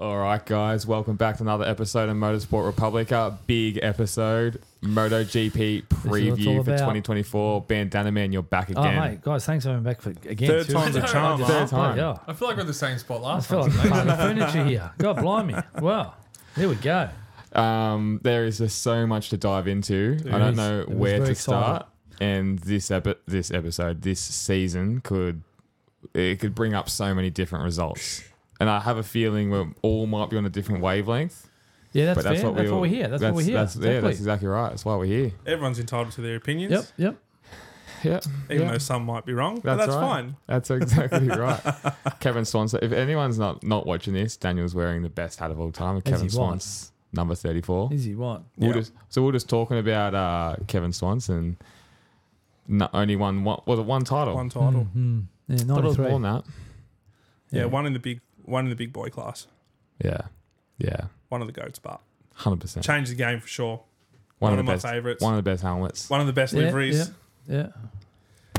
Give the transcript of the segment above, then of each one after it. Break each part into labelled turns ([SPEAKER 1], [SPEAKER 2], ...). [SPEAKER 1] right, guys, welcome back to another episode of Motorsport Republica. Big episode, MotoGP preview for
[SPEAKER 2] about.
[SPEAKER 1] 2024. Bandana Man, you're back
[SPEAKER 2] Oh,
[SPEAKER 1] again.
[SPEAKER 2] mate, guys, thanks for having me back for again.
[SPEAKER 3] Third
[SPEAKER 2] two-
[SPEAKER 3] time's a charm.
[SPEAKER 1] Third
[SPEAKER 3] huh?
[SPEAKER 1] time.
[SPEAKER 2] Yeah,
[SPEAKER 4] I feel like we're in the same spot
[SPEAKER 2] I
[SPEAKER 4] last
[SPEAKER 2] feel
[SPEAKER 4] time.
[SPEAKER 2] like part of the furniture here. God blimey! Wow, there we go.
[SPEAKER 1] Um, there is just so much to dive into. I don't
[SPEAKER 2] is.
[SPEAKER 1] know
[SPEAKER 2] It was
[SPEAKER 1] where
[SPEAKER 2] very
[SPEAKER 1] to
[SPEAKER 2] exciting.
[SPEAKER 1] start. And this epi- this episode, this season could it could bring up so many different results. And I have a feeling we all might be on a different wavelength.
[SPEAKER 2] Yeah, that's
[SPEAKER 1] but that's
[SPEAKER 2] fair.
[SPEAKER 1] what
[SPEAKER 2] that's
[SPEAKER 1] we
[SPEAKER 2] what
[SPEAKER 1] all-
[SPEAKER 2] we're here. That's, what we're here.
[SPEAKER 1] That's, Yeah, that's
[SPEAKER 2] Exactly.
[SPEAKER 1] exactly right. That's why we're here.
[SPEAKER 3] Everyone's entitled to their opinions,
[SPEAKER 2] Yep, yep.
[SPEAKER 1] Yeah.
[SPEAKER 3] even
[SPEAKER 1] yeah.
[SPEAKER 3] though some might be wrong. but that's
[SPEAKER 1] right.
[SPEAKER 3] fine.
[SPEAKER 1] That's exactly right. Kevin Swans. If anyone's not not watching this, Daniel's wearing the best hat of all time. Kevin
[SPEAKER 2] he
[SPEAKER 1] Swans, number thirty-four.
[SPEAKER 2] Easy one.
[SPEAKER 1] We're
[SPEAKER 3] Yeah.
[SPEAKER 1] just, so we're just talking about uh, Kevin Swanson. No, only one, one was it one title?
[SPEAKER 3] One title.
[SPEAKER 2] Mm, yeah,
[SPEAKER 1] Thought it was
[SPEAKER 2] ninety-three.
[SPEAKER 1] more than that.
[SPEAKER 3] Yeah,
[SPEAKER 2] Yeah.
[SPEAKER 3] one in the big one in the big boy class.
[SPEAKER 1] Yeah, yeah,
[SPEAKER 3] One of the goats, but
[SPEAKER 1] hundred percent.
[SPEAKER 3] changed the game for sure.
[SPEAKER 1] One,
[SPEAKER 3] One,
[SPEAKER 1] of the
[SPEAKER 3] my
[SPEAKER 1] best.
[SPEAKER 3] favourites.
[SPEAKER 1] One
[SPEAKER 3] One,
[SPEAKER 1] of the best helmets.
[SPEAKER 3] of the best
[SPEAKER 2] Yeah,
[SPEAKER 3] liveries.
[SPEAKER 2] yeah. Yeah,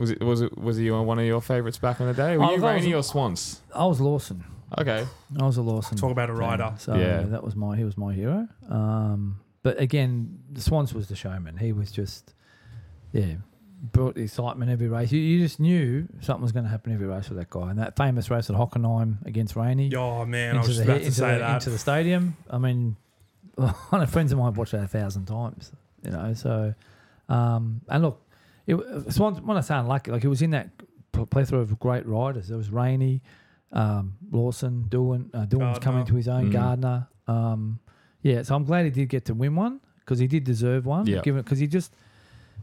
[SPEAKER 1] Was it? Was it? Was he one of your favorites back in the day? Were
[SPEAKER 2] Oh,
[SPEAKER 1] you
[SPEAKER 2] that was-
[SPEAKER 1] Rainey or Swans?
[SPEAKER 2] I was Lawson.
[SPEAKER 1] Okay.
[SPEAKER 2] I was a Lawson.
[SPEAKER 3] Talk about a rider.
[SPEAKER 2] So
[SPEAKER 1] Yeah.
[SPEAKER 2] that was my he was my hero. Um, but again, Swans was the showman. He was just yeah brought the excitement every race. You, you just knew something was going to happen every race with that guy. And that famous race at Hockenheim against Rainey
[SPEAKER 3] Oh man, I was
[SPEAKER 2] into the
[SPEAKER 3] just about
[SPEAKER 2] into
[SPEAKER 3] to say
[SPEAKER 2] the,
[SPEAKER 3] that.
[SPEAKER 2] into the stadium. I mean, I know friends of mine watched that a thousand times. You know, so um, and look, it, w- Swans. When I say unlucky, like it was in that pl- plethora of great riders. There was Rainey, um, Lawson, Doohan. Uh, Doohan's
[SPEAKER 3] Gardner.
[SPEAKER 2] coming to his own.
[SPEAKER 1] Mm.
[SPEAKER 2] Gardner. Um, yeah, so I'm glad he did get to win one because he did deserve one.
[SPEAKER 1] Yeah.
[SPEAKER 2] Given because he just.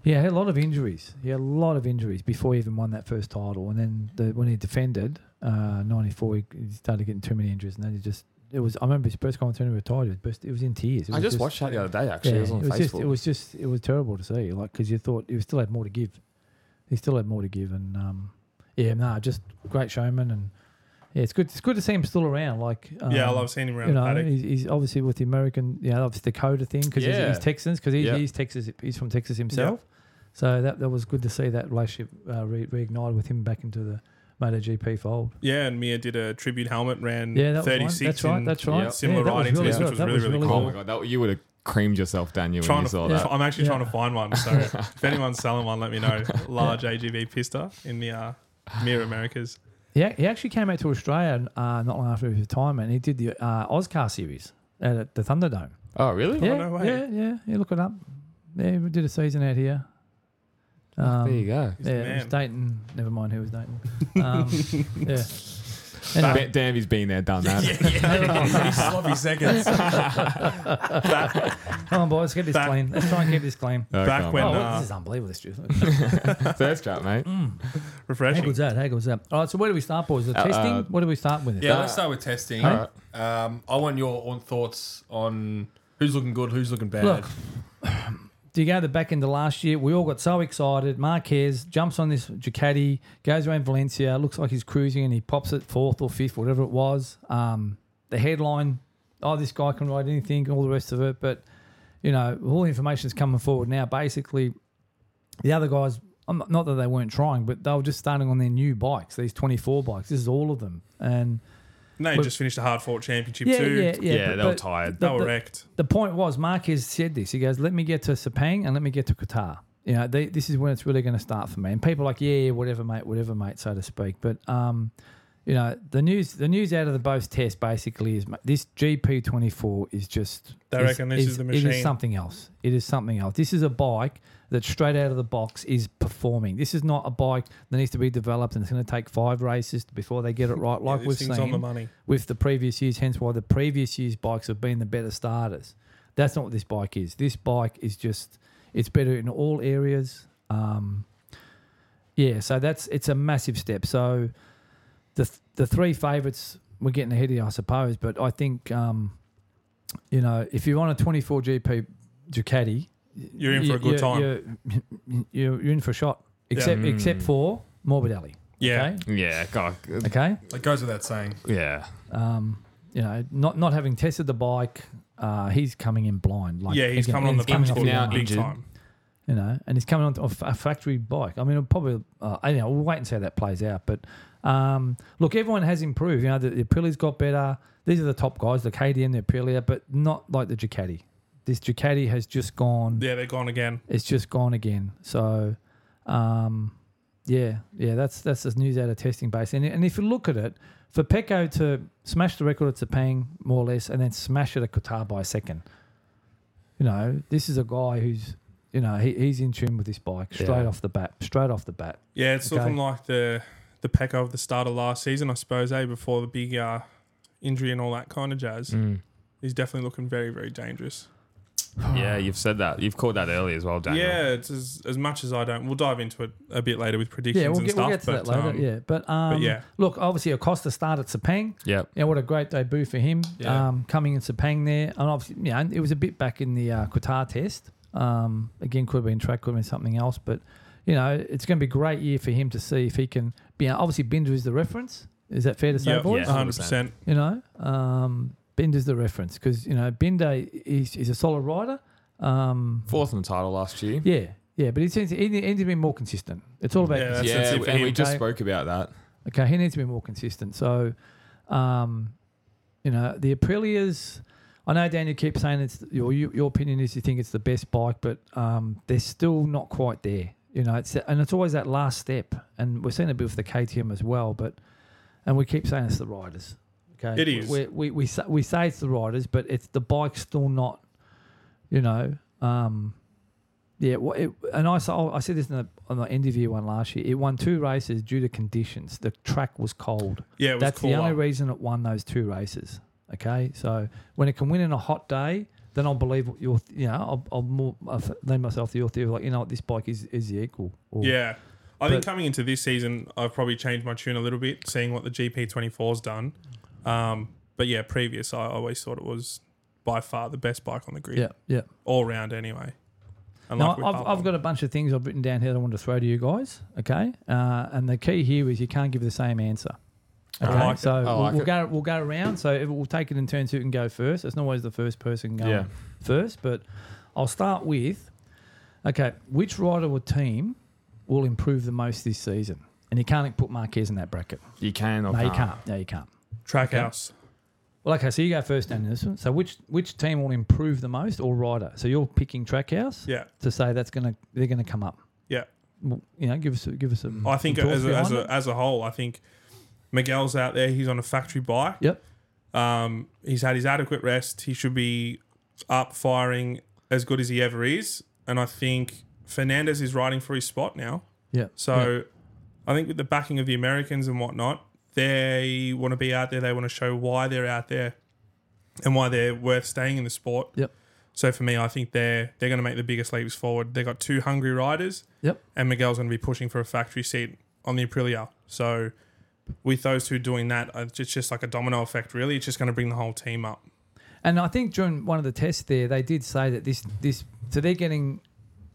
[SPEAKER 2] Yeah, he had a lot of injuries. He had a lot of injuries before he even won that first title, and then the, when he defended uh, '94, he he started getting too many injuries, and then he just it was. I remember his press conference when he retired. It was, it was in tears. It
[SPEAKER 1] I
[SPEAKER 2] was
[SPEAKER 1] just watched that the other day. Actually, it was on Facebook.
[SPEAKER 2] just, it was just it was terrible to see, like because you thought he still had more to give. He still had more to give, and um, yeah, no, just great showman, and yeah, it's good. It's good to see him still around. Like um,
[SPEAKER 3] yeah, I love seeing him around
[SPEAKER 2] you
[SPEAKER 3] the
[SPEAKER 2] know,
[SPEAKER 3] paddock.
[SPEAKER 2] he's, he's obviously with the American, you know, obviously Dakota thing because
[SPEAKER 1] Yeah.
[SPEAKER 2] he's, he's Texans because he's,
[SPEAKER 1] Yeah.
[SPEAKER 2] he's Texas, he's from Texas himself. So that that was good to see that relationship uh, re- reignited with him back into the MotoGP fold.
[SPEAKER 3] Yeah, and Mia did a tribute helmet, ran
[SPEAKER 2] Yeah, that
[SPEAKER 3] thirty
[SPEAKER 2] was one.
[SPEAKER 3] six
[SPEAKER 2] That's right.
[SPEAKER 3] and
[SPEAKER 2] That's right.
[SPEAKER 1] yeah,
[SPEAKER 2] that
[SPEAKER 3] similar
[SPEAKER 2] was
[SPEAKER 3] riding to this,
[SPEAKER 2] good,
[SPEAKER 3] which was
[SPEAKER 2] that
[SPEAKER 3] really, really
[SPEAKER 1] oh my god, that you would have creamed yourself, Daniel, when
[SPEAKER 3] trying
[SPEAKER 1] you
[SPEAKER 3] to,
[SPEAKER 1] saw
[SPEAKER 2] yeah.
[SPEAKER 1] that.
[SPEAKER 3] I'm actually
[SPEAKER 2] Yeah.
[SPEAKER 3] trying to find one. So if anyone's selling one, let me know. Large AGV Pista in the uh, Mirror Americas.
[SPEAKER 2] Yeah, he actually came out to Australia uh, not long after his retirement. and He did the uh, Oscar series out at the Thunderdome.
[SPEAKER 1] Oh, really?
[SPEAKER 2] yeah,
[SPEAKER 3] no way.
[SPEAKER 2] yeah, yeah, yeah. Look it up. Yeah, we did a season out here. Um,
[SPEAKER 1] there you go.
[SPEAKER 3] He's the
[SPEAKER 2] yeah, it was
[SPEAKER 3] man.
[SPEAKER 2] Dayton. Never mind who was Dayton. Um, yeah.
[SPEAKER 1] Ba- Damn, he's been there, done that. Oh,
[SPEAKER 4] He's sloppy seconds.
[SPEAKER 2] Come on, boys, let's get this
[SPEAKER 3] Back-
[SPEAKER 2] clean. Let's try and keep this clean.
[SPEAKER 1] Oh,
[SPEAKER 3] Back
[SPEAKER 1] come
[SPEAKER 3] when-
[SPEAKER 2] Oh,
[SPEAKER 1] on.
[SPEAKER 3] uh,
[SPEAKER 2] this is unbelievable, this truth.
[SPEAKER 1] thirst trap, mate.
[SPEAKER 2] How
[SPEAKER 3] Refreshing.
[SPEAKER 2] good's that? How good's that? All right, so where do we start, boys? The
[SPEAKER 1] Uh,
[SPEAKER 2] testing?
[SPEAKER 1] uh,
[SPEAKER 2] what do we start with?
[SPEAKER 4] Yeah, let's start with testing.
[SPEAKER 1] All right.
[SPEAKER 4] Um, I want your own thoughts on who's looking good, who's looking bad.
[SPEAKER 2] Look, Do you go to the back end of last year? We all got so excited. Marquez jumps on this Ducati, goes around Valencia, looks like he's cruising, and he pops it fourth or fifth, whatever it was. Um, the headline, oh, this guy can ride anything, all the rest of it. But, you know, all the information is coming forward now. Basically, the other guys, I'm not- not that they weren't trying, but they were just starting on their new bikes, these 24 bikes. This is all of them. And
[SPEAKER 3] No,
[SPEAKER 2] But-
[SPEAKER 3] just finished a hard fought championship
[SPEAKER 2] yeah,
[SPEAKER 3] too.
[SPEAKER 2] yeah, yeah.
[SPEAKER 1] Yeah,
[SPEAKER 2] but-
[SPEAKER 1] they were
[SPEAKER 2] but-
[SPEAKER 1] tired.
[SPEAKER 3] They
[SPEAKER 2] the-
[SPEAKER 3] were
[SPEAKER 2] the-
[SPEAKER 3] wrecked.
[SPEAKER 2] the point was Marquez said this. He goes, "Let me get to Sepang and let me get to Qatar. You know, they, this is when it's really going to start for me." And people are like, "Yeah, yeah, whatever, mate, whatever, mate," so to speak. But um, you know, the news the news out of the both tests basically is ma- this GP twenty four is just.
[SPEAKER 3] They
[SPEAKER 2] is-
[SPEAKER 3] reckon this is the
[SPEAKER 2] It is
[SPEAKER 3] machine.
[SPEAKER 2] something else. It is something else. This is a bike that straight out of the box is performing. This is not a bike that needs to be developed and it's going to take five races before they get it right. Like
[SPEAKER 3] this
[SPEAKER 2] we've
[SPEAKER 3] thing's
[SPEAKER 2] seen
[SPEAKER 3] on the money.
[SPEAKER 2] with the previous years, hence why the previous year's bikes have been the better starters. That's not what this bike is. This bike is just it's better in all areas. Um, yeah, so that's it's a massive step. So the th- the three favourites we're getting ahead of you, I suppose, but I think um, you know if you're on a 24 GP Ducati,
[SPEAKER 3] You're in for a good time.
[SPEAKER 2] You're, you're, you're in for a shot, except
[SPEAKER 1] Mm.
[SPEAKER 2] except for Morbidelli.
[SPEAKER 3] Yeah.
[SPEAKER 2] Okay.
[SPEAKER 1] Yeah, God.
[SPEAKER 2] Okay.
[SPEAKER 4] It goes without saying.
[SPEAKER 1] Yeah.
[SPEAKER 2] um, you know, not not having tested the bike, uh, he's coming in blind. Like
[SPEAKER 3] yeah, he's
[SPEAKER 2] again,
[SPEAKER 3] coming on
[SPEAKER 2] and
[SPEAKER 3] the
[SPEAKER 2] he's coming
[SPEAKER 3] back
[SPEAKER 2] off
[SPEAKER 3] foot
[SPEAKER 1] now
[SPEAKER 3] big
[SPEAKER 1] injured.
[SPEAKER 3] time.
[SPEAKER 2] you know, and he's coming on to a f- a factory bike. I mean, it'll probably, uh, I don't know, we'll wait and see how that plays out. But um, look, everyone has improved. You know, the, the Aprili's got better. These are the top guys, the KDM, the Aprilia, but not like the Ducati. This Ducati has just gone.
[SPEAKER 3] Yeah, they're gone again.
[SPEAKER 2] It's just gone again. So, um, yeah, yeah, that's that's the news out of testing base. And, and if you look at it, for Pecco to smash the record at Sepang more or less, and then smash it at Qatar by a second, you know, this is a guy who's you know he, he's in tune with this bike straight
[SPEAKER 1] Yeah.
[SPEAKER 2] off the bat, straight off the bat.
[SPEAKER 3] Yeah, it's
[SPEAKER 2] Okay.
[SPEAKER 3] looking like the the pack of the start of last season, I suppose, eh? Before the big uh, injury and all that kind of jazz.
[SPEAKER 1] Mm.
[SPEAKER 3] He's definitely looking very, very dangerous.
[SPEAKER 1] Yeah, you've said that. You've called that early as well, Daniel.
[SPEAKER 3] Yeah, it's as, as much as I don't. We'll dive into it a bit later with predictions
[SPEAKER 2] Yeah, we'll
[SPEAKER 3] and
[SPEAKER 2] get,
[SPEAKER 3] stuff.
[SPEAKER 2] we'll get to
[SPEAKER 3] but,
[SPEAKER 2] that later.
[SPEAKER 3] um,
[SPEAKER 2] yeah, but, um,
[SPEAKER 3] yeah.
[SPEAKER 2] look, obviously Acosta started Sepang.
[SPEAKER 1] Yep.
[SPEAKER 2] Yeah, what a great debut for him.
[SPEAKER 4] Yeah.
[SPEAKER 2] Um, coming in Sepang there, and obviously, you know, it was a bit back in the uh, Qatar test. Um, again, could have been track, could have been something else, but you know, it's going to be a great year for him to see if he can be. uh, Obviously, Binder is the reference. Is that fair to say,
[SPEAKER 3] Yep,
[SPEAKER 2] boys?
[SPEAKER 1] Yeah.
[SPEAKER 3] 100%.
[SPEAKER 2] You know, um, Binder's the reference because you know Binder is, is a solid rider. Um,
[SPEAKER 1] Fourth in the title last year.
[SPEAKER 2] yeah, yeah, but he seems he needs to be more consistent. It's all about
[SPEAKER 3] Yeah, that's-
[SPEAKER 2] consistency.
[SPEAKER 1] Yeah,
[SPEAKER 3] it for
[SPEAKER 1] and we
[SPEAKER 3] him.
[SPEAKER 1] just
[SPEAKER 2] Okay.
[SPEAKER 1] spoke about that.
[SPEAKER 2] Okay, he needs to be more consistent. So, um, you know, the Aprilias. I know Daniel keeps saying it's your your your opinion is you think it's the best bike, but um, they're still not quite there. You know, it's and it's always that last step, and we're seeing a bit with the KTM as well. But and we keep saying it's the riders. Okay,
[SPEAKER 3] It is.
[SPEAKER 2] We we we say, we say it's the riders, but it's the bike's still not. You know, um, yeah, well, it, and I saw I said this in the, on the interview one last year. It won two races due to conditions. The track was cold.
[SPEAKER 3] Yeah, it was
[SPEAKER 2] That's
[SPEAKER 3] cool.
[SPEAKER 2] the only reason it won those two races. Okay, so when it can win in a hot day, then I'll believe what your you know I'll, I'll more I'll lend myself to your theory like you know what, this bike is is the equal. Or,
[SPEAKER 3] Yeah. I think
[SPEAKER 2] But-
[SPEAKER 3] coming into this season, I've probably changed my tune a little bit, seeing what the GP24's done. Um, but yeah, previous, I always thought it was by far the best bike on the grid,
[SPEAKER 2] yeah, yeah.
[SPEAKER 3] all round anyway. And
[SPEAKER 2] Now,
[SPEAKER 3] like we
[SPEAKER 2] I've,
[SPEAKER 3] harp
[SPEAKER 2] I've
[SPEAKER 3] on.
[SPEAKER 2] got a bunch of things I've written down here that I want to throw to you guys. Okay, uh, and the key here is you can't give the same answer.
[SPEAKER 3] I
[SPEAKER 2] Okay,
[SPEAKER 3] like it.
[SPEAKER 2] so
[SPEAKER 1] I
[SPEAKER 2] we'll,
[SPEAKER 1] like
[SPEAKER 2] we'll
[SPEAKER 1] it.
[SPEAKER 2] go we'll go around. So if- we'll take it in turns who can go first. It's not always the first person going
[SPEAKER 1] Yeah.
[SPEAKER 2] first, but I'll start with okay, which rider or team will improve the most this season? And you can't put Marquez in that bracket.
[SPEAKER 1] You can or
[SPEAKER 2] no, you
[SPEAKER 1] can't.
[SPEAKER 2] can't. No, you can't.
[SPEAKER 3] Trackhouse.
[SPEAKER 2] Well, okay, so you go first down in this one. So which which team will improve the most or rider? So you're picking Trackhouse
[SPEAKER 3] Yeah.
[SPEAKER 2] to say that's gonna they're gonna come up.
[SPEAKER 3] Yeah.
[SPEAKER 2] Well, you know, give us a, give us a.
[SPEAKER 3] I think
[SPEAKER 2] some
[SPEAKER 3] as a,
[SPEAKER 2] thoughts
[SPEAKER 3] as,
[SPEAKER 2] behind
[SPEAKER 3] a, as a whole, I think Miguel's out there. He's on a factory bike.
[SPEAKER 2] Yep.
[SPEAKER 3] Um, he's had his adequate rest. He should be up firing as good as he ever is. And I think Fernandez is riding for his spot now.
[SPEAKER 2] it. yeah.
[SPEAKER 3] So I think with the backing of the Americans and whatnot, they want to be out there. They want to show why they're out there and why they're worth staying in the sport.
[SPEAKER 2] Yep.
[SPEAKER 3] So for me, I think they're they're going to make the biggest leaps forward. They got two hungry riders.
[SPEAKER 2] Yep.
[SPEAKER 3] And Miguel's going to be pushing for a factory seat on the Aprilia. So with those two doing that, uh, it's just like a domino effect. Really, it's just going to bring the whole team up.
[SPEAKER 2] And I think during one of the tests there, they did say that this this so they're getting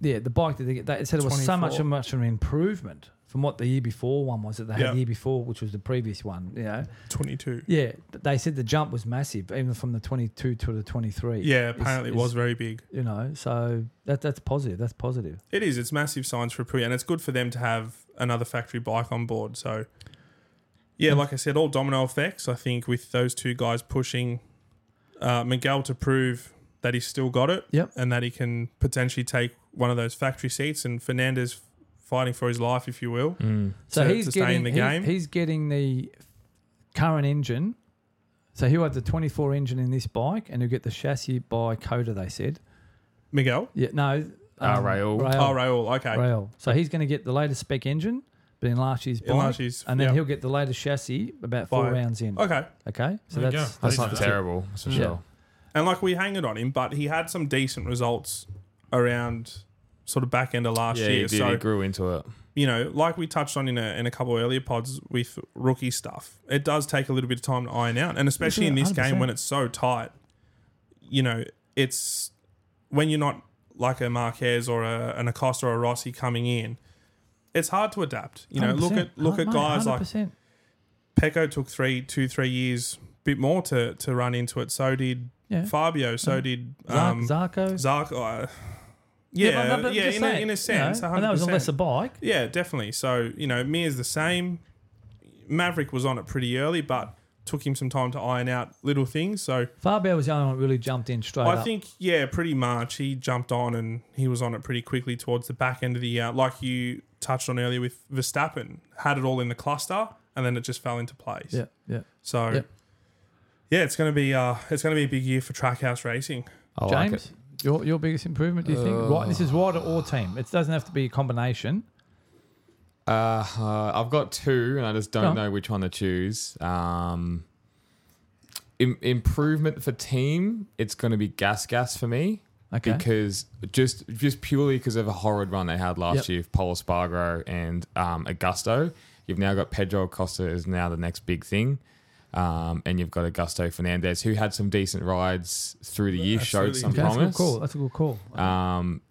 [SPEAKER 2] yeah the bike that they get they said it was so much
[SPEAKER 3] 24.
[SPEAKER 2] and much of an improvement from what the year before one was that they had
[SPEAKER 3] Yeah.
[SPEAKER 2] the year before, which was the previous one. You know,
[SPEAKER 3] Twenty two.
[SPEAKER 2] yeah, th- they said the jump was massive, even from the twenty two to the twenty three.
[SPEAKER 3] Yeah, apparently it was very big.
[SPEAKER 2] You know, so that that's positive. That's positive.
[SPEAKER 3] It is. It's massive signs for Aprilia, and it's good for them to have another factory bike on board. So, yeah,
[SPEAKER 2] Mm.
[SPEAKER 3] like I said, all domino effects. I think with those two guys pushing uh, Miguel to prove that he's still got it,
[SPEAKER 2] Yep.
[SPEAKER 3] and that he can potentially take one of those factory seats, and Fernandez fighting for his life, if you will.
[SPEAKER 1] Mm.
[SPEAKER 2] So
[SPEAKER 3] to-
[SPEAKER 2] he's
[SPEAKER 3] to stay
[SPEAKER 2] getting
[SPEAKER 3] in the
[SPEAKER 2] he's-
[SPEAKER 3] game.
[SPEAKER 2] He's, getting the current engine. So he'll have the twenty four engine in this bike, and he'll get the chassis by Coda. They said.
[SPEAKER 3] Miguel,
[SPEAKER 2] Yeah, no.
[SPEAKER 1] Uh,
[SPEAKER 2] um,
[SPEAKER 1] Raoul.
[SPEAKER 3] oh Raul, okay,
[SPEAKER 2] Rail. So he's going to get the latest spec engine, but in last year's bike,
[SPEAKER 3] In last year's-
[SPEAKER 2] and then
[SPEAKER 3] yeah. Oh,
[SPEAKER 2] he'll get the latest chassis about four
[SPEAKER 3] Five.
[SPEAKER 2] rounds in.
[SPEAKER 3] okay.
[SPEAKER 2] Okay, so
[SPEAKER 4] There you
[SPEAKER 2] that's,
[SPEAKER 4] go.
[SPEAKER 1] That's
[SPEAKER 4] Please
[SPEAKER 1] not
[SPEAKER 4] do.
[SPEAKER 1] terrible, that's for
[SPEAKER 2] Yeah.
[SPEAKER 1] sure.
[SPEAKER 3] And like we hang it on him, but he had some decent results around sort of back end of last
[SPEAKER 1] Yeah,
[SPEAKER 3] year.
[SPEAKER 1] he did.
[SPEAKER 3] So
[SPEAKER 1] he grew into it.
[SPEAKER 3] you know, like we touched on in a, in a couple earlier pods with rookie stuff, it does take a little bit of time to iron out. And especially in this game
[SPEAKER 2] 100%.
[SPEAKER 3] when it's so tight, you know, it's when you're not like a Marquez or a, an Acosta or a Rossi coming in, it's hard to adapt. You know, look at look
[SPEAKER 2] Oh,
[SPEAKER 3] at guys like
[SPEAKER 2] like
[SPEAKER 3] Pecco took three, two, three years, bit more to, to run into it. So did
[SPEAKER 2] yeah,
[SPEAKER 3] Fabio. So did um,
[SPEAKER 2] um, Zarko.
[SPEAKER 3] Zark. uh, yeah, yeah,
[SPEAKER 2] but- but just
[SPEAKER 3] in, a,
[SPEAKER 2] saying,
[SPEAKER 3] in
[SPEAKER 2] you
[SPEAKER 3] a sense.
[SPEAKER 2] know, and that was a
[SPEAKER 3] 100%.
[SPEAKER 2] lesser bike.
[SPEAKER 3] Yeah, definitely. So, you know, Mia's the same. Maverick was on it pretty early, but took him some time to iron out little things. So
[SPEAKER 2] Farbell was the only one that really jumped in straight
[SPEAKER 3] I
[SPEAKER 2] up.
[SPEAKER 3] think, yeah, pretty much he jumped on and he was on it pretty quickly towards the back end of the year, like you touched on earlier with Verstappen, had it all in the cluster and then it just fell into place.
[SPEAKER 2] yeah, yeah.
[SPEAKER 3] So,
[SPEAKER 2] Yep.
[SPEAKER 3] yeah, it's gonna be uh, it's gonna be a big year for Trackhouse Racing.
[SPEAKER 1] I like it.
[SPEAKER 2] James, your, your biggest improvement, do you think? Right, this is wider or team. It doesn't have to be a combination.
[SPEAKER 1] Uh, uh, I've got two, and I just
[SPEAKER 2] Go
[SPEAKER 1] don't
[SPEAKER 2] on.
[SPEAKER 1] know which one to choose. Um, im- improvement for team, it's going to be gas gas for me
[SPEAKER 2] Okay.
[SPEAKER 1] because just just purely because of a horrid run they had last
[SPEAKER 2] Yep.
[SPEAKER 1] year, with Paul Spargo and um, Augusto. You've now got Pedro Costa is now the next big thing. Um, and you've got Augusto Fernandez, who had some decent rides through the year, showed
[SPEAKER 3] Absolutely.
[SPEAKER 1] some
[SPEAKER 2] Okay, that's a good
[SPEAKER 1] promise
[SPEAKER 2] call. That's a good call.
[SPEAKER 1] um,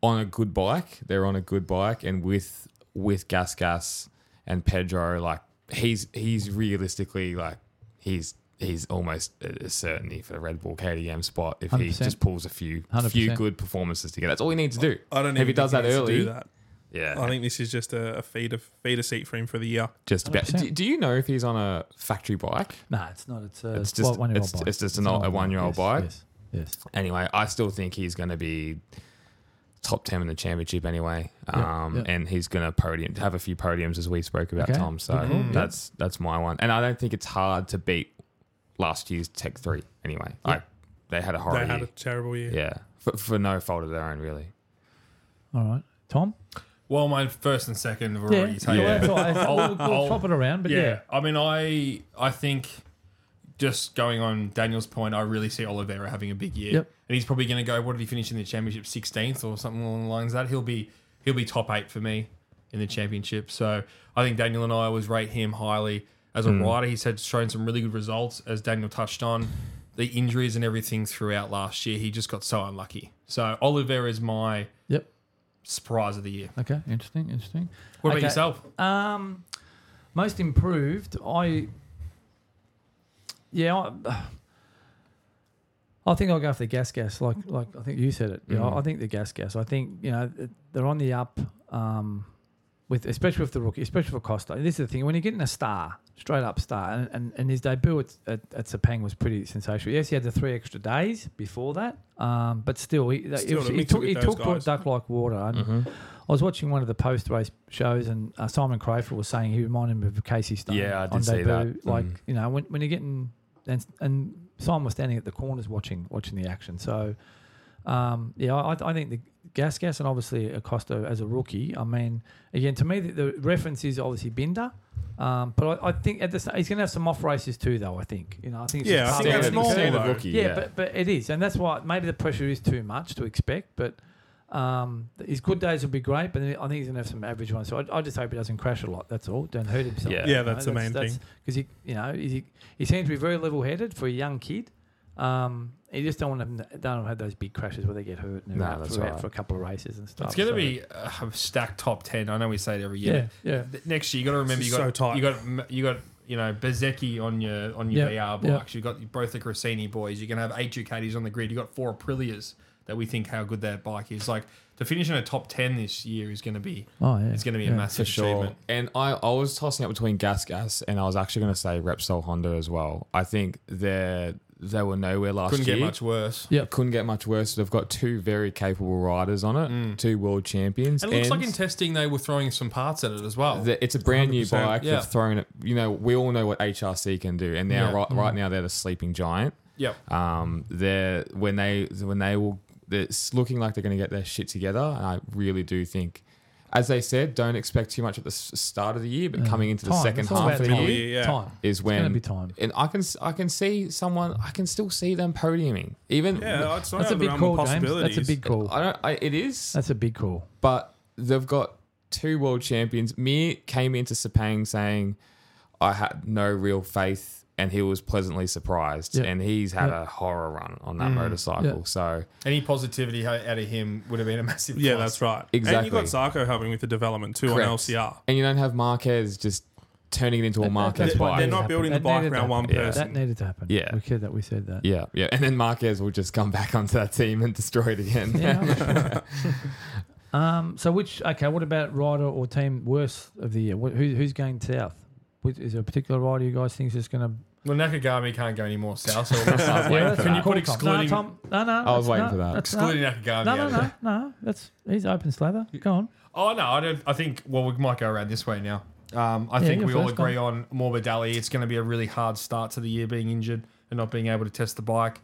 [SPEAKER 1] on a good bike. They're on a good bike, and with with Gas Gas and Pedro, like he's he's realistically like he's he's almost a a certainty for the Red Bull KDM spot if he
[SPEAKER 2] 100%.
[SPEAKER 1] just pulls a few
[SPEAKER 2] 100%.
[SPEAKER 1] few good performances together. That's all he needs to do.
[SPEAKER 3] I don't
[SPEAKER 1] if
[SPEAKER 3] even
[SPEAKER 1] he does
[SPEAKER 3] think
[SPEAKER 1] that
[SPEAKER 3] needs to
[SPEAKER 1] early.
[SPEAKER 3] do that.
[SPEAKER 1] Yeah,
[SPEAKER 3] I think this is just a, a feeder feeder seat for him for the year.
[SPEAKER 1] just about.
[SPEAKER 2] 100%.
[SPEAKER 1] Do, do you know if he's on a factory bike?
[SPEAKER 2] Nah, it's not. It's, uh,
[SPEAKER 1] It's
[SPEAKER 2] it's
[SPEAKER 1] just-
[SPEAKER 2] just one year old
[SPEAKER 1] it's-
[SPEAKER 2] bike.
[SPEAKER 1] it's just
[SPEAKER 2] an
[SPEAKER 1] an old-
[SPEAKER 2] old
[SPEAKER 1] a one-year-old bike.
[SPEAKER 2] Yes, yes.
[SPEAKER 1] anyway, I still think he's going to be top 10 in the championship anyway.
[SPEAKER 2] Yeah,
[SPEAKER 1] Um,
[SPEAKER 2] yeah.
[SPEAKER 1] And he's going to podium have a few podiums as we spoke about,
[SPEAKER 2] Okay,
[SPEAKER 1] Tom. So
[SPEAKER 2] good call, yeah.
[SPEAKER 1] that's that's my one. And I don't think it's hard to beat last year's Tech 3 anyway.
[SPEAKER 2] Yeah.
[SPEAKER 1] I, they had a horror
[SPEAKER 3] they
[SPEAKER 1] year.
[SPEAKER 3] had a terrible year.
[SPEAKER 1] yeah. For, for no fault of their own, really.
[SPEAKER 2] All right. Tom?
[SPEAKER 4] Well, my first and second were already taken.
[SPEAKER 2] yeah. that's all right. We'll, we'll
[SPEAKER 4] I'll-
[SPEAKER 2] swap it around, but yeah.
[SPEAKER 4] I mean, I I think just going on Daniel's point, I really see Oliveira having a big year,
[SPEAKER 2] Yep.
[SPEAKER 4] and he's probably going to go. What did he finish in the championship? Sixteenth or something along the lines of that. He'll be he'll be top eight for me in the championship. So I think Daniel and I always rate him highly as a
[SPEAKER 2] Hmm.
[SPEAKER 4] rider. He's had shown some really good results, as Daniel touched on. The injuries and everything throughout last year, he just got so unlucky. So Oliveira is my
[SPEAKER 2] Yep.
[SPEAKER 4] surprise of the year.
[SPEAKER 2] Okay. Interesting. Interesting.
[SPEAKER 4] What
[SPEAKER 2] Okay.
[SPEAKER 4] about yourself?
[SPEAKER 2] Um, most improved. I. Yeah. I, I think I'll go for the gas gas. Like
[SPEAKER 3] Mm-hmm.
[SPEAKER 2] like I think you said it. Yeah, I- I think the gas gas. I think you know th- they're on the up. Um, with especially with the rookie, especially for Costa. This is the thing when you're getting a star, straight up star, and, and, and his debut at, at, at Sepang was pretty sensational. Yes, he had the three extra days before that, um, but still, he, it
[SPEAKER 3] Still
[SPEAKER 2] was-
[SPEAKER 3] to
[SPEAKER 2] he
[SPEAKER 3] mix it
[SPEAKER 2] took
[SPEAKER 3] with
[SPEAKER 2] he
[SPEAKER 3] those
[SPEAKER 2] took Port
[SPEAKER 3] guys. Mm-hmm.
[SPEAKER 2] Duck like water. And
[SPEAKER 1] Mm-hmm.
[SPEAKER 2] I was watching one of the post race shows, and uh, Simon Crayford was saying he reminded him of Casey Stone.
[SPEAKER 1] Yeah, I
[SPEAKER 2] on
[SPEAKER 1] did see
[SPEAKER 2] debut.
[SPEAKER 1] that.
[SPEAKER 2] Like
[SPEAKER 1] Mm.
[SPEAKER 2] you know, when, when you're getting and and Simon was standing at the corners watching watching the action. So um, yeah, I, I think the gas gas and obviously Acosta as a rookie. I mean, again, to me the, the reference is obviously Binder. Um, but I, I think at the, s- he's going to have some off races too, though. I think you know. I think it's
[SPEAKER 3] Yeah,
[SPEAKER 2] just
[SPEAKER 3] I
[SPEAKER 2] part
[SPEAKER 3] think
[SPEAKER 2] of
[SPEAKER 3] that's
[SPEAKER 2] it.
[SPEAKER 1] Standard-
[SPEAKER 3] normal,
[SPEAKER 1] standard
[SPEAKER 3] though.
[SPEAKER 1] rookie,
[SPEAKER 2] Yeah,
[SPEAKER 1] yeah.
[SPEAKER 2] but but it is, and that's why maybe the pressure is too much to expect. But um, his good days will be great, but then I think he's gonna have some average ones. So I, I just hope he doesn't crash a lot. That's all. Don't hurt himself.
[SPEAKER 1] Yeah.
[SPEAKER 3] Yeah,
[SPEAKER 2] You know,
[SPEAKER 3] that's the main thing.
[SPEAKER 2] Because he, you know, he, he seems to be very level-headed for a young kid. Um, he just don't want to don't have those big crashes where they get hurt and
[SPEAKER 1] No,
[SPEAKER 2] they're out
[SPEAKER 1] that's
[SPEAKER 2] for,
[SPEAKER 1] right.
[SPEAKER 2] for a couple of races and stuff.
[SPEAKER 4] It's going to
[SPEAKER 2] So-
[SPEAKER 4] be uh, a stacked top ten. I know we say it every year.
[SPEAKER 2] yeah, yeah.
[SPEAKER 4] Th- next year you got to remember
[SPEAKER 3] This
[SPEAKER 4] you
[SPEAKER 3] is
[SPEAKER 4] got
[SPEAKER 3] so tight.
[SPEAKER 4] you got you got you know Bezecchi on your on your
[SPEAKER 2] Yeah,
[SPEAKER 4] VR
[SPEAKER 2] yeah.
[SPEAKER 4] bikes. You've got both the Grassini boys. You're gonna have eight Ducatis on the grid. You have got four Aprilias that we think how good that bike is. Like to finish in a top ten this year is gonna be
[SPEAKER 2] Oh yeah,
[SPEAKER 4] it's gonna be
[SPEAKER 2] yeah.
[SPEAKER 4] a massive
[SPEAKER 1] For sure.
[SPEAKER 4] achievement.
[SPEAKER 1] And I, I was tossing up between Gas Gas and I was actually going to say Repsol Honda as well. I think they're, they were nowhere last
[SPEAKER 4] Couldn't
[SPEAKER 1] year.
[SPEAKER 4] get much worse.
[SPEAKER 2] Yeah.
[SPEAKER 1] It couldn't get much worse. They've got two very capable riders on it, two world champions.
[SPEAKER 4] And it looks like in testing they were throwing some parts at it as well.
[SPEAKER 1] the- it's a brand new
[SPEAKER 3] 100%,
[SPEAKER 1] bike.
[SPEAKER 4] yeah.
[SPEAKER 1] They've thrown it. You know, we all know what HRC can do, and now
[SPEAKER 4] Yeah.
[SPEAKER 1] right, right now they're the sleeping giant.
[SPEAKER 4] yep.
[SPEAKER 1] Um, they're when they when they will. It's looking like they're going to get their shit together. And I really do think, as they said, don't expect too much at the s- start of the year, but coming into the
[SPEAKER 2] Time.
[SPEAKER 1] second
[SPEAKER 2] It's all
[SPEAKER 1] half
[SPEAKER 2] about
[SPEAKER 1] of the
[SPEAKER 2] time.
[SPEAKER 1] year
[SPEAKER 3] Yeah.
[SPEAKER 2] Time.
[SPEAKER 1] is when
[SPEAKER 2] gonna be time.
[SPEAKER 1] And I can s- I can see someone. I can still see them podiuming. Even
[SPEAKER 3] Yeah, it's
[SPEAKER 2] That's
[SPEAKER 3] not out
[SPEAKER 2] a
[SPEAKER 3] of the
[SPEAKER 2] big
[SPEAKER 3] realm of
[SPEAKER 2] call, James.
[SPEAKER 3] possibilities.
[SPEAKER 2] That's a big call.
[SPEAKER 1] I don't. I, it is.
[SPEAKER 2] That's a big call.
[SPEAKER 1] but they've got two world champions. Mir came into Sepang saying, I had no real faith, and he was pleasantly surprised.
[SPEAKER 2] Yeah.
[SPEAKER 1] And he's had
[SPEAKER 2] Yeah.
[SPEAKER 1] a horror run on that motorcycle.
[SPEAKER 2] Yeah.
[SPEAKER 1] So,
[SPEAKER 4] Any positivity ho- out of him would have been a massive.
[SPEAKER 3] Yeah,
[SPEAKER 4] plus.
[SPEAKER 3] that's right. And
[SPEAKER 1] Exactly.
[SPEAKER 3] you got Zarko helping with the development too
[SPEAKER 1] Correct.
[SPEAKER 3] on LCR.
[SPEAKER 1] and you don't have Marquez just turning it into a
[SPEAKER 2] That- that-
[SPEAKER 1] Marquez
[SPEAKER 2] that's
[SPEAKER 3] why
[SPEAKER 1] bike.
[SPEAKER 3] They're not
[SPEAKER 2] That
[SPEAKER 3] building
[SPEAKER 2] needed
[SPEAKER 3] the
[SPEAKER 2] to
[SPEAKER 3] bike around
[SPEAKER 2] happen.
[SPEAKER 3] one
[SPEAKER 2] Yeah.
[SPEAKER 3] person.
[SPEAKER 2] That needed to happen.
[SPEAKER 1] Yeah.
[SPEAKER 2] we said that. We said that.
[SPEAKER 1] yeah, yeah. And then Marquez will just come back onto that team and destroy it again.
[SPEAKER 2] Yeah. I'm sure. um. So which? Okay. What about rider or team worst of the year? What, who, who's going south? Which, is there a particular rider you guys think is just going to
[SPEAKER 4] Well, Nakagami can't go any more south. So
[SPEAKER 1] I was waiting for
[SPEAKER 4] can you
[SPEAKER 1] that.
[SPEAKER 4] put
[SPEAKER 2] no,
[SPEAKER 4] excluding,
[SPEAKER 2] Tom, no, no.
[SPEAKER 1] I was
[SPEAKER 2] that's-
[SPEAKER 1] waiting
[SPEAKER 2] no,
[SPEAKER 1] for that.
[SPEAKER 2] that's-
[SPEAKER 4] excluding
[SPEAKER 2] no,
[SPEAKER 4] Nakagami?
[SPEAKER 2] no,
[SPEAKER 4] out
[SPEAKER 2] no,
[SPEAKER 4] of
[SPEAKER 2] no,
[SPEAKER 4] it?
[SPEAKER 2] no. That's he's open slather. Go on.
[SPEAKER 4] Oh no, I don't. I think. Well, we might go around this way now. Um, I
[SPEAKER 2] Yeah,
[SPEAKER 4] think
[SPEAKER 2] you're
[SPEAKER 4] we all
[SPEAKER 2] first,
[SPEAKER 4] agree on Morbid Ali. It's going to be a really hard start to the year, being injured and not being able to test the bike.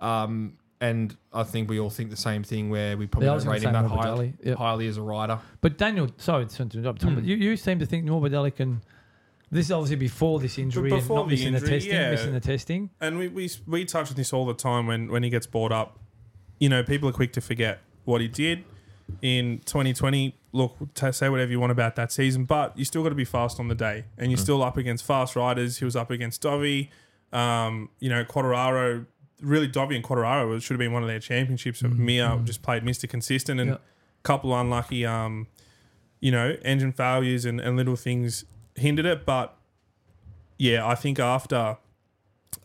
[SPEAKER 4] Um, and I think we all think the same thing, where we probably
[SPEAKER 2] Yeah, I was
[SPEAKER 4] don't
[SPEAKER 2] gonna
[SPEAKER 4] rate
[SPEAKER 2] say
[SPEAKER 4] him that
[SPEAKER 2] Morbidelli,
[SPEAKER 4] highly,
[SPEAKER 2] yep.
[SPEAKER 4] highly as a rider.
[SPEAKER 2] But Daniel, sorry to interrupt,
[SPEAKER 1] Hmm.
[SPEAKER 2] Tom, but you, you seem to think Morbidelli can. This is obviously before this injury
[SPEAKER 3] before
[SPEAKER 2] and not
[SPEAKER 3] the
[SPEAKER 2] missing the
[SPEAKER 3] injury,
[SPEAKER 2] testing,
[SPEAKER 3] yeah.
[SPEAKER 2] missing the testing.
[SPEAKER 3] And we, we, we touch on this all the time when, when he gets brought up. You know, people are quick to forget what he did in 2020. Look, t- say whatever you want about that season, but you still got to be fast on the day. And you're still up against fast riders. He was up against Dovey. Um, you know, Quadraro, really Dovey and Quadraro was- should have been one of their championships. But Mia just played Mr. Consistent and
[SPEAKER 2] Yeah.
[SPEAKER 3] a couple unlucky, um, you know, engine failures and, and little things hindered it. But yeah, I think after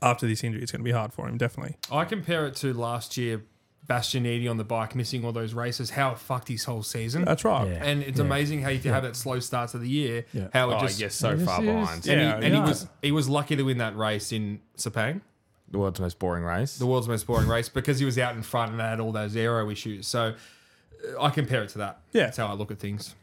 [SPEAKER 3] after this injury, it's going to be hard for him, definitely.
[SPEAKER 4] I compare it to last year, Bastianini on the bike missing all those races. How it fucked his whole
[SPEAKER 2] Hmm.
[SPEAKER 4] season.
[SPEAKER 3] That's right.
[SPEAKER 2] Yeah.
[SPEAKER 4] and it's amazing how you can have that slow start to the year.
[SPEAKER 2] Yeah.
[SPEAKER 4] How it
[SPEAKER 1] Oh,
[SPEAKER 4] just
[SPEAKER 1] yes, so
[SPEAKER 2] Yes,
[SPEAKER 1] far
[SPEAKER 2] yes.
[SPEAKER 1] behind.
[SPEAKER 3] Yeah.
[SPEAKER 4] And, he, and he
[SPEAKER 2] yeah.
[SPEAKER 4] was he was lucky to win that race in Sepang.
[SPEAKER 1] The world's most boring race.
[SPEAKER 4] the world's most boring race because he was out in front and had all those aero issues. So uh, I compare it to that.
[SPEAKER 3] Yeah.
[SPEAKER 4] That's how I look at things.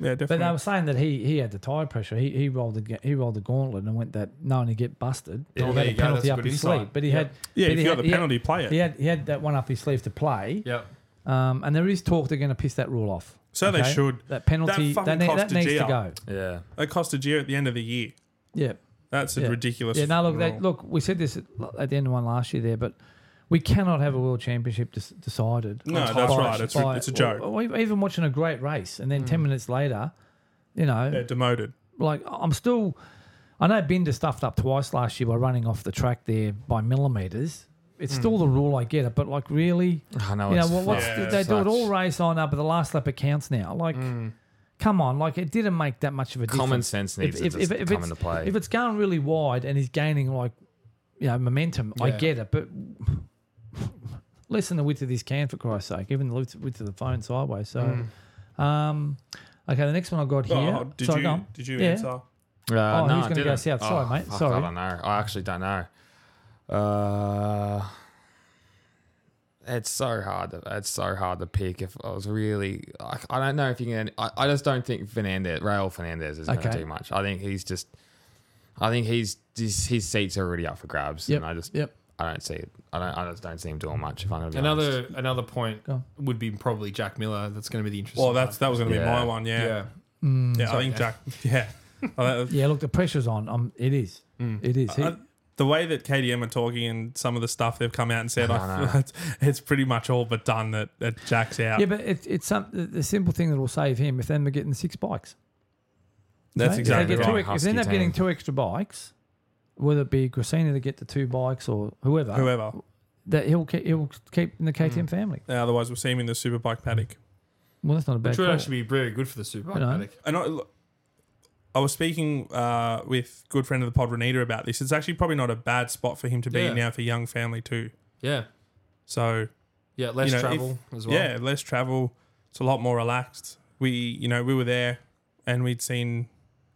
[SPEAKER 3] Yeah,
[SPEAKER 2] But they
[SPEAKER 3] definitely.
[SPEAKER 2] were saying that he he had the tire pressure. He he rolled the ga- he rolled the gauntlet and went that knowing to get busted.
[SPEAKER 4] Yeah,
[SPEAKER 2] He
[SPEAKER 4] there
[SPEAKER 2] had a
[SPEAKER 4] you go.
[SPEAKER 2] penalty
[SPEAKER 4] That's
[SPEAKER 2] up
[SPEAKER 4] good
[SPEAKER 2] his
[SPEAKER 4] insight.
[SPEAKER 2] sleeve, but he
[SPEAKER 4] Yeah.
[SPEAKER 2] had
[SPEAKER 3] yeah,
[SPEAKER 2] but he
[SPEAKER 3] if you got
[SPEAKER 2] had-
[SPEAKER 3] the
[SPEAKER 2] he had-
[SPEAKER 3] penalty, play it.
[SPEAKER 2] He had he had that one up his sleeve to play.
[SPEAKER 4] Yep.
[SPEAKER 2] Um, and there is talk they're going to piss that rule off.
[SPEAKER 3] So they should.
[SPEAKER 2] That penalty that,
[SPEAKER 3] That fucking
[SPEAKER 2] ne-
[SPEAKER 3] cost
[SPEAKER 2] that
[SPEAKER 3] a
[SPEAKER 2] needs
[SPEAKER 3] G
[SPEAKER 2] to
[SPEAKER 3] up.
[SPEAKER 2] go.
[SPEAKER 1] yeah.
[SPEAKER 3] It cost a year at the end of the year.
[SPEAKER 2] Yeah.
[SPEAKER 3] That's a
[SPEAKER 2] Yeah.
[SPEAKER 3] ridiculous.
[SPEAKER 2] Yeah, no, look,
[SPEAKER 3] rule.
[SPEAKER 2] that, look, we said this at, at the end of one last year there, but we cannot have a world championship des- decided.
[SPEAKER 3] No,
[SPEAKER 2] on top
[SPEAKER 3] that's
[SPEAKER 2] by-
[SPEAKER 3] right. It's a-
[SPEAKER 2] by-
[SPEAKER 3] it's a joke. Mm.
[SPEAKER 2] Or, or even watching a great race, and then ten minutes later, you know,
[SPEAKER 3] They're demoted.
[SPEAKER 2] like I'm still. I know Binder stuffed up twice last year by running off the track there by millimeters. It's
[SPEAKER 3] Hmm.
[SPEAKER 2] still the rule, I get it, but like really,
[SPEAKER 1] I know.
[SPEAKER 2] you know,
[SPEAKER 1] Oh, it's
[SPEAKER 2] what, what's
[SPEAKER 1] fucked.
[SPEAKER 3] Yeah,
[SPEAKER 2] they do
[SPEAKER 1] Such
[SPEAKER 2] it all race on up, but the last lap it counts now. Like,
[SPEAKER 3] Hmm.
[SPEAKER 4] Hmm.
[SPEAKER 2] come on, like it didn't make that much of a
[SPEAKER 1] Common
[SPEAKER 2] difference.
[SPEAKER 1] sense needs to just come
[SPEAKER 2] it's-
[SPEAKER 1] into play.
[SPEAKER 2] If it's going really wide and he's gaining like, you know, momentum, I
[SPEAKER 4] Yeah.
[SPEAKER 2] get it, but lessen the width of this can for Christ's sake, even the width width of the phone sideways. So, um, okay, the next one I got here.
[SPEAKER 3] Hmm. Oh, did
[SPEAKER 2] Sorry,
[SPEAKER 3] you
[SPEAKER 2] go on.
[SPEAKER 3] did you
[SPEAKER 2] Yeah.
[SPEAKER 3] answer?
[SPEAKER 1] Uh, no,
[SPEAKER 2] Oh, who's
[SPEAKER 1] I
[SPEAKER 2] gonna go
[SPEAKER 1] didn't.
[SPEAKER 2] south? Sorry, mate.
[SPEAKER 1] fuck,
[SPEAKER 2] Sorry.
[SPEAKER 1] I don't know. I actually don't know. Uh, it's so hard. To, it's so hard to pick. If I was really, I, I don't know if you can. I, I just don't think Fernandez, Raul Fernandez, is going to
[SPEAKER 2] Okay.
[SPEAKER 1] do much. I think he's just. I think he's his, his seats are already up for grabs,
[SPEAKER 2] Yep.
[SPEAKER 1] and I just
[SPEAKER 2] Yep.
[SPEAKER 1] I don't see it. I don't. I just don't see him doing much. If I'm going to be honest.
[SPEAKER 4] Another another point
[SPEAKER 2] Go on.
[SPEAKER 4] would be probably Jack Miller. That's going to be the interesting.
[SPEAKER 3] Well, that's that was going to be
[SPEAKER 1] Yeah.
[SPEAKER 3] my one. Yeah,
[SPEAKER 4] one.
[SPEAKER 3] yeah.
[SPEAKER 4] yeah.
[SPEAKER 3] I think Jack. Yeah, Uh,
[SPEAKER 2] Yeah, look, the pressure's on. Um, it is. It
[SPEAKER 1] Uh,
[SPEAKER 2] is. He-
[SPEAKER 3] I- uh, the way that KDM are talking and some of the stuff they've come out and said, I,
[SPEAKER 1] I know.
[SPEAKER 3] it's, it's pretty much all but done that, that Jack's out.
[SPEAKER 2] yeah, but it, it's some, the- the simple thing that will save him if then we're getting six bikes.
[SPEAKER 3] That's
[SPEAKER 2] If they
[SPEAKER 3] exactly
[SPEAKER 2] get
[SPEAKER 3] right.
[SPEAKER 2] two ex- if they end up
[SPEAKER 1] Husky
[SPEAKER 2] getting
[SPEAKER 1] team.
[SPEAKER 2] two extra bikes, whether it be Grassini to get the two bikes or whoever,
[SPEAKER 3] Whoever.
[SPEAKER 2] that he'll keep, he'll keep in the
[SPEAKER 1] Hmm.
[SPEAKER 2] KTM family.
[SPEAKER 3] Uh, otherwise, we'll see him in the superbike paddock.
[SPEAKER 2] Well, that's not a bad
[SPEAKER 4] Which would
[SPEAKER 2] call.
[SPEAKER 4] actually be very good for the Superbike
[SPEAKER 2] You know.
[SPEAKER 4] paddock.
[SPEAKER 3] And I, look, I was speaking uh, with good friend of the pod, Renita, about this. It's actually probably not a bad spot for him to be
[SPEAKER 4] Yeah.
[SPEAKER 3] now for young family too.
[SPEAKER 4] Yeah.
[SPEAKER 3] So
[SPEAKER 4] Yeah. Less
[SPEAKER 3] You know,
[SPEAKER 4] travel as well.
[SPEAKER 3] yeah, less travel. It's a lot more relaxed. We, you know, we were there, and we'd seen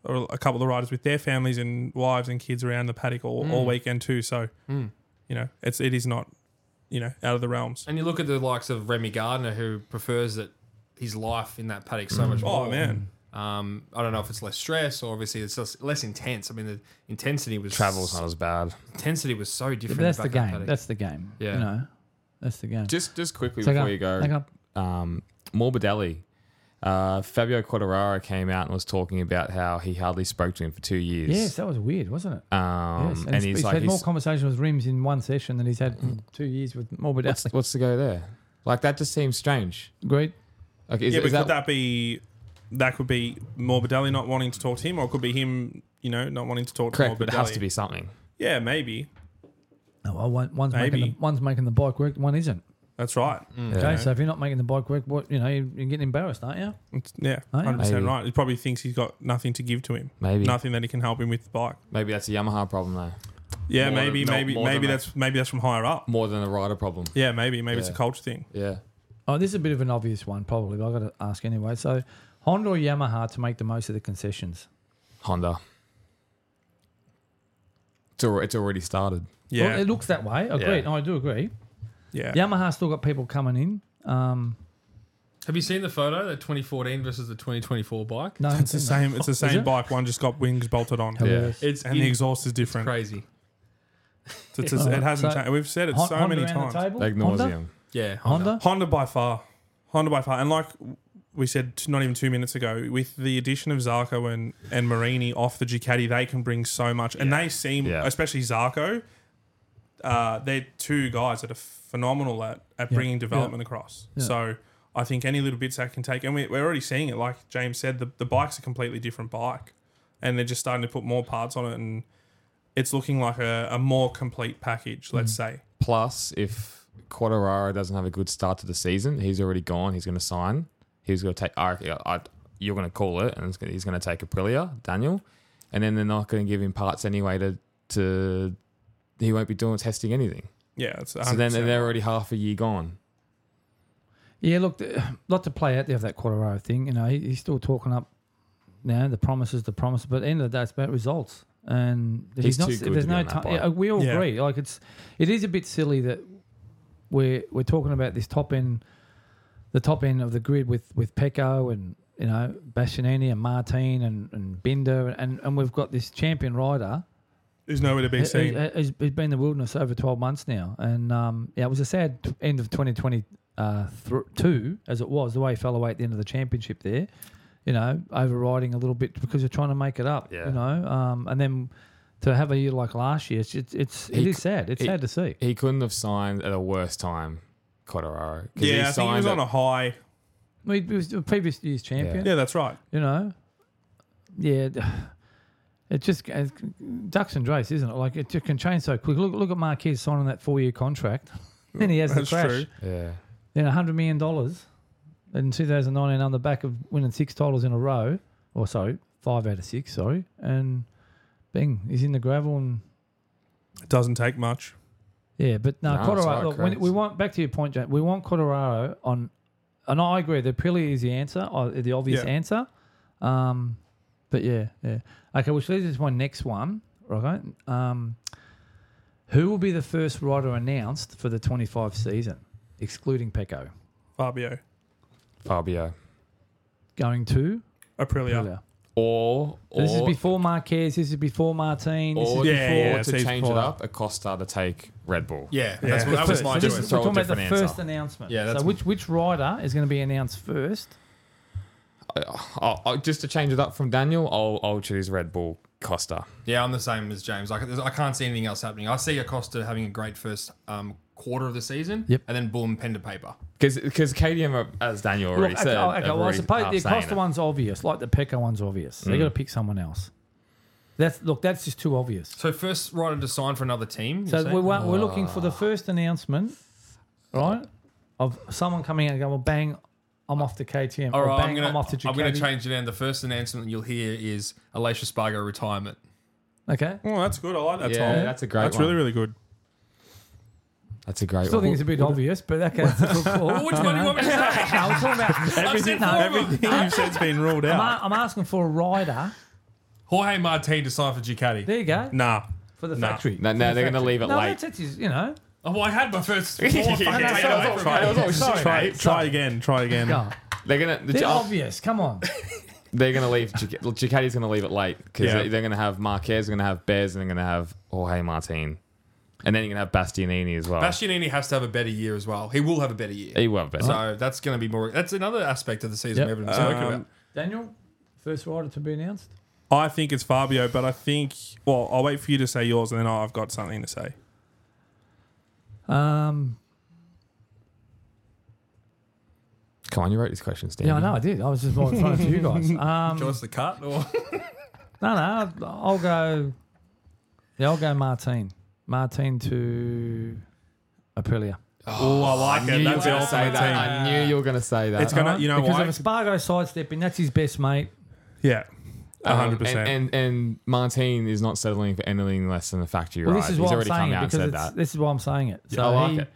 [SPEAKER 3] a a couple of riders with their families and wives and kids around the paddock all,
[SPEAKER 1] Mm.
[SPEAKER 3] all weekend too. So,
[SPEAKER 4] Hmm.
[SPEAKER 3] you know, it's it is not, you know, out of the realms.
[SPEAKER 4] And you look at the likes of Remy Gardner, who prefers that his life in that paddock so much more.
[SPEAKER 3] Oh man,
[SPEAKER 4] Um, I don't know if it's less stress or obviously it's less, less intense. I mean, the intensity was
[SPEAKER 1] travel's not as bad.
[SPEAKER 4] intensity was so
[SPEAKER 2] But
[SPEAKER 4] different.
[SPEAKER 2] that's
[SPEAKER 4] in
[SPEAKER 2] the
[SPEAKER 4] Backpack
[SPEAKER 2] game.
[SPEAKER 4] Paddock.
[SPEAKER 2] That's the game.
[SPEAKER 4] Yeah.
[SPEAKER 2] You know, that's the game.
[SPEAKER 1] Just just quickly
[SPEAKER 2] So go
[SPEAKER 1] before
[SPEAKER 2] on.
[SPEAKER 1] you go,
[SPEAKER 2] Hang on.
[SPEAKER 1] um, Morbidelli. Uh, Fabio Quartararo came out and was talking about how he hardly spoke to him for two years.
[SPEAKER 2] Yes, that was weird, wasn't it?
[SPEAKER 1] Um,
[SPEAKER 2] yes.
[SPEAKER 1] and, he's, like,
[SPEAKER 2] had
[SPEAKER 1] he's- Hmm.
[SPEAKER 2] more conversations with Rims in one session than he's had in two years with
[SPEAKER 1] what's,
[SPEAKER 2] Morbidelli.
[SPEAKER 1] what's the go there? Like that just seems strange.
[SPEAKER 2] Great.
[SPEAKER 1] Like, is,
[SPEAKER 3] yeah, but
[SPEAKER 1] is
[SPEAKER 3] could
[SPEAKER 1] that,
[SPEAKER 3] that be that could be Morbidelli not wanting to talk to him, or it could be him, you know, not wanting to talk
[SPEAKER 1] correct?
[SPEAKER 3] to Morbidelli?
[SPEAKER 1] But it has to be something.
[SPEAKER 3] Yeah, maybe
[SPEAKER 2] Oh, well, one, one's making
[SPEAKER 3] Maybe.
[SPEAKER 2] the, one's making the bike work, one isn't.
[SPEAKER 3] that's right.
[SPEAKER 4] Mm.
[SPEAKER 2] Okay,
[SPEAKER 1] Yeah.
[SPEAKER 2] so if you're not making the bike work, what you know, you're, you're getting embarrassed, aren't you?
[SPEAKER 3] It's- yeah,
[SPEAKER 2] Oh, yeah.
[SPEAKER 3] hundred percent
[SPEAKER 1] Maybe.
[SPEAKER 3] right. He probably thinks he's got nothing to give to him,
[SPEAKER 1] Maybe
[SPEAKER 3] nothing that he can help him with the bike.
[SPEAKER 1] maybe that's a Yamaha problem though,
[SPEAKER 3] Yeah,
[SPEAKER 4] More than-
[SPEAKER 3] maybe,
[SPEAKER 4] no,
[SPEAKER 3] maybe,
[SPEAKER 4] more than
[SPEAKER 3] maybe
[SPEAKER 4] that.
[SPEAKER 3] that's maybe that's from higher up.
[SPEAKER 1] more than a rider problem.
[SPEAKER 3] Yeah, maybe, maybe it's a
[SPEAKER 1] Yeah.
[SPEAKER 3] culture thing.
[SPEAKER 1] Yeah,
[SPEAKER 2] Oh, this is a bit of an obvious one, probably, but I've got to ask anyway. So, Honda or Yamaha to make the most of the concessions?
[SPEAKER 1] Honda. It's, al- it's already started.
[SPEAKER 3] Yeah.
[SPEAKER 2] Well, it looks that way. Agreed.
[SPEAKER 1] Yeah.
[SPEAKER 2] I do agree.
[SPEAKER 3] yeah.
[SPEAKER 2] Yamaha's still got people coming in. Um,
[SPEAKER 4] Have you seen the photo, the 2014 versus the 2024 bike?
[SPEAKER 2] no,
[SPEAKER 3] It's the same. It's the same
[SPEAKER 2] it?
[SPEAKER 3] bike. One just got wings bolted on,
[SPEAKER 1] Yeah.
[SPEAKER 4] It's,
[SPEAKER 3] and the
[SPEAKER 4] it's
[SPEAKER 3] exhaust is different.
[SPEAKER 4] crazy.
[SPEAKER 3] It's- it's- it hasn't
[SPEAKER 2] So-
[SPEAKER 3] changed. We've said it
[SPEAKER 2] Hon-
[SPEAKER 3] so
[SPEAKER 2] Honda
[SPEAKER 3] many
[SPEAKER 2] around the
[SPEAKER 3] times.
[SPEAKER 2] table?
[SPEAKER 1] Like
[SPEAKER 2] Oh, Honda?
[SPEAKER 1] nauseum.
[SPEAKER 4] Yeah,
[SPEAKER 2] Honda?
[SPEAKER 3] Honda by far. Honda by far. And like we said t- not even two minutes ago, with the addition of Zarco and, and Marini off the Ducati, they can bring so much. And they seem,
[SPEAKER 1] Yeah.
[SPEAKER 3] especially Zarco, uh, they're two guys that are phenomenal at, at
[SPEAKER 2] Yeah.
[SPEAKER 3] bringing development across.
[SPEAKER 2] Yeah.
[SPEAKER 3] So I think any little bits that can take, and we, we're already seeing it. Like James said, the, the bike's a completely different bike. And they're just starting to put more parts on it. And it's looking like a, a more complete package,
[SPEAKER 2] Mm.
[SPEAKER 3] let's say.
[SPEAKER 1] Plus, if Quadrara doesn't have a good start to the season, he's already gone. He's going to sign. He's going to take. I, I, you're going to call it, and it's gonna, he's going to take Aprilia, Daniel, and then they're not going to give him parts anyway. To to he won't be doing testing anything.
[SPEAKER 3] Yeah. It's
[SPEAKER 1] So then
[SPEAKER 3] 100%.
[SPEAKER 1] they're already half a year gone.
[SPEAKER 2] Yeah, look, th- lot to play out there of that Quadraro thing. You know, he, he's still talking up now the promises, the promise, but at the end of the day, it's about results. And if
[SPEAKER 1] He's
[SPEAKER 2] not,
[SPEAKER 1] too
[SPEAKER 2] if
[SPEAKER 1] good
[SPEAKER 2] there's
[SPEAKER 1] to be
[SPEAKER 2] no
[SPEAKER 1] on that
[SPEAKER 2] time.
[SPEAKER 1] bike.
[SPEAKER 2] Yeah, we all
[SPEAKER 3] Yeah.
[SPEAKER 2] agree. Like it's, it is a bit silly that we're we're talking about this top end, the top end of the grid with with Pecco and you know Bastianini and Martin and and Binder and and we've got this champion rider
[SPEAKER 3] There's nowhere to be
[SPEAKER 2] it,
[SPEAKER 3] seen.
[SPEAKER 2] it, has been in the wilderness over 12 months now. And um, yeah, it was a sad t- end of 2022 uh, thr- two, as it was, the way he fell away at the end of the championship there, you know, overriding a little bit because you're trying to make it up,
[SPEAKER 1] Yeah.
[SPEAKER 2] you know. Um, and then to have a year like last year, it's, it's, it's it
[SPEAKER 1] He
[SPEAKER 2] is
[SPEAKER 1] c-
[SPEAKER 2] sad. It's
[SPEAKER 1] he-
[SPEAKER 2] sad to see.
[SPEAKER 1] He couldn't have signed at a worse time, Quadrara.
[SPEAKER 3] Yeah, I think he was on a high.
[SPEAKER 2] I mean, he was the previous year's champion,
[SPEAKER 3] Yeah, that's right.
[SPEAKER 2] you know. Yeah. d- It just it's ducks and drakes, isn't it? Like it just can change so quick. Look, look at Marquez signing that four-year contract, then he has
[SPEAKER 3] That's
[SPEAKER 2] the crash.
[SPEAKER 3] true.
[SPEAKER 1] yeah.
[SPEAKER 2] then $100 million in 2019 on the back of winning six titles in a row, or sorry, five out of six, sorry, and bing, he's in the gravel and
[SPEAKER 3] It doesn't take much.
[SPEAKER 2] yeah, but no,
[SPEAKER 1] No, it's
[SPEAKER 2] Cordero,
[SPEAKER 1] alright,
[SPEAKER 2] look, when,
[SPEAKER 1] correct.
[SPEAKER 2] we want back to your point, Jack. We want Cordero on, and I agree that Prilly is the answer, or the obvious
[SPEAKER 3] Yeah.
[SPEAKER 2] answer. Um, but yeah, yeah. Okay, which leads us to my next one, right? Um, who will be the first rider announced for the 25 season, excluding Pecco,
[SPEAKER 3] Fabio,
[SPEAKER 1] Fabio.
[SPEAKER 2] going to
[SPEAKER 3] Aprilia.
[SPEAKER 2] Prilly?
[SPEAKER 1] Or or
[SPEAKER 2] this is before Marquez. This is before Martin. This
[SPEAKER 1] or
[SPEAKER 2] is
[SPEAKER 1] to-
[SPEAKER 3] Yeah,
[SPEAKER 1] or
[SPEAKER 3] yeah,
[SPEAKER 1] to
[SPEAKER 3] so he's
[SPEAKER 1] change
[SPEAKER 3] prior.
[SPEAKER 1] it up, Acosta to take Red Bull.
[SPEAKER 4] Yeah,
[SPEAKER 3] Yeah.
[SPEAKER 4] That's what, that was
[SPEAKER 2] So
[SPEAKER 4] my
[SPEAKER 2] this
[SPEAKER 1] choice.
[SPEAKER 2] is,
[SPEAKER 1] So
[SPEAKER 2] we're
[SPEAKER 1] a
[SPEAKER 2] talking about the
[SPEAKER 1] different answer.
[SPEAKER 2] first announcement.
[SPEAKER 4] Yeah, that's-
[SPEAKER 2] so which which rider is going to be announced first?
[SPEAKER 1] I'll, I'll, just to change it up from Daniel, I'll, I'll choose Red Bull Costa.
[SPEAKER 4] Yeah, I'm the same as James. I, I can't see anything else happening. I see Acosta having a great first um, quarter of the season,
[SPEAKER 2] Yep.
[SPEAKER 4] and then boom, pen to paper.
[SPEAKER 1] Because KDM, are- as Daniel already
[SPEAKER 2] Look,
[SPEAKER 1] said,
[SPEAKER 2] okay, oh, okay,
[SPEAKER 1] have
[SPEAKER 2] well, I
[SPEAKER 1] already
[SPEAKER 2] suppose
[SPEAKER 1] half
[SPEAKER 2] the
[SPEAKER 1] saying
[SPEAKER 2] Acosta
[SPEAKER 1] it.
[SPEAKER 2] one's obvious, like the Pecco one's obvious.
[SPEAKER 4] Mm.
[SPEAKER 2] They got to pick someone else. That's look, that's just too obvious.
[SPEAKER 4] So first rider to sign for another team.
[SPEAKER 2] So
[SPEAKER 4] you're
[SPEAKER 2] we
[SPEAKER 4] saying?
[SPEAKER 2] want, we're looking for the first announcement, right? Of someone coming out and going, well, bang, I'm off to KTM.
[SPEAKER 4] All
[SPEAKER 2] or
[SPEAKER 4] right,
[SPEAKER 2] bang,
[SPEAKER 4] I'm gonna, I'm,
[SPEAKER 2] off to Ducati.
[SPEAKER 4] gonna change it down. The first announcement you'll hear is Alicia Spargo retirement.
[SPEAKER 2] Okay.
[SPEAKER 3] Oh, that's good. I like that,
[SPEAKER 1] Yeah,
[SPEAKER 3] Tom.
[SPEAKER 1] that's a great
[SPEAKER 3] That's
[SPEAKER 1] one.
[SPEAKER 3] really, really good.
[SPEAKER 1] That's a great
[SPEAKER 2] Still
[SPEAKER 1] one.
[SPEAKER 2] think it's a bit obvious, but okay. That's a good call.
[SPEAKER 4] Which one do you want me to say?
[SPEAKER 2] No, we're talking about
[SPEAKER 4] Everything-
[SPEAKER 2] No,
[SPEAKER 3] Everything you've said's been ruled
[SPEAKER 2] I'm,
[SPEAKER 3] out.
[SPEAKER 2] a- I'm asking for a rider.
[SPEAKER 4] Jorge Martin to sign for Ducati.
[SPEAKER 2] There you go.
[SPEAKER 3] Nah.
[SPEAKER 2] For the
[SPEAKER 3] Nah.
[SPEAKER 2] factory.
[SPEAKER 1] No, no, they're going to leave it
[SPEAKER 2] No,
[SPEAKER 1] late.
[SPEAKER 2] that's it's his, you know.
[SPEAKER 4] Oh, well, I had my first. four
[SPEAKER 1] Yeah,
[SPEAKER 4] fucking
[SPEAKER 1] yeah,
[SPEAKER 4] takes
[SPEAKER 1] yeah, that's
[SPEAKER 4] away from
[SPEAKER 1] all
[SPEAKER 4] me.
[SPEAKER 1] right. That was all shit,
[SPEAKER 3] Try,
[SPEAKER 1] mate.
[SPEAKER 3] try again. Try again.
[SPEAKER 2] No,
[SPEAKER 1] They're going to
[SPEAKER 2] they're
[SPEAKER 1] the, oh,
[SPEAKER 2] obvious. Come on.
[SPEAKER 1] they're going to leave. Duc- Ducati's going to leave it late because
[SPEAKER 3] Yeah.
[SPEAKER 1] they're going to have Marquez, they're going to have Bears, and they're going to have Jorge Martin, and then you're going to have Bastianini as well.
[SPEAKER 4] Bastianini has to have a better year as well. He will have a better year.
[SPEAKER 1] he will have better.
[SPEAKER 4] So that's going to be more. That's another aspect of the season
[SPEAKER 2] Yep.
[SPEAKER 4] we haven't spoken
[SPEAKER 3] Um,
[SPEAKER 4] about.
[SPEAKER 2] Daniel, first rider to be announced.
[SPEAKER 3] I think it's Fabio, but I think, well, I'll wait for you to say yours and then I've got something to say.
[SPEAKER 2] Um,
[SPEAKER 1] Come on, you wrote these questions, Dan.
[SPEAKER 2] yeah, I know I did. I was just more in front of you guys. Um,
[SPEAKER 4] Joyce the cut or
[SPEAKER 2] no, no, I'll go. Yeah, I'll go Martin. Martin to Aprilia.
[SPEAKER 3] Oh, I like it. That's the
[SPEAKER 1] I,
[SPEAKER 3] ultimate team.
[SPEAKER 1] I knew you were going to say that. Um,
[SPEAKER 3] It's gonna-
[SPEAKER 2] Right?
[SPEAKER 3] you know
[SPEAKER 2] because
[SPEAKER 3] why?
[SPEAKER 2] of Espargo sidestepping, that's his best mate.
[SPEAKER 3] Yeah.
[SPEAKER 1] Um,
[SPEAKER 3] 100%.
[SPEAKER 1] and, and and Martin is not settling for anything less than a factory
[SPEAKER 2] Well,
[SPEAKER 1] ride.
[SPEAKER 2] this is
[SPEAKER 1] He's
[SPEAKER 2] why I'm
[SPEAKER 1] already
[SPEAKER 2] saying
[SPEAKER 1] come
[SPEAKER 2] it
[SPEAKER 1] out and
[SPEAKER 2] because
[SPEAKER 1] said
[SPEAKER 2] it's-
[SPEAKER 1] that.
[SPEAKER 2] this is why I'm saying it. So
[SPEAKER 1] I like
[SPEAKER 2] he,
[SPEAKER 1] it.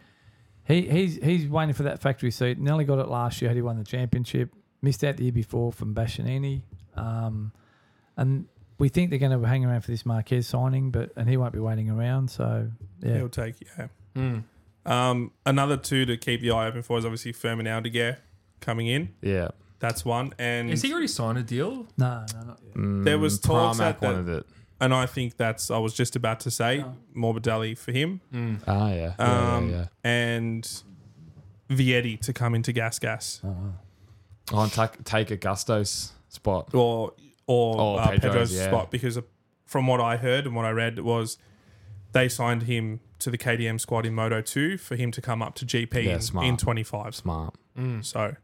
[SPEAKER 2] He, he's he's waiting for that factory seat. Nearly got it last year. Had he won the championship, missed out the year before from Bastianini, um, and we think they're going to hang around for this Marquez signing, but and he won't be waiting around. So yeah,
[SPEAKER 3] He'll take, yeah.
[SPEAKER 2] Hmm.
[SPEAKER 3] Um, another two to keep the eye open for is obviously Firmin Aldeguer coming in.
[SPEAKER 1] Yeah.
[SPEAKER 3] That's one. And
[SPEAKER 4] Is Hmm. he already signed a deal?
[SPEAKER 2] no, no, not yet.
[SPEAKER 3] there was talks
[SPEAKER 1] Tarmac
[SPEAKER 3] at the-
[SPEAKER 1] Mm, wanted it.
[SPEAKER 3] and I think that's I was just about to say Morbidelli for him,
[SPEAKER 2] Hmm.
[SPEAKER 4] Hmm.
[SPEAKER 1] Ah, yeah. Yeah,
[SPEAKER 3] um,
[SPEAKER 1] yeah, yeah.
[SPEAKER 3] and Vietti to come into Gas Gas
[SPEAKER 1] Oh, and take, take Augusto's spot.
[SPEAKER 3] or or
[SPEAKER 1] Oh,
[SPEAKER 3] uh,
[SPEAKER 1] Pedro's,
[SPEAKER 3] Pedro's,
[SPEAKER 1] yeah.
[SPEAKER 3] spot because from what I heard and what I read was they signed him to the KDM squad in Moto Two for him to come up to GP
[SPEAKER 1] Yeah,
[SPEAKER 3] in,
[SPEAKER 1] smart.
[SPEAKER 3] in twenty five.
[SPEAKER 1] Smart.
[SPEAKER 2] Hmm.
[SPEAKER 3] So,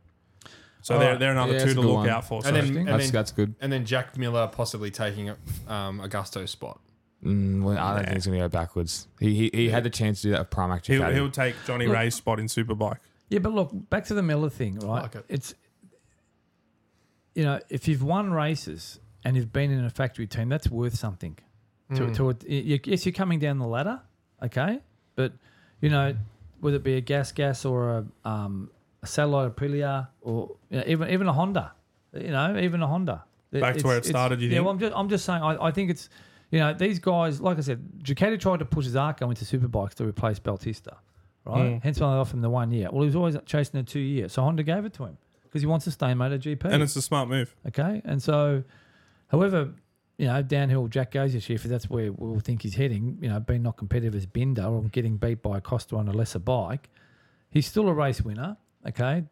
[SPEAKER 3] so
[SPEAKER 4] All
[SPEAKER 3] they're
[SPEAKER 4] right.
[SPEAKER 3] they're another
[SPEAKER 1] Yeah,
[SPEAKER 3] two
[SPEAKER 1] that's
[SPEAKER 3] to
[SPEAKER 1] a good
[SPEAKER 3] look
[SPEAKER 1] one.
[SPEAKER 3] out for. So
[SPEAKER 4] And then, and,
[SPEAKER 1] That's,
[SPEAKER 4] then,
[SPEAKER 1] that's good.
[SPEAKER 4] and then Jack Miller possibly taking um, Augusto's spot.
[SPEAKER 1] Mm, well, I don't think he's going to go backwards. He, he he had the chance to do that with Primac
[SPEAKER 3] he'll,
[SPEAKER 1] Ducati.
[SPEAKER 3] he'll take Johnny Ray's spot in Superbike.
[SPEAKER 2] Yeah, but look back to the Miller thing, right?
[SPEAKER 4] like it.
[SPEAKER 2] It's you know if you've won races and you've been in a factory team, that's worth something. Hmm.
[SPEAKER 3] Hmm.
[SPEAKER 2] To, to a, you, yes, you're coming down the ladder, okay, but you know whether it be a gas gas or a, um, a satellite Aprilia or you know, even even a Honda, you know even a Honda.
[SPEAKER 3] Back to where it
[SPEAKER 2] It's- it's-
[SPEAKER 3] started, you
[SPEAKER 2] yeah,
[SPEAKER 3] think?
[SPEAKER 2] well, I'm just I'm just saying. I, I think it's you know these guys. Like I said, Ducati tried to push Zarco into superbikes to replace Bautista,
[SPEAKER 3] Hmm.
[SPEAKER 2] right?
[SPEAKER 1] Mm.
[SPEAKER 2] Hence why they offered him the one year. Well, he was always chasing the two year, so Honda gave it to him because he wants to stay in MotoGP.
[SPEAKER 3] And it's a smart move.
[SPEAKER 2] Okay, and so, however, you know, downhill Jack goes this year, if that's where we'll think he's heading, you know, being not competitive as Binder or getting beat by Costa on a lesser bike, he's still a race winner, okay?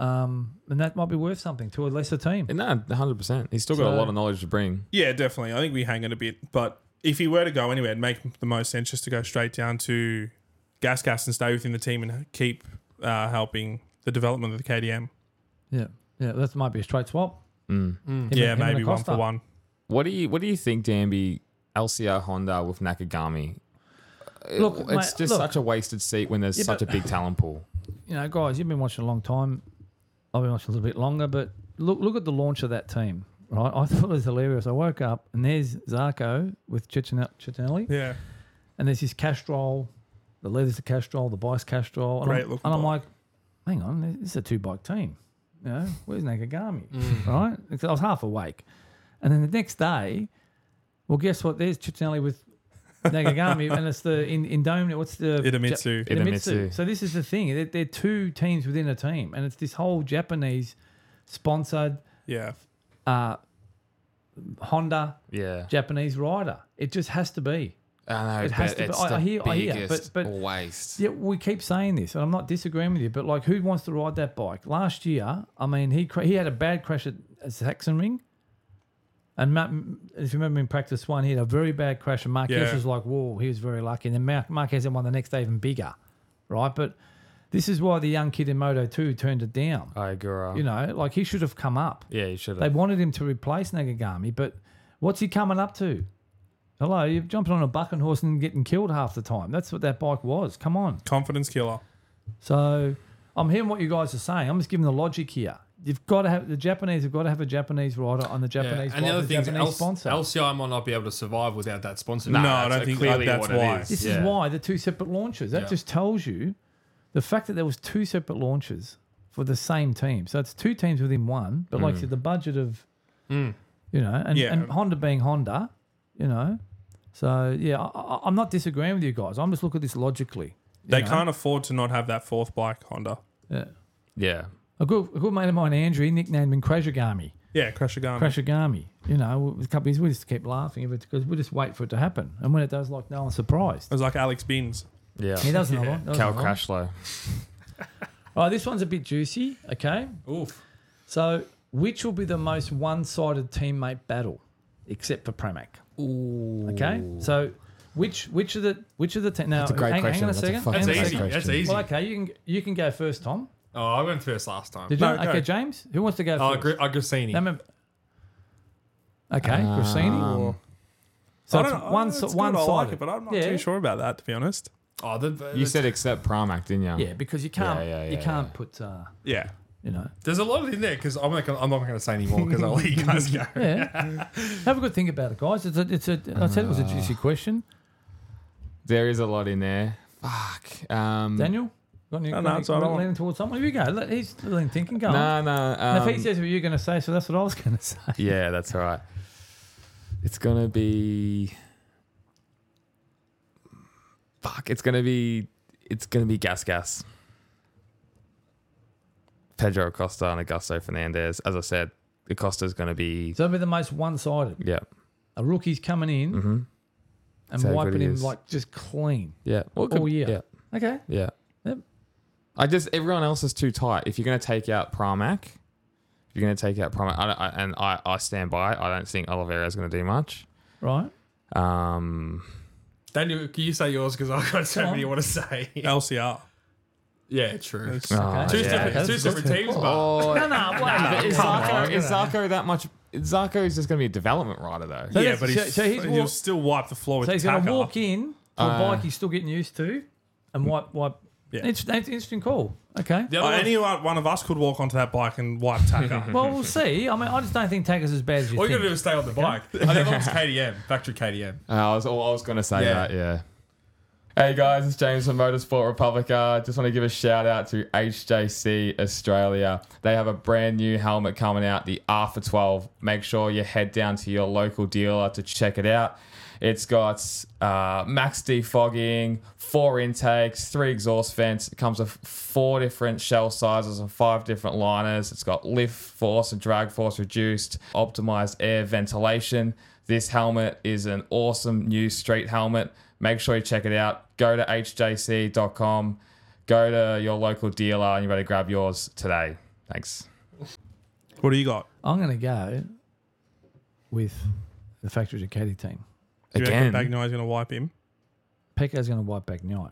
[SPEAKER 2] Um, and that might be worth something to a lesser team.
[SPEAKER 1] no, 100%. He's still got a
[SPEAKER 2] So-
[SPEAKER 1] lot of knowledge to bring.
[SPEAKER 3] Yeah, definitely. I think we hang it a bit, but if he were to go anywhere, it'd make the most sense just to go straight down to Gas Gas and stay within the team and keep uh, helping the development of the KDM.
[SPEAKER 2] Yeah, yeah, that might be a straight swap.
[SPEAKER 1] Mm.
[SPEAKER 2] Him
[SPEAKER 4] Hmm.
[SPEAKER 3] yeah,
[SPEAKER 2] and- him and
[SPEAKER 3] maybe one
[SPEAKER 2] Acosta.
[SPEAKER 3] for one.
[SPEAKER 1] What do you what do you think, Danby? LCR Honda with Nakagami. It-
[SPEAKER 2] Look,
[SPEAKER 1] it's
[SPEAKER 2] mate,
[SPEAKER 1] just
[SPEAKER 2] look.
[SPEAKER 1] such a wasted seat when there's
[SPEAKER 2] Yeah,
[SPEAKER 1] such a
[SPEAKER 2] but-
[SPEAKER 1] big talent pool.
[SPEAKER 2] You know, guys, you've been watching a long time. I've been watching a little bit longer, but look, look at the launch of that team, right? I thought it was hilarious. I woke up and there's Zarco with Ciccine- Cicinelli.
[SPEAKER 3] Yeah.
[SPEAKER 2] and there's this Castrol, the leather's the Castrol, the bike's Castrol. And,
[SPEAKER 3] Great
[SPEAKER 2] I'm,
[SPEAKER 3] looking
[SPEAKER 2] and I'm
[SPEAKER 3] bike.
[SPEAKER 2] like, hang on, this is a two bike team. You know, where's Nakagami? Hmm.
[SPEAKER 4] Hmm.
[SPEAKER 2] Right? Because I was half awake. And then the next day, well, guess what? There's Chitinelli with Nakagami, and it's the in, in Dome. What's the
[SPEAKER 3] Idemitsu.
[SPEAKER 2] Ja- Idemitsu.
[SPEAKER 1] Idemitsu.
[SPEAKER 2] So this is the thing. They're, they're two teams within a team, and it's this whole Japanese sponsored
[SPEAKER 3] Yeah.
[SPEAKER 2] uh, Honda
[SPEAKER 1] Yeah.
[SPEAKER 2] Japanese rider. It just has to be.
[SPEAKER 1] I know,
[SPEAKER 2] It
[SPEAKER 1] but
[SPEAKER 2] has to be-
[SPEAKER 1] it's
[SPEAKER 2] I-
[SPEAKER 1] the
[SPEAKER 2] I hear- I hear, but-
[SPEAKER 1] biggest
[SPEAKER 2] but-
[SPEAKER 1] waste.
[SPEAKER 2] Yeah, we keep saying this, and I'm not disagreeing with you, but like, who wants to ride that bike? Last year, I mean, he cra- he had a bad crash at, at Saxon Ring, and Matt, if you remember in practice one, he had a very bad crash, and Marquez
[SPEAKER 3] Yeah.
[SPEAKER 2] was like, "Whoa, he was very lucky." And then Mar- Marquez had one the next day, even bigger, right? But this is why the young kid in Moto Two turned it down.
[SPEAKER 1] I agree.
[SPEAKER 2] You know, like he should have come up.
[SPEAKER 1] yeah, you should
[SPEAKER 2] They
[SPEAKER 1] have.
[SPEAKER 2] wanted him to replace Nagagami, but what's he coming up to? Hello, you're jumping on a bucking horse and getting killed half the time. That's what that bike was. Come on.
[SPEAKER 3] Confidence killer.
[SPEAKER 2] So I'm hearing what you guys are saying. I'm just giving the logic here. You've got to have the Japanese have got to have a Japanese rider on the
[SPEAKER 4] Yeah.
[SPEAKER 2] Japanese
[SPEAKER 4] And the
[SPEAKER 2] rider,
[SPEAKER 4] other thing is
[SPEAKER 2] Japanese
[SPEAKER 4] L-
[SPEAKER 2] sponsor.
[SPEAKER 4] LCI might not be able to survive without that sponsor.
[SPEAKER 3] No, I don't think
[SPEAKER 1] clearly
[SPEAKER 3] that's
[SPEAKER 1] what it
[SPEAKER 3] why.
[SPEAKER 1] is.
[SPEAKER 2] this
[SPEAKER 1] Yeah.
[SPEAKER 2] is why the two separate launches. That
[SPEAKER 4] Yeah.
[SPEAKER 2] just tells you the fact that there was two separate launches for the same team. So it's two teams within one. But like I said, the budget of you know, and,
[SPEAKER 3] Yeah.
[SPEAKER 2] and Honda being Honda, you know. So yeah, I, I, I'm not disagreeing with you guys. I'm just looking at this logically. you
[SPEAKER 3] They
[SPEAKER 2] know?
[SPEAKER 3] can't afford to not have that fourth bike, Honda.
[SPEAKER 2] Yeah.
[SPEAKER 1] Yeah.
[SPEAKER 2] A good, a good mate of mine, Andrew, he nicknamed him Crashagami.
[SPEAKER 3] Yeah, Crashagami.
[SPEAKER 2] Crashagami. You know, with companies, we just keep laughing at it because we just wait for it to happen. And when it does, like, no one's
[SPEAKER 3] It
[SPEAKER 2] surprised.
[SPEAKER 3] was like Alex Bins.
[SPEAKER 1] Yeah.
[SPEAKER 2] He does another one. does
[SPEAKER 1] Cal
[SPEAKER 2] another one.
[SPEAKER 1] Crashlow.
[SPEAKER 2] All right, Oh, this one's a bit juicy, okay?
[SPEAKER 4] Oof.
[SPEAKER 2] So, which will be the most one sided teammate battle, except for Pramac? Ooh. Okay? So, which which of the which of the te- now
[SPEAKER 1] That's a great
[SPEAKER 2] Oh, hang,
[SPEAKER 1] question.
[SPEAKER 2] hang on a
[SPEAKER 1] That's a
[SPEAKER 2] second.
[SPEAKER 1] fucking
[SPEAKER 4] That's
[SPEAKER 2] Hang on a
[SPEAKER 1] great
[SPEAKER 4] easy.
[SPEAKER 2] second.
[SPEAKER 4] That's
[SPEAKER 1] question.
[SPEAKER 4] easy.
[SPEAKER 2] Well, okay, you can you can go first, Tom.
[SPEAKER 4] Oh, I went first last time.
[SPEAKER 2] Did you?
[SPEAKER 3] No, go.
[SPEAKER 2] Okay, James. Who wants to go
[SPEAKER 4] Oh,
[SPEAKER 2] first?
[SPEAKER 4] Gr- uh, Grassini.
[SPEAKER 2] Now remember- okay, Grassini.
[SPEAKER 1] Um,
[SPEAKER 2] So
[SPEAKER 3] I
[SPEAKER 2] it's
[SPEAKER 3] don't know.
[SPEAKER 2] one
[SPEAKER 3] It's
[SPEAKER 2] so-
[SPEAKER 3] good.
[SPEAKER 2] one
[SPEAKER 3] I like it,
[SPEAKER 2] sided.
[SPEAKER 3] but I'm not
[SPEAKER 2] Yeah.
[SPEAKER 3] too sure about that, to be honest.
[SPEAKER 4] Oh, the, the,
[SPEAKER 1] you said except Primac, didn't you?
[SPEAKER 2] Yeah, because you can't
[SPEAKER 1] Yeah, yeah,
[SPEAKER 2] you
[SPEAKER 1] yeah,
[SPEAKER 2] can't
[SPEAKER 1] yeah.
[SPEAKER 2] put uh,
[SPEAKER 3] Yeah.
[SPEAKER 2] you know.
[SPEAKER 4] there's a lot in there because I'm not. Gonna, I'm not going to say anymore because I'll let you guys go.
[SPEAKER 2] Yeah. Have a good think about it, guys. It's a, it's a. I said it
[SPEAKER 1] Ah.
[SPEAKER 2] was a juicy question.
[SPEAKER 1] There is a lot in there. Fuck. Um,
[SPEAKER 2] Daniel, got any,
[SPEAKER 3] No, no,
[SPEAKER 2] got any-
[SPEAKER 3] it's all right.
[SPEAKER 2] leaning towards someone. Here you go. Let- He's leaning thinking. Go. on.
[SPEAKER 1] No, no.
[SPEAKER 2] And if
[SPEAKER 1] Um,
[SPEAKER 2] he says what you're going to say, so that's what I was going to say.
[SPEAKER 1] yeah, that's all right. It's gonna be. Fuck! It's gonna be. It's gonna be gas gas. Pedro Acosta and Augusto Fernandez. As I said, Acosta's gonna be.
[SPEAKER 2] So that'll be the most one-sided.
[SPEAKER 1] Yeah.
[SPEAKER 2] A rookie's coming in
[SPEAKER 1] Mm-hmm.
[SPEAKER 2] and
[SPEAKER 1] So good
[SPEAKER 2] wiping
[SPEAKER 1] he
[SPEAKER 2] him
[SPEAKER 1] is.
[SPEAKER 2] like just clean.
[SPEAKER 1] Yeah. Well,
[SPEAKER 2] All year.
[SPEAKER 1] Yeah.
[SPEAKER 2] Okay.
[SPEAKER 1] Yeah.
[SPEAKER 2] Yep.
[SPEAKER 1] I just everyone else is too tight. If you're going to take out Primac, if you're going to take out Primac, I, don't- I, and I, I stand by. it. I don't think Oliveira is going to do much.
[SPEAKER 2] Right.
[SPEAKER 1] Um,
[SPEAKER 4] Daniel, can you say yours? Because I've got so
[SPEAKER 2] Come on.
[SPEAKER 4] many I want to say.
[SPEAKER 3] Oh, LCR.
[SPEAKER 4] yeah, true.
[SPEAKER 3] It's-
[SPEAKER 1] oh,
[SPEAKER 4] Two
[SPEAKER 1] yeah.
[SPEAKER 4] separate, two
[SPEAKER 2] That's-
[SPEAKER 4] separate teams, but
[SPEAKER 1] Oh,
[SPEAKER 2] No, no, wait.
[SPEAKER 1] but is
[SPEAKER 2] Come
[SPEAKER 1] Zarko-
[SPEAKER 2] on.
[SPEAKER 1] is Zarko that much? Zarko is just going to be a development rider though.
[SPEAKER 3] yeah,
[SPEAKER 2] that's-
[SPEAKER 3] but he's,
[SPEAKER 2] so- so he's
[SPEAKER 3] he'll
[SPEAKER 2] walk-
[SPEAKER 3] still wipe the floor with
[SPEAKER 2] So he's
[SPEAKER 3] the
[SPEAKER 2] going to
[SPEAKER 3] tackle.
[SPEAKER 2] walk in to a
[SPEAKER 1] Uh,
[SPEAKER 2] bike he's still getting used to and wipe, wipe.
[SPEAKER 3] Yeah.
[SPEAKER 2] It's, that's an interesting call. Okay.
[SPEAKER 4] the
[SPEAKER 3] Oh,
[SPEAKER 4] other
[SPEAKER 3] any one one of us could walk onto that bike and wipe Taka.
[SPEAKER 2] Well, we'll see. I mean, I just don't think Taggart's as bad as you
[SPEAKER 4] All you
[SPEAKER 2] think.
[SPEAKER 4] gotta do is stay on the bike. I think it was KDM, factory KDM.
[SPEAKER 1] Uh, I was, oh, I was going to say
[SPEAKER 4] Yeah.
[SPEAKER 1] that, yeah. Hey guys, it's James from Motorsport Republica. Just want to give a shout out to HJC Australia. They have a brand new helmet coming out, the R for 12. Make sure you head down to your local dealer to check it out. It's got uh, max defogging, four intakes, three exhaust vents. It comes with four different shell sizes and five different liners. It's got lift force and drag force reduced, optimized air ventilation. This helmet is an awesome new street helmet. Make sure you check it out. Go to hjc.com, go to your local dealer, and you better grab yours today. Thanks.
[SPEAKER 3] what do you got?
[SPEAKER 2] I'm going to go with the Factory Ducati team.
[SPEAKER 3] Do you
[SPEAKER 1] Again,
[SPEAKER 3] reckon Bagnaia is going to wipe him?
[SPEAKER 2] Pecco's going to wipe back Naya.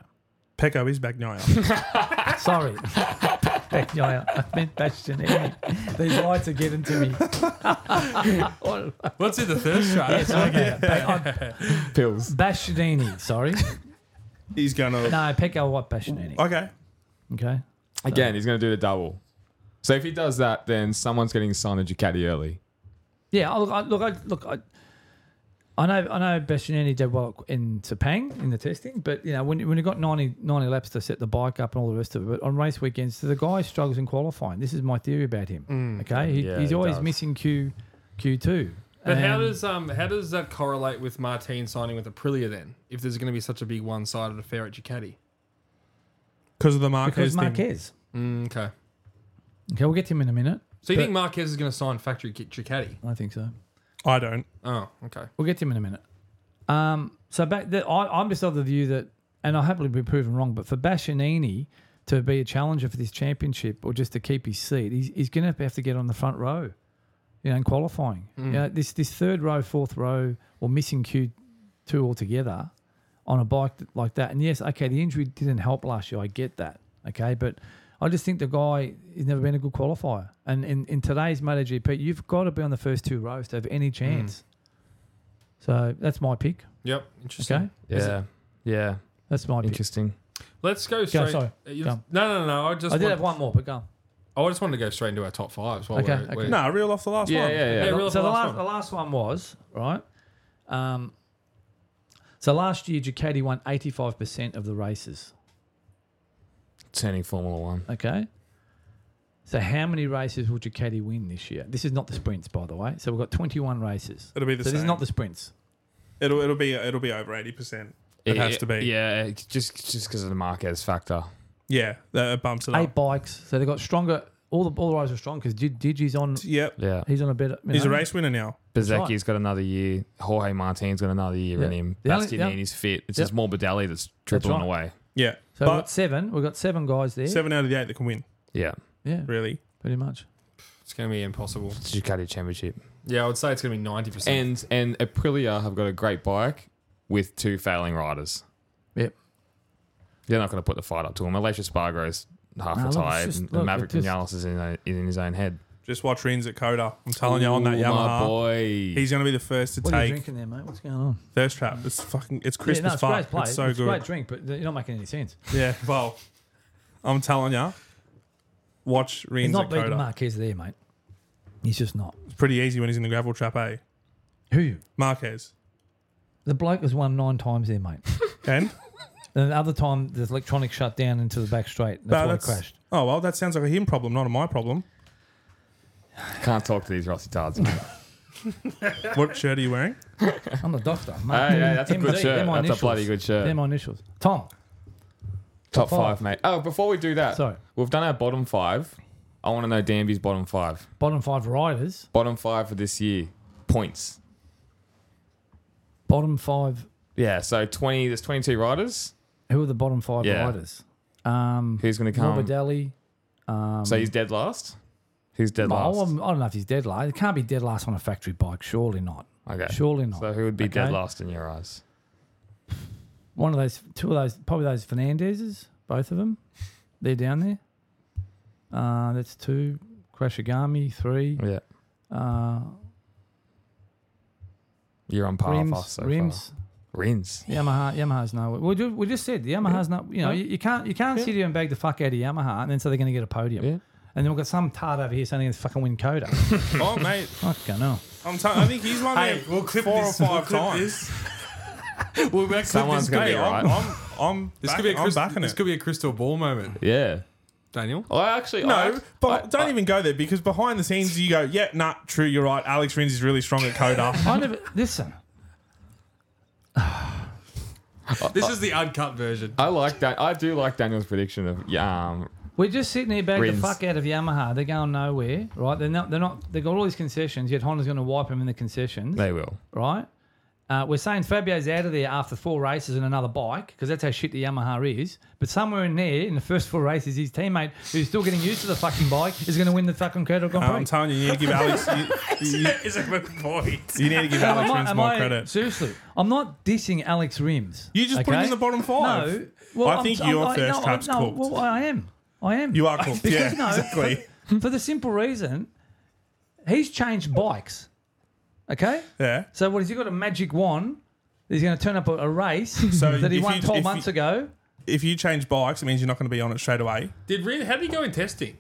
[SPEAKER 3] Pecco is Bagnaia.
[SPEAKER 2] Sorry. back Naya. I meant Bastianini. These lights are getting to me.
[SPEAKER 4] Let's do the first try.
[SPEAKER 1] pills.
[SPEAKER 2] Bastianini, sorry.
[SPEAKER 3] he's going to.
[SPEAKER 2] No, Pecco wipe Bastianini.
[SPEAKER 3] Okay.
[SPEAKER 2] Okay.
[SPEAKER 1] Again, he's going to do the double. So if he does that, then someone's getting signed a Ducati early.
[SPEAKER 2] Yeah, I- look, I, look, I, look, I, I know, I know, Bastianini did well in Sepang in the testing, but you know, when you- when you got 90, 90 laps to set the bike up and all the rest of it, but on race weekends, the guy struggles in qualifying. This is my theory about him.
[SPEAKER 4] Mm.
[SPEAKER 2] okay, he,
[SPEAKER 1] Yeah,
[SPEAKER 2] he's
[SPEAKER 1] he
[SPEAKER 2] always
[SPEAKER 1] does.
[SPEAKER 2] missing Q, Q two.
[SPEAKER 4] But how does um how does that correlate with Martin signing with Aprilia then? If there's going to be such a big one-sided affair at Ducati.
[SPEAKER 3] Because of the Marquez
[SPEAKER 2] because
[SPEAKER 3] thing.
[SPEAKER 2] Marquez?
[SPEAKER 4] Mm, okay.
[SPEAKER 2] Okay, we'll get to him in a minute.
[SPEAKER 4] So you
[SPEAKER 2] But-
[SPEAKER 4] think Marquez is going to sign factory Ki- Ducati?
[SPEAKER 2] I think so.
[SPEAKER 3] I don't.
[SPEAKER 4] Oh, okay.
[SPEAKER 2] We'll get to him in a minute. Um, so back the, I, I'm just of the view that, and I'll happily be proven wrong, but for Bashanini to be a challenger for this championship or just to keep his seat, he's, he's going to have to get on the front row, you know, in qualifying. You know, this this third row, fourth row, or missing Q two altogether on a bike th- like that. And yes, okay, the injury didn't help last year. I get that. Okay, but I just think the guy has never been a good qualifier. And in, in today's MotoGP, you've got to be on the first two rows to have any chance. So that's my pick.
[SPEAKER 4] Yep. Interesting.
[SPEAKER 2] Okay,
[SPEAKER 1] Yeah. Yeah.
[SPEAKER 2] that's my pick.
[SPEAKER 1] Interesting.
[SPEAKER 4] Let's go straight.
[SPEAKER 2] sorry.
[SPEAKER 4] Uh, you-
[SPEAKER 2] Go on.
[SPEAKER 4] No, no, no. I just
[SPEAKER 2] I did
[SPEAKER 4] want-
[SPEAKER 2] have one more, but go. on.
[SPEAKER 4] I just wanted to go straight into our top fives. While
[SPEAKER 2] Okay,
[SPEAKER 4] We're,
[SPEAKER 2] okay.
[SPEAKER 4] we're-
[SPEAKER 3] No, reel off the last
[SPEAKER 1] Yeah,
[SPEAKER 3] one.
[SPEAKER 1] yeah,
[SPEAKER 4] Yeah,
[SPEAKER 1] yeah.
[SPEAKER 4] real-
[SPEAKER 2] so the last,
[SPEAKER 4] one.
[SPEAKER 2] the last one was right. Um, so last year, Ducati won eighty five percent of the races.
[SPEAKER 1] Turning Formula One.
[SPEAKER 2] Okay. So how many races will Ducati win this year? This is not the sprints, by the way. So we've got twenty one races.
[SPEAKER 3] It'll be the
[SPEAKER 2] so this is
[SPEAKER 3] same.
[SPEAKER 2] not the sprints.
[SPEAKER 3] It'll it'll be it'll be over eighty percent. It has to be.
[SPEAKER 1] Yeah, it- just just because of the Marquez factor.
[SPEAKER 3] Yeah, that it bumps it up.
[SPEAKER 2] Eight bikes. So they got stronger. All the all the riders are strong because Digi's on.
[SPEAKER 3] Yep.
[SPEAKER 1] Yeah.
[SPEAKER 2] He's on a better. you
[SPEAKER 3] He's a
[SPEAKER 2] know.
[SPEAKER 3] race winner now.
[SPEAKER 1] Bezzecchi's
[SPEAKER 2] right.
[SPEAKER 1] got another year. Jorge Martin's got another year in
[SPEAKER 2] Yeah.
[SPEAKER 1] him.
[SPEAKER 2] The only- yeah.
[SPEAKER 1] Bastianini's fit. It's
[SPEAKER 2] Yeah.
[SPEAKER 1] just Morbidelli that's dribbling
[SPEAKER 2] right.
[SPEAKER 1] away.
[SPEAKER 3] Yeah.
[SPEAKER 2] So we've got
[SPEAKER 3] but
[SPEAKER 2] seven. We've got seven guys there.
[SPEAKER 3] seven out of the eight that can win,
[SPEAKER 1] Yeah.
[SPEAKER 2] Yeah,
[SPEAKER 3] really.
[SPEAKER 2] pretty much.
[SPEAKER 4] It's going to be impossible.
[SPEAKER 1] Ducati Championship.
[SPEAKER 4] Yeah, I would say it's going to be ninety percent.
[SPEAKER 1] And and Aprilia have got a great bike with two failing riders.
[SPEAKER 2] Yep.
[SPEAKER 1] They're not going to put the fight up to him. Alicia Spargo's half
[SPEAKER 2] Nah, look, it's
[SPEAKER 1] retired.
[SPEAKER 2] just-
[SPEAKER 1] and
[SPEAKER 2] look, it
[SPEAKER 1] Maverick
[SPEAKER 2] just-
[SPEAKER 1] Vinales is in, in his own head.
[SPEAKER 3] Just watch Rins at Coda. I'm telling you Oh, on that
[SPEAKER 1] Ooh, My
[SPEAKER 3] Yamaha.
[SPEAKER 1] boy.
[SPEAKER 3] He's gonna be the first to
[SPEAKER 2] What are you
[SPEAKER 3] take
[SPEAKER 2] drinking there, mate? What's going on?
[SPEAKER 3] thirst trap. It's fucking it's crisp
[SPEAKER 2] yeah, no,
[SPEAKER 3] as
[SPEAKER 2] it's
[SPEAKER 3] fuck.
[SPEAKER 2] great play.
[SPEAKER 3] It's so
[SPEAKER 2] it's a
[SPEAKER 3] good.
[SPEAKER 2] great drink, but you're not making any sense.
[SPEAKER 3] Yeah. Well, I'm telling you, watch
[SPEAKER 2] He's
[SPEAKER 3] Rins
[SPEAKER 2] not
[SPEAKER 3] at
[SPEAKER 2] beating
[SPEAKER 3] Coda.
[SPEAKER 2] Marquez there, mate. He's just not.
[SPEAKER 3] It's pretty easy when he's in the gravel trap, eh?
[SPEAKER 2] Who?
[SPEAKER 3] Marquez.
[SPEAKER 2] The bloke has won nine times there, mate.
[SPEAKER 3] And
[SPEAKER 2] And the other time, the electronic shut down into the back straight. That's
[SPEAKER 3] But
[SPEAKER 2] why it
[SPEAKER 3] that's-
[SPEAKER 2] crashed.
[SPEAKER 3] Oh well, that sounds like a him problem, not a my problem.
[SPEAKER 1] Can't talk to these Rossi Tards.
[SPEAKER 3] what shirt are you wearing?
[SPEAKER 2] I'm the doctor. mate.
[SPEAKER 1] Hey, hey, that's a good
[SPEAKER 2] MD,
[SPEAKER 1] shirt.
[SPEAKER 2] they're my
[SPEAKER 1] That's a bloody
[SPEAKER 2] initials.
[SPEAKER 1] good shirt.
[SPEAKER 2] They're my initials. Tom.
[SPEAKER 1] Top
[SPEAKER 2] five.
[SPEAKER 1] five, mate. Oh, before we do that,
[SPEAKER 2] Sorry.
[SPEAKER 1] we've done our bottom five. I want to know Danby's bottom five.
[SPEAKER 2] Bottom five riders.
[SPEAKER 1] Bottom five for this year points.
[SPEAKER 2] Bottom five.
[SPEAKER 1] Yeah, so twenty. There's 22 riders.
[SPEAKER 2] Who are the bottom five
[SPEAKER 1] Yeah.
[SPEAKER 2] riders? Um,
[SPEAKER 1] Who's going to come?
[SPEAKER 2] Morbidelli. Um,
[SPEAKER 1] so he's dead last. Who's dead
[SPEAKER 2] well,
[SPEAKER 1] last?
[SPEAKER 2] I'm- I don't know if he's dead last. It can't be dead last on a factory bike. Surely not.
[SPEAKER 1] Okay.
[SPEAKER 2] Surely not.
[SPEAKER 1] So who would be dead
[SPEAKER 2] Okay.
[SPEAKER 1] last in your eyes?
[SPEAKER 2] One of those, two of those, probably those Fernandezes, both of them. They're down there. Uh, that's two. Crashagami, three.
[SPEAKER 1] Yeah,
[SPEAKER 2] Uh,
[SPEAKER 1] you're on par with us
[SPEAKER 2] rims,
[SPEAKER 1] so
[SPEAKER 2] rims.
[SPEAKER 1] far. Rims.
[SPEAKER 2] Yamaha, Yamaha's nowhere. We just, we just said the Yamaha's not. You know, you, you can't you can't sit here and bag the fuck out of Yamaha, and then so they're going to get a podium.
[SPEAKER 1] Yeah.
[SPEAKER 2] And then we've got some tart over here saying they're going to fucking win Coda.
[SPEAKER 3] Oh, mate.
[SPEAKER 2] fucking hell.
[SPEAKER 3] I'm t- i am I think he's won
[SPEAKER 4] Hey,
[SPEAKER 3] there
[SPEAKER 4] we'll clip
[SPEAKER 3] four
[SPEAKER 4] this.
[SPEAKER 3] or
[SPEAKER 4] We'll
[SPEAKER 3] 5
[SPEAKER 4] clip
[SPEAKER 3] times.
[SPEAKER 4] this. We'll back
[SPEAKER 1] Someone's
[SPEAKER 4] this.
[SPEAKER 1] gonna
[SPEAKER 4] Hey,
[SPEAKER 1] be
[SPEAKER 4] I'm-
[SPEAKER 1] right.
[SPEAKER 3] I'm, I'm, I'm,
[SPEAKER 4] This
[SPEAKER 3] back,
[SPEAKER 4] could be a
[SPEAKER 3] I'm
[SPEAKER 4] crystal,
[SPEAKER 3] backing
[SPEAKER 4] this
[SPEAKER 3] it.
[SPEAKER 4] could be a crystal ball moment,
[SPEAKER 1] Yeah.
[SPEAKER 4] Daniel.
[SPEAKER 1] I actually
[SPEAKER 3] no,
[SPEAKER 1] I-
[SPEAKER 3] but
[SPEAKER 1] I-
[SPEAKER 3] don't
[SPEAKER 1] I-
[SPEAKER 3] even go there because behind the scenes you go, yeah, nah, true, you're right. Alex Rins is really strong at Coda.
[SPEAKER 2] I never listen.
[SPEAKER 3] Oh.
[SPEAKER 4] This is the uncut version.
[SPEAKER 1] I like that. I do like Daniel's prediction of yeah, um,
[SPEAKER 2] We're just sitting here bagging
[SPEAKER 1] Rins.
[SPEAKER 2] the fuck out of Yamaha. They're going nowhere, right? They're not. They're not. They've got all these concessions. Yet Honda's going to wipe them in the concessions,
[SPEAKER 1] they will.
[SPEAKER 2] right? Uh, we're saying Fabio's out of there after four races and another bike because that's how shit the Yamaha is. But somewhere in there, in the first four races, his teammate, who's still getting used to the fucking bike, is going to win the fucking Coda Grand Prix.
[SPEAKER 3] Um, I'm telling you, you need to give Alex, you, you,
[SPEAKER 4] It's a good point.
[SPEAKER 3] you need to give
[SPEAKER 2] Am
[SPEAKER 3] Alex
[SPEAKER 2] I-
[SPEAKER 3] Rins
[SPEAKER 2] am
[SPEAKER 3] more
[SPEAKER 2] I-
[SPEAKER 3] credit.
[SPEAKER 2] Seriously, I'm not dissing Alex Rims.
[SPEAKER 3] You just put him in the bottom five.
[SPEAKER 2] No, well,
[SPEAKER 3] I
[SPEAKER 2] I'm-
[SPEAKER 3] think
[SPEAKER 2] I'm-
[SPEAKER 3] your
[SPEAKER 2] I-
[SPEAKER 3] first
[SPEAKER 2] no, I'm-
[SPEAKER 3] tap's
[SPEAKER 2] no,
[SPEAKER 3] cooked.
[SPEAKER 2] Well, I am. I am.
[SPEAKER 3] You are cool. Yeah,
[SPEAKER 2] Because, no,
[SPEAKER 3] exactly.
[SPEAKER 2] for the simple reason, he's changed bikes. Okay,
[SPEAKER 3] Yeah.
[SPEAKER 2] so what has he got a magic wand? He's going to turn up a, a race that he
[SPEAKER 3] if
[SPEAKER 2] won
[SPEAKER 3] you-
[SPEAKER 2] 12
[SPEAKER 3] if
[SPEAKER 2] months
[SPEAKER 3] you-
[SPEAKER 2] ago.
[SPEAKER 3] If you change bikes, it means you're not going to be on it straight away.
[SPEAKER 4] Did Rin, how did he go in testing?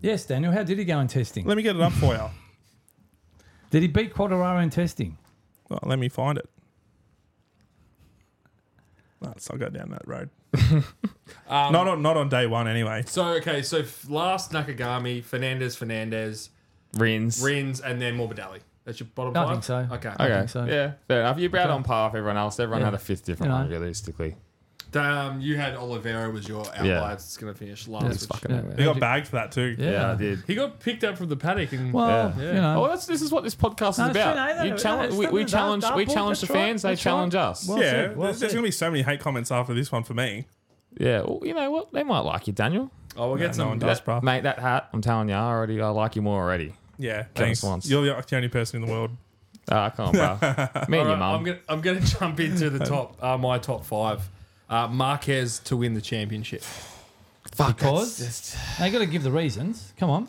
[SPEAKER 2] Yes, Daniel. How did he go in testing?
[SPEAKER 3] Let me get it up for you.
[SPEAKER 2] Did he beat Quadraro in testing?
[SPEAKER 3] Well, let me find it. Let's not go down that road.
[SPEAKER 2] Um,
[SPEAKER 3] not on not on day one anyway.
[SPEAKER 4] So, okay, so f- last Nakagami, Fernandez, Fernandez,
[SPEAKER 1] Rins.
[SPEAKER 4] Rins, and then Morbidelli. That's your bottom
[SPEAKER 2] I
[SPEAKER 4] five?
[SPEAKER 2] think so.
[SPEAKER 4] Okay.
[SPEAKER 1] Okay.
[SPEAKER 2] think so.
[SPEAKER 1] Yeah. Fair enough. You're about
[SPEAKER 2] Okay.
[SPEAKER 1] on par with everyone else. Everyone
[SPEAKER 2] Yeah.
[SPEAKER 1] had a fifth different
[SPEAKER 2] You know.
[SPEAKER 1] one, realistically.
[SPEAKER 4] Um, you had Oliveira was your outlier.
[SPEAKER 1] Yeah.
[SPEAKER 4] It's going to finish
[SPEAKER 1] It's
[SPEAKER 4] last. which-
[SPEAKER 1] fucking
[SPEAKER 2] yeah.
[SPEAKER 1] over.
[SPEAKER 3] You got bagged for that too.
[SPEAKER 1] Yeah, I did.
[SPEAKER 4] he got picked up from the paddock and
[SPEAKER 2] Well,
[SPEAKER 1] Yeah.
[SPEAKER 2] you know.
[SPEAKER 1] Oh, that's this is what this podcast
[SPEAKER 2] Um,
[SPEAKER 1] is about.
[SPEAKER 2] No, it's true, no, no,
[SPEAKER 1] you
[SPEAKER 2] no,
[SPEAKER 1] challenge,
[SPEAKER 2] it's
[SPEAKER 1] we,
[SPEAKER 2] not
[SPEAKER 1] we
[SPEAKER 2] that-
[SPEAKER 1] challenge,
[SPEAKER 2] that
[SPEAKER 1] we
[SPEAKER 2] ball-
[SPEAKER 1] challenge the
[SPEAKER 2] that's right,
[SPEAKER 1] fans. They
[SPEAKER 2] that's right.
[SPEAKER 1] challenge us.
[SPEAKER 2] Well-
[SPEAKER 3] yeah,
[SPEAKER 2] said, well
[SPEAKER 3] there's, there's
[SPEAKER 2] said.
[SPEAKER 3] going to be so many hate comments after this one for me.
[SPEAKER 1] Yeah. Well, you know what? They might like you, Daniel.
[SPEAKER 4] oh, we'll
[SPEAKER 3] No
[SPEAKER 4] get
[SPEAKER 3] one
[SPEAKER 4] some.
[SPEAKER 3] does,
[SPEAKER 1] That-
[SPEAKER 3] bro.
[SPEAKER 1] Mate, that hat. I'm telling you, I already I like you more already.
[SPEAKER 3] Yeah,
[SPEAKER 1] us
[SPEAKER 3] thanks.
[SPEAKER 1] once.
[SPEAKER 3] You're the, the only person in the world.
[SPEAKER 1] Ah, I can't, bro. Me and your
[SPEAKER 4] All right, I'm
[SPEAKER 1] mum.
[SPEAKER 4] gonna I'm gonna jump into the top uh, my top five. Uh, Marquez to win the championship.
[SPEAKER 1] Fuck.
[SPEAKER 2] Because
[SPEAKER 1] that's just-
[SPEAKER 2] they got to give the reasons. Come on.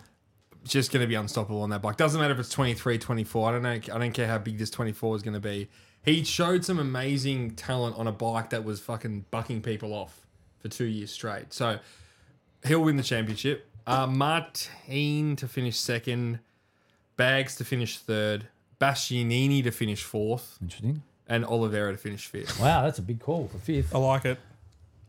[SPEAKER 4] Just gonna be unstoppable on that bike. Doesn't matter if it's 23, 24. I don't know. I don't care how big this 24 is gonna be. He showed some amazing talent on a bike that was fucking bucking people off for two years straight. So he'll win the championship. Uh, Martin to finish second. Bags to finish third. Bastianini to finish fourth.
[SPEAKER 2] Interesting.
[SPEAKER 4] And Oliveira to finish fifth.
[SPEAKER 2] Wow, that's a big call for fifth.
[SPEAKER 4] Oh,
[SPEAKER 3] I like it.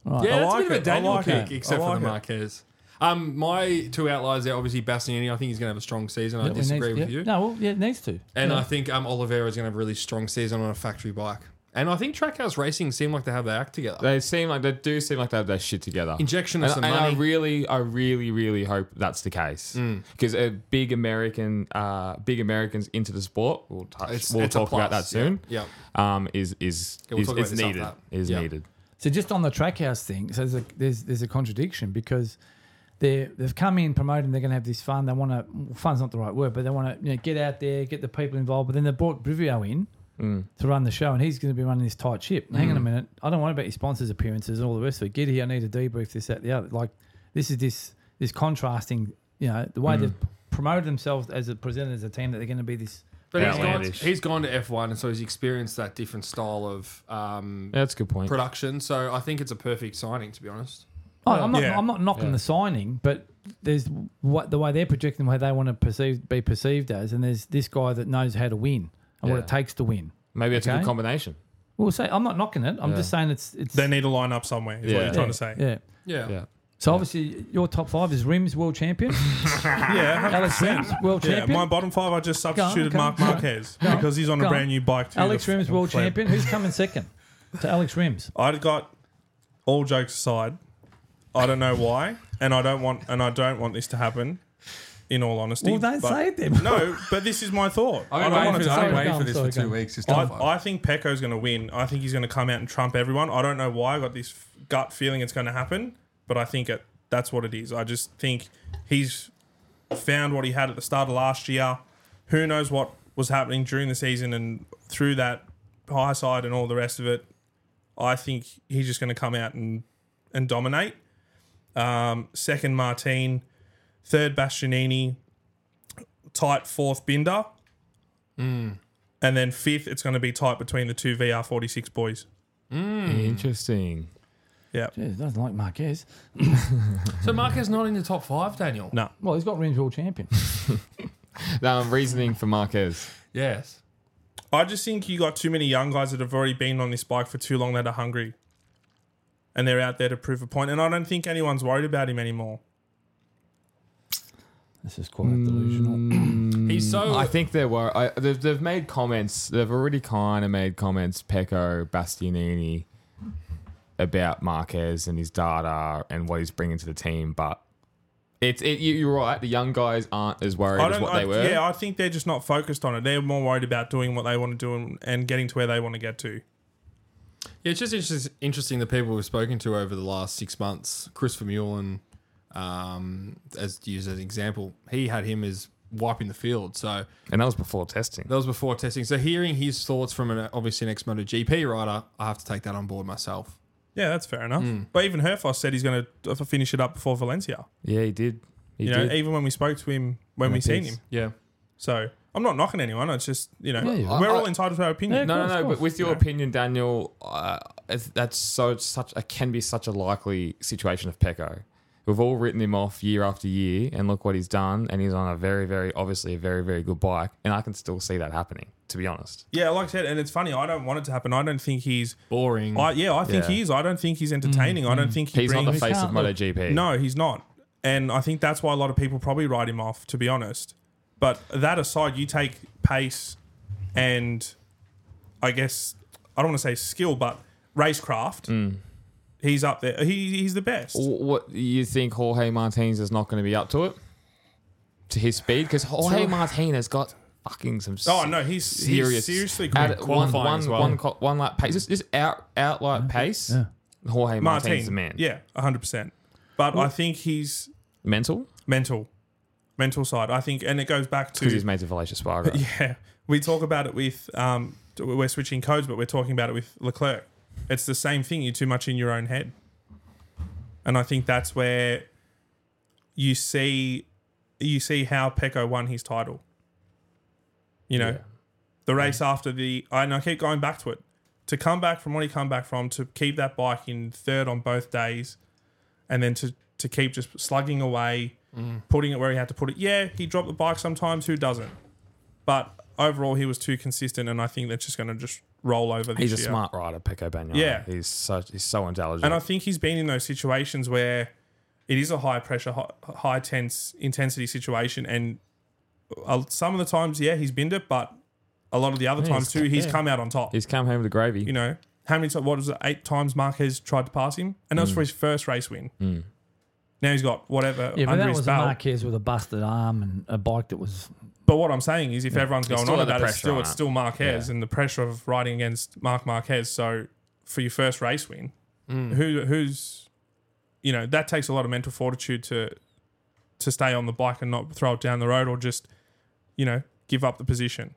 [SPEAKER 4] Yeah,
[SPEAKER 3] I
[SPEAKER 4] that's
[SPEAKER 3] like
[SPEAKER 4] a bit of
[SPEAKER 3] it.
[SPEAKER 4] a
[SPEAKER 3] I
[SPEAKER 4] Daniel
[SPEAKER 3] like
[SPEAKER 4] pick,
[SPEAKER 3] it.
[SPEAKER 4] except
[SPEAKER 3] I
[SPEAKER 4] for the
[SPEAKER 3] like
[SPEAKER 4] Marquez. Um, my two outliers there, obviously Bastianini. I think he's going to have a strong season. I
[SPEAKER 2] Yeah, we
[SPEAKER 4] disagree
[SPEAKER 2] needs-
[SPEAKER 4] with
[SPEAKER 2] yeah.
[SPEAKER 4] you.
[SPEAKER 2] No, well, yeah, it needs to.
[SPEAKER 4] And
[SPEAKER 2] yeah.
[SPEAKER 4] I think um, Oliveira is going to have a really strong season on a factory bike. And I think Trackhouse Racing seem like they have their act together.
[SPEAKER 1] They seem like they do seem like they have their shit together.
[SPEAKER 4] Injection of
[SPEAKER 1] and,
[SPEAKER 4] some
[SPEAKER 1] and
[SPEAKER 4] money. Mm.
[SPEAKER 1] I really, I really, really hope that's the case because a big American, uh, big Americans into the sport. We'll touch.
[SPEAKER 4] It's-
[SPEAKER 1] we'll
[SPEAKER 4] it's a
[SPEAKER 1] talk about that
[SPEAKER 4] plus,
[SPEAKER 1] soon.
[SPEAKER 4] yeah,
[SPEAKER 1] Um, is is
[SPEAKER 4] Yeah, we'll
[SPEAKER 1] is,
[SPEAKER 4] talk about
[SPEAKER 1] is
[SPEAKER 4] this after
[SPEAKER 1] needed?
[SPEAKER 4] that.
[SPEAKER 1] Is
[SPEAKER 4] Yeah.
[SPEAKER 1] needed?
[SPEAKER 2] So just on the Trackhouse thing, so there's a, there's, there's a contradiction because they they've come in promoting they're going to have this fun. They want to fun's not the right word, but they want to you know, get out there, get the people involved. But then they brought Brivio in
[SPEAKER 1] Mm.
[SPEAKER 2] to run the show, and he's going to be running this tight ship. Now, Hang on a minute, I don't want about your sponsors' appearances and all the rest of it. Get here, I need to debrief this, that, the other. Like this is this this contrasting, you know, the way they've promoted themselves as a presented as a team that they're going to be this.
[SPEAKER 4] But he's gone,
[SPEAKER 1] Outlandish.
[SPEAKER 4] he's gone to F1, and so he's experienced that different style of um,
[SPEAKER 1] Yeah, that's a good point.
[SPEAKER 4] production. So I think it's a perfect signing, to be honest.
[SPEAKER 2] Oh, I'm not.
[SPEAKER 3] Yeah.
[SPEAKER 2] I'm not knocking
[SPEAKER 1] Yeah.
[SPEAKER 2] the signing, but there's what the way they're projecting, where they want to perceive, be perceived as, and there's this guy that knows how to win and what
[SPEAKER 1] Yeah.
[SPEAKER 2] it takes to win.
[SPEAKER 1] Maybe that's a
[SPEAKER 2] Okay.
[SPEAKER 1] good combination.
[SPEAKER 2] We'll say I'm not knocking it. I'm just saying it's it's
[SPEAKER 3] They need to line up somewhere. Is what
[SPEAKER 1] Yeah.
[SPEAKER 3] you're trying to say.
[SPEAKER 2] yeah.
[SPEAKER 4] Yeah.
[SPEAKER 1] Yeah.
[SPEAKER 2] So obviously your top five is Rims world champion,
[SPEAKER 3] Yeah,
[SPEAKER 2] Alex Rims world
[SPEAKER 3] yeah.
[SPEAKER 2] champion.
[SPEAKER 3] My bottom five, I just substituted
[SPEAKER 2] okay.
[SPEAKER 3] Mark Marquez
[SPEAKER 2] Go on.
[SPEAKER 3] because he's on
[SPEAKER 2] Go
[SPEAKER 3] a
[SPEAKER 2] on.
[SPEAKER 3] brand new bike. Too
[SPEAKER 2] Alex
[SPEAKER 3] The-
[SPEAKER 2] Rims world champion. Who's coming second to Alex Rims?
[SPEAKER 3] I'd got all jokes aside. I don't know why, and I don't want, and I don't want this to happen. In all honesty,
[SPEAKER 2] Well, don't
[SPEAKER 3] but-
[SPEAKER 2] say it then.
[SPEAKER 3] No, but this is my thought. I
[SPEAKER 4] I've
[SPEAKER 3] don't
[SPEAKER 4] been
[SPEAKER 3] want
[SPEAKER 4] waiting
[SPEAKER 3] it
[SPEAKER 4] for,
[SPEAKER 3] to
[SPEAKER 2] sorry,
[SPEAKER 4] I've been
[SPEAKER 2] go
[SPEAKER 4] waiting
[SPEAKER 2] on,
[SPEAKER 4] for this
[SPEAKER 2] sorry,
[SPEAKER 4] for
[SPEAKER 2] go
[SPEAKER 4] two
[SPEAKER 2] on.
[SPEAKER 4] weeks. Just
[SPEAKER 3] I,
[SPEAKER 4] don't fight.
[SPEAKER 3] I think Pecco's going to win. I think he's going to come out and trump everyone. I don't know why. I got this f- gut feeling it's going to happen, but I think it, that's what it is. I just think he's found what he had at the start of last year. Who knows what was happening during the season and through that high side and all the rest of it. I think he's just going to come out and and dominate. Um, second, Martine. Third, Bastianini. Tight fourth, Binder. And then fifth, it's going to be tight between the two VR46 boys.
[SPEAKER 1] Interesting.
[SPEAKER 3] Yeah.
[SPEAKER 2] Jeez, doesn't like Marquez.
[SPEAKER 4] so Marquez not in the top five, Daniel.
[SPEAKER 3] No.
[SPEAKER 2] Well, he's got Rims world champion.
[SPEAKER 1] Um, reasoning for Marquez.
[SPEAKER 4] Yes.
[SPEAKER 3] I just think you got too many young guys that have already been on this bike for too long that are hungry. And they're out there to prove a point. And I don't think anyone's worried about him anymore.
[SPEAKER 2] This is quite delusional.
[SPEAKER 3] Mm.
[SPEAKER 4] He's so.
[SPEAKER 1] I think there were. I, they've, they've made comments. They've already kind of made comments. Pecco, Bastianini, about Marquez and his data and what he's bringing to the team. But it's it, you- you're right. The young guys aren't as worried
[SPEAKER 3] I
[SPEAKER 1] as
[SPEAKER 3] don't.
[SPEAKER 1] what
[SPEAKER 3] I,
[SPEAKER 1] they were.
[SPEAKER 3] Yeah, I think they're just not focused on it. They're more worried about doing what they want to do and, and getting to where they want to get to.
[SPEAKER 4] Yeah, it's just interesting, interesting the people we've spoken to over the last six months. Christopher Mullen, um, as used as an example, he had him as wiping the field. So
[SPEAKER 1] and that was before testing.
[SPEAKER 4] that was before testing. So hearing his thoughts from an obviously an ex motor GP rider, I have to take that on board myself.
[SPEAKER 3] Yeah, that's fair enough.
[SPEAKER 1] Hmm.
[SPEAKER 3] But even Herfoss said he's going to finish it up before Valencia.
[SPEAKER 1] Yeah, he did. He
[SPEAKER 3] You know,
[SPEAKER 1] did.
[SPEAKER 3] even when we spoke to him, when we seen him.
[SPEAKER 4] Yeah.
[SPEAKER 3] So I'm not knocking anyone. It's just you know
[SPEAKER 2] Yeah, you are.
[SPEAKER 3] we're
[SPEAKER 1] I-
[SPEAKER 3] all entitled to our opinion.
[SPEAKER 1] no,
[SPEAKER 2] Of
[SPEAKER 1] no, no.
[SPEAKER 2] course.
[SPEAKER 1] But with your opinion, Daniel, uh, it's- that's so such a can be such a likely situation of Pecco. We've all written him off year after year, and look what he's done. And he's on a very, very obviously a very, very good bike, and I can still see that happening. To be honest,
[SPEAKER 3] Yeah, like I said, and it's funny. I don't want it to happen. I don't think he's.
[SPEAKER 4] Boring.
[SPEAKER 3] I yeah, I think
[SPEAKER 1] Yeah. Mm-hmm.
[SPEAKER 3] he is. I don't think he's entertaining. I don't think he
[SPEAKER 1] he's
[SPEAKER 3] brings.
[SPEAKER 1] not the face of
[SPEAKER 2] can't look-
[SPEAKER 1] MotoGP.
[SPEAKER 3] no, he's not, and I think that's why a lot of people probably write him off. To be honest, but that aside, you take pace, and I guess I don't want to say skill, but racecraft.
[SPEAKER 1] Mm.
[SPEAKER 3] He's up there. He, he's the best.
[SPEAKER 1] W- What you think Jorge Martinez is not going to be up to it to his speed? Because Jorge Martinez has got fucking some.
[SPEAKER 3] Oh
[SPEAKER 1] se-
[SPEAKER 3] no, he's,
[SPEAKER 1] serious.
[SPEAKER 3] he's seriously
[SPEAKER 1] at
[SPEAKER 3] good.
[SPEAKER 1] one,
[SPEAKER 4] qualifying
[SPEAKER 1] one,
[SPEAKER 4] as well.
[SPEAKER 1] one co- one lap pace. Just, just out out like pace.
[SPEAKER 2] yeah.
[SPEAKER 1] Jorge Martinez,
[SPEAKER 3] Martin,
[SPEAKER 1] the man.
[SPEAKER 3] yeah, hundred percent. But I think he's
[SPEAKER 1] mental
[SPEAKER 3] mental, mental side. I think, and it goes back to
[SPEAKER 1] because he's mates with Felicia Spargo.
[SPEAKER 3] Yeah, we talk about it with um, we're switching codes, but we're talking about it with Leclerc. It's the same thing. You're too much in your own head, and I think that's where you see you see how Pecco won his title. You know,
[SPEAKER 1] Yeah.
[SPEAKER 3] the race after the and I keep going back to it to come back from what he come back from to keep that bike in third on both days, and then to to keep just slugging away,
[SPEAKER 1] Mm.
[SPEAKER 3] putting it where he had to put it. Yeah, he dropped the bike sometimes. Who doesn't? But overall, he was too consistent, and I think that's just going to just roll over. This
[SPEAKER 1] He's a
[SPEAKER 3] year.
[SPEAKER 1] smart rider, Pecco Bagnaia.
[SPEAKER 3] Yeah.
[SPEAKER 1] he's so he's so intelligent.
[SPEAKER 3] and I think he's been in those situations where it is a high pressure, high, high tense intensity situation, and uh, some of the times, yeah, he's binned it, but a lot of the other
[SPEAKER 1] Yeah,
[SPEAKER 3] times
[SPEAKER 1] he's-
[SPEAKER 3] too, he's
[SPEAKER 1] yeah.
[SPEAKER 3] come out on top.
[SPEAKER 1] he's come home with the gravy.
[SPEAKER 3] you know, how many times? What was it? Eight times Marquez tried to pass him, and
[SPEAKER 2] Mm.
[SPEAKER 3] that was for his first race win. Now he's got whatever
[SPEAKER 2] Yeah, but
[SPEAKER 3] under
[SPEAKER 2] that
[SPEAKER 3] his
[SPEAKER 2] was
[SPEAKER 3] belt.
[SPEAKER 2] Marquez with a busted arm and a bike that was
[SPEAKER 3] But what I'm saying is, if everyone's going
[SPEAKER 1] still
[SPEAKER 3] on
[SPEAKER 1] had the
[SPEAKER 3] about it, it's
[SPEAKER 1] pressure
[SPEAKER 3] still
[SPEAKER 1] on
[SPEAKER 3] it's
[SPEAKER 1] it.
[SPEAKER 3] still Marquez
[SPEAKER 1] Yeah.
[SPEAKER 3] and the pressure of riding against Mark Marquez. So for your first race win, who who's you know that takes a lot of mental fortitude to to stay on the bike and not throw it down the road or just you know give up the position.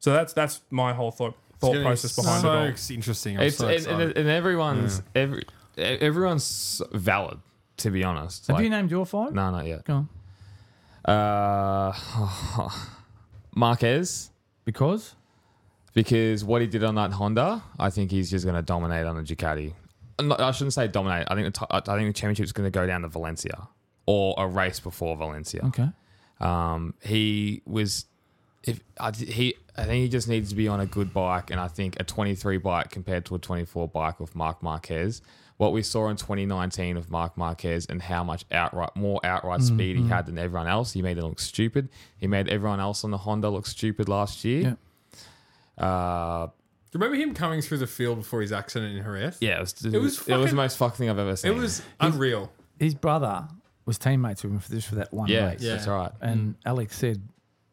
[SPEAKER 3] So that's that's my whole thought thought process behind
[SPEAKER 4] so
[SPEAKER 3] it all.
[SPEAKER 4] interesting. I'm
[SPEAKER 1] it's
[SPEAKER 4] so
[SPEAKER 1] and,
[SPEAKER 3] um,
[SPEAKER 4] excited.
[SPEAKER 1] and, and everyone's every e, everyone's valid to be honest.
[SPEAKER 2] Have
[SPEAKER 1] Like,
[SPEAKER 2] you named your five?
[SPEAKER 1] no, not yet.
[SPEAKER 2] Go on.
[SPEAKER 1] Uh, Marquez.
[SPEAKER 2] Because
[SPEAKER 1] because what he did on that Honda, I think he's just going to dominate on the Ducati. Uh, No, I shouldn't say dominate. I think the t- I think the championship's going to go down to Valencia or a race before Valencia.
[SPEAKER 2] okay,
[SPEAKER 1] Um, he was if I, he, I think he just needs to be on a good bike, and I think a 23 bike compared to a 24 bike of Mark Marquez. What we saw in 2019 of Mark Marquez and how much outright, more outright speed he had than everyone else, he made it look stupid. He made everyone else on the Honda look stupid last year. Uh,
[SPEAKER 4] Do you remember him coming through the field before his accident in Jerez?
[SPEAKER 1] yeah, it was, it,
[SPEAKER 4] was
[SPEAKER 1] was it was the
[SPEAKER 4] fucking-
[SPEAKER 1] most fucked thing I've ever seen.
[SPEAKER 4] It was unreal.
[SPEAKER 2] His brother was teammates with him for this for that one
[SPEAKER 1] yeah,
[SPEAKER 2] race.
[SPEAKER 4] Yeah.
[SPEAKER 1] that's right.
[SPEAKER 2] And Alex said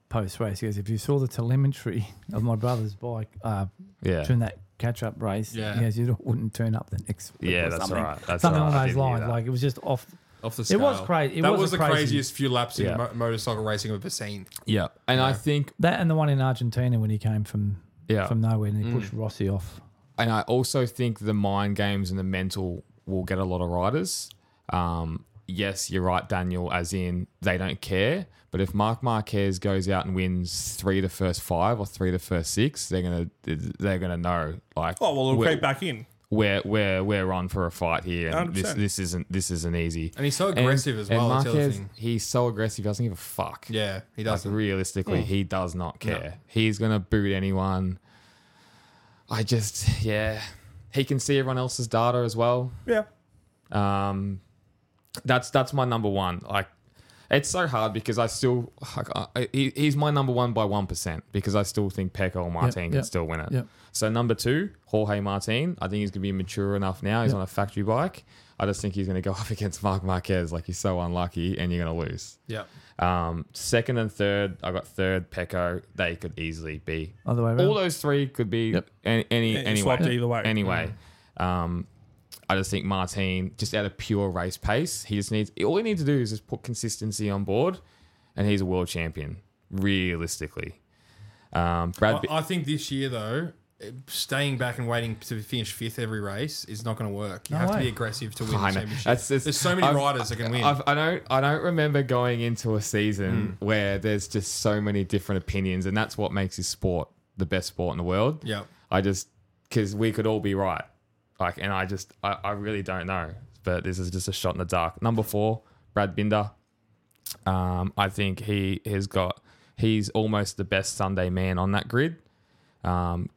[SPEAKER 2] post race, he goes, if you saw the telemetry of my brother's bike uh,
[SPEAKER 1] Yeah,
[SPEAKER 2] during that catch up race,
[SPEAKER 4] Yeah.
[SPEAKER 2] he goes, you wouldn't turn up the next. week
[SPEAKER 1] yeah,
[SPEAKER 2] or
[SPEAKER 1] that's
[SPEAKER 2] something.
[SPEAKER 1] right. That's
[SPEAKER 2] Something
[SPEAKER 1] right. I
[SPEAKER 2] along those
[SPEAKER 1] did hear
[SPEAKER 2] lines.
[SPEAKER 1] that.
[SPEAKER 2] Like it was just off.
[SPEAKER 4] Off the
[SPEAKER 2] It was
[SPEAKER 4] scale.
[SPEAKER 2] crazy. It
[SPEAKER 4] that
[SPEAKER 2] was
[SPEAKER 4] was
[SPEAKER 2] a
[SPEAKER 4] the
[SPEAKER 2] crazy-
[SPEAKER 4] craziest few laps
[SPEAKER 1] Yeah.
[SPEAKER 4] in mo- motorcycle racing I've ever seen.
[SPEAKER 1] yeah, and I think
[SPEAKER 2] That and the one in Argentina when he came from
[SPEAKER 1] yeah,
[SPEAKER 2] from nowhere and he
[SPEAKER 4] Mm.
[SPEAKER 2] pushed Rossi off.
[SPEAKER 1] and I also think the mind games and the mental will get a lot of riders. Um, yes, you're right, Daniel. As in, they don't care. But if Mark Marquez goes out and wins three to first five or three to first six, they're gonna they're gonna know like
[SPEAKER 3] Oh well, it'll
[SPEAKER 1] we're,
[SPEAKER 3] creep back in.
[SPEAKER 1] we're we're we're on for a fight here, and this
[SPEAKER 3] 100%.
[SPEAKER 1] this isn't this isn't easy.
[SPEAKER 4] And he's so aggressive as well. That's the other thing.
[SPEAKER 1] he's so aggressive. He doesn't give a fuck.
[SPEAKER 4] Yeah, he
[SPEAKER 1] Like
[SPEAKER 4] doesn't.
[SPEAKER 1] realistically, he does not care. He's gonna boot anyone. I just yeah. He can see everyone else's data as well.
[SPEAKER 3] Yeah.
[SPEAKER 1] Um, that's that's my number one. Like, it's so hard because I still like, I, he, he's my number one by one percent because I still think Pecco or Martin can
[SPEAKER 2] yep,
[SPEAKER 1] still win it.
[SPEAKER 2] yep.
[SPEAKER 1] So number two, Jorge Martin. I think he's gonna be mature enough now. He's on a factory bike. I just think he's gonna go up against Mark Marquez. Like he's so unlucky, and you're gonna lose.
[SPEAKER 4] Yeah.
[SPEAKER 1] Um, second and third, I got third. Pecco, they could easily be.
[SPEAKER 2] Other way around.
[SPEAKER 1] All those three could be
[SPEAKER 2] Yep.
[SPEAKER 1] any, any
[SPEAKER 3] It's
[SPEAKER 1] anyway.
[SPEAKER 3] swapped either way.
[SPEAKER 1] Anyway, um, I just think Martin, just out of pure race pace, he just needs all he needs to do is just put consistency on board, and he's a world champion realistically. Um, Brad,
[SPEAKER 4] I, I think this year though, eh, staying back and waiting to finish fifth every race is not going to work. You
[SPEAKER 2] No
[SPEAKER 4] have to
[SPEAKER 2] way.
[SPEAKER 4] be aggressive to win
[SPEAKER 1] I
[SPEAKER 4] the
[SPEAKER 1] know.
[SPEAKER 4] championship.
[SPEAKER 1] That's- that's-
[SPEAKER 4] There's so many
[SPEAKER 1] I've-
[SPEAKER 4] riders that can win.
[SPEAKER 1] I've, I don't. I don't remember going into a season where there's just so many different opinions, and that's what makes this sport the best sport in the world.
[SPEAKER 4] yeah.
[SPEAKER 1] I just because we could all be right. Like, and I just I, I really don't know. But this is just a shot in the dark. Number four, Brad Binder. Um, I think he has got he's almost the best Sunday man on that grid. Um,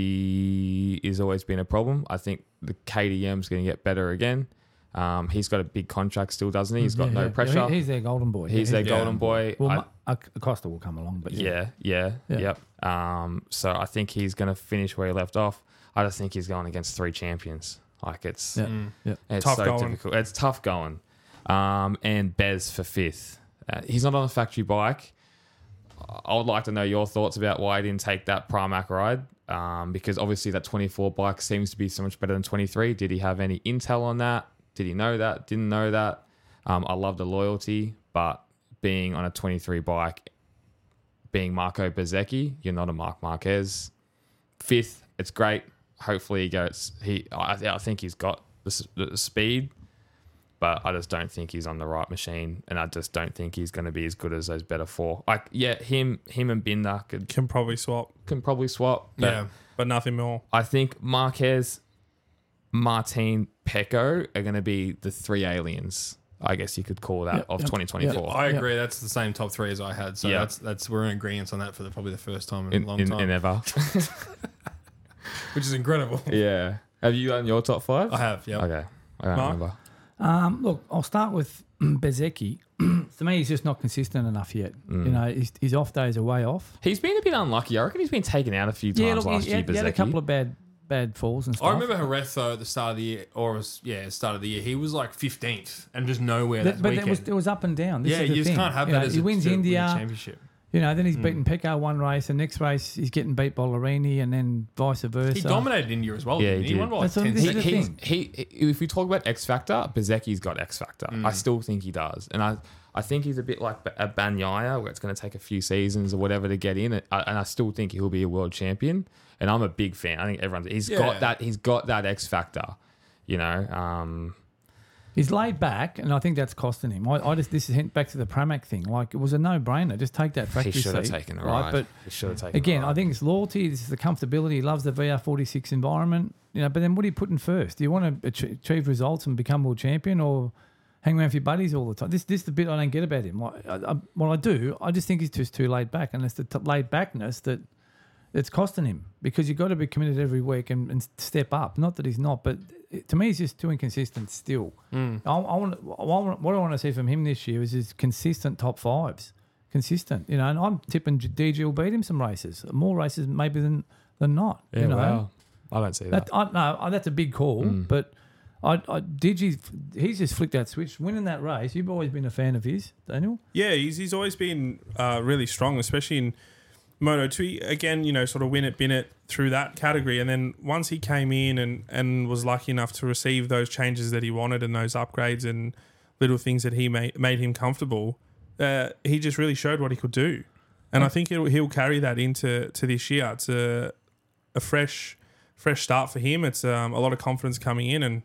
[SPEAKER 1] consistency has always been a problem. I think the KDM's going to get better again. Um, he's got a big contract still, doesn't he? He's got
[SPEAKER 2] Yeah,
[SPEAKER 1] no
[SPEAKER 2] yeah.
[SPEAKER 1] pressure.
[SPEAKER 2] He- he's their golden boy.
[SPEAKER 1] he's,
[SPEAKER 2] Yeah,
[SPEAKER 1] their
[SPEAKER 4] he's- yeah.
[SPEAKER 1] golden boy.
[SPEAKER 2] Well,
[SPEAKER 1] I-
[SPEAKER 2] Ma- Ac- Acosta will come along, but
[SPEAKER 1] yeah, yeah,
[SPEAKER 2] Yeah.
[SPEAKER 1] yep. Um, so I think he's going to finish where he left off. I just think he's going against three champions. Like it's
[SPEAKER 2] Yeah.
[SPEAKER 4] Mm.
[SPEAKER 2] yeah.
[SPEAKER 1] it's
[SPEAKER 3] Tough
[SPEAKER 1] so
[SPEAKER 3] going.
[SPEAKER 1] difficult. It's tough going. Um, and Bez for fifth. Uh, he's not on a factory bike. I- I would like to know your thoughts about why he didn't take that Primac ride. Um, because obviously that 24 bike seems to be so much better than 23. Did he have any intel on that? Did he know that? Didn't know that? Um, I love the loyalty, but being on a 23 bike being Marco Bezecchi. You're not a Mark Marquez. Fifth, it's great. Hopefully he goes. He, I, I think he's got the, s- the speed, but I just don't think he's on the right machine, and I just don't think he's going to be as good as those better four. Like, yeah, him, him and Binder could
[SPEAKER 3] Can probably swap,
[SPEAKER 1] can probably swap. But
[SPEAKER 4] Yeah.
[SPEAKER 3] but nothing more.
[SPEAKER 1] I think Marquez, Martin, Pecco are going to be the three aliens. I guess you could call that
[SPEAKER 2] Yep,
[SPEAKER 1] of
[SPEAKER 2] yep,
[SPEAKER 1] 2024.
[SPEAKER 4] I agree. That's the same top three as I had. So
[SPEAKER 1] Yeah.
[SPEAKER 4] that's that's we're in agreement on that for the, probably the first time in,
[SPEAKER 1] In,
[SPEAKER 4] a long
[SPEAKER 1] in,
[SPEAKER 4] time,
[SPEAKER 1] in ever.
[SPEAKER 4] which is incredible.
[SPEAKER 1] yeah. Have you done your top five?
[SPEAKER 4] I have. Yeah.
[SPEAKER 1] Okay. I don't
[SPEAKER 3] Mark?
[SPEAKER 1] remember.
[SPEAKER 2] Um, look, I'll start with Bezeki. to me, he's just not consistent enough yet.
[SPEAKER 1] Mm.
[SPEAKER 2] You know, his, his off days are way off.
[SPEAKER 1] He's been a bit unlucky. I reckon he's been taken out a few times
[SPEAKER 2] yeah, look,
[SPEAKER 1] last
[SPEAKER 2] he,
[SPEAKER 1] year.
[SPEAKER 2] he had a
[SPEAKER 1] Bezecchi.
[SPEAKER 2] couple of bad bad falls and stuff.
[SPEAKER 4] I remember Jerez though at the start of the year, or it was, yeah, start of the year, he was like 15th and just nowhere
[SPEAKER 2] Th-
[SPEAKER 4] that,
[SPEAKER 2] but it
[SPEAKER 4] weekend.
[SPEAKER 2] was, it was up and down. This
[SPEAKER 4] yeah,
[SPEAKER 2] is the
[SPEAKER 4] you just
[SPEAKER 2] thing.
[SPEAKER 4] can't have
[SPEAKER 2] You
[SPEAKER 4] that
[SPEAKER 2] know,
[SPEAKER 4] as
[SPEAKER 2] he
[SPEAKER 4] a- Mm.
[SPEAKER 2] wins
[SPEAKER 4] to win a
[SPEAKER 2] India.
[SPEAKER 4] championship.
[SPEAKER 2] You know, then he's beaten Pecco one race, and next race he's getting beat by Lorini, and then vice versa.
[SPEAKER 4] He dominated India as well.
[SPEAKER 1] Yeah,
[SPEAKER 4] didn't
[SPEAKER 1] he
[SPEAKER 4] he, won
[SPEAKER 1] did.
[SPEAKER 4] by like
[SPEAKER 2] That's what I'm
[SPEAKER 4] 10
[SPEAKER 2] saying.
[SPEAKER 1] He,
[SPEAKER 2] This is the
[SPEAKER 1] he's-
[SPEAKER 2] thing.
[SPEAKER 1] he, he- if we talk about X Factor, Bezecchi's got X Factor.
[SPEAKER 2] Mm.
[SPEAKER 1] I still think he does, and I, I think he's a bit like a Banyaya, where it's going to take a few seasons or whatever to get in. And I, and I still think he'll be a world champion. And I'm a big fan. I think everyone's he's
[SPEAKER 4] Yeah.
[SPEAKER 1] got that. He's got that X Factor. You know, um,
[SPEAKER 2] He's laid back, and I think that's costing him. I, I just this is hint back to the Pramac thing. Like it was a no brainer. Just take that
[SPEAKER 1] he
[SPEAKER 2] factory
[SPEAKER 1] should have
[SPEAKER 2] seat,
[SPEAKER 1] taken the ride.
[SPEAKER 2] But
[SPEAKER 1] he should have taken the
[SPEAKER 2] again,
[SPEAKER 1] ride.
[SPEAKER 2] I think it's loyalty. This is the comfortability. He loves the VR46 environment. You know, but then what do you put in first? Do you want to achieve results and become world champion, or hang around with your buddies all the time. This this is the bit I don't get about him. Like, I, I, what I do, I just think he's just too laid back, and it's the t- laid backness that it's costing him because you've got to be committed every week and, and step up. Not that he's not, but it, to me, he's just too inconsistent still.
[SPEAKER 1] Mm.
[SPEAKER 2] I, I want, I want what I want to see from him this year is his consistent top fives, consistent. You know, and I'm tipping DG will beat him some races, more races maybe than than not.
[SPEAKER 1] Yeah,
[SPEAKER 2] you know?
[SPEAKER 1] wow. Mm. I don't see that.
[SPEAKER 2] That, I, no, I- that's a big call, but I, I did you, he's just flicked that switch, winning that race. You've always been a fan of his, Daniel.
[SPEAKER 3] Yeah, he's, he's always been uh, really strong, especially in Moto 2. He- Again, you know, sort of win it, bin it through that category. And then once he came in and, and was lucky enough to receive those changes that he wanted and those upgrades and little things that he made, made him comfortable, uh, he just really showed what he could do. And I think he'll, he'll carry that into to this year. It's a, a fresh fresh start for him. It's um, a lot of confidence coming in. And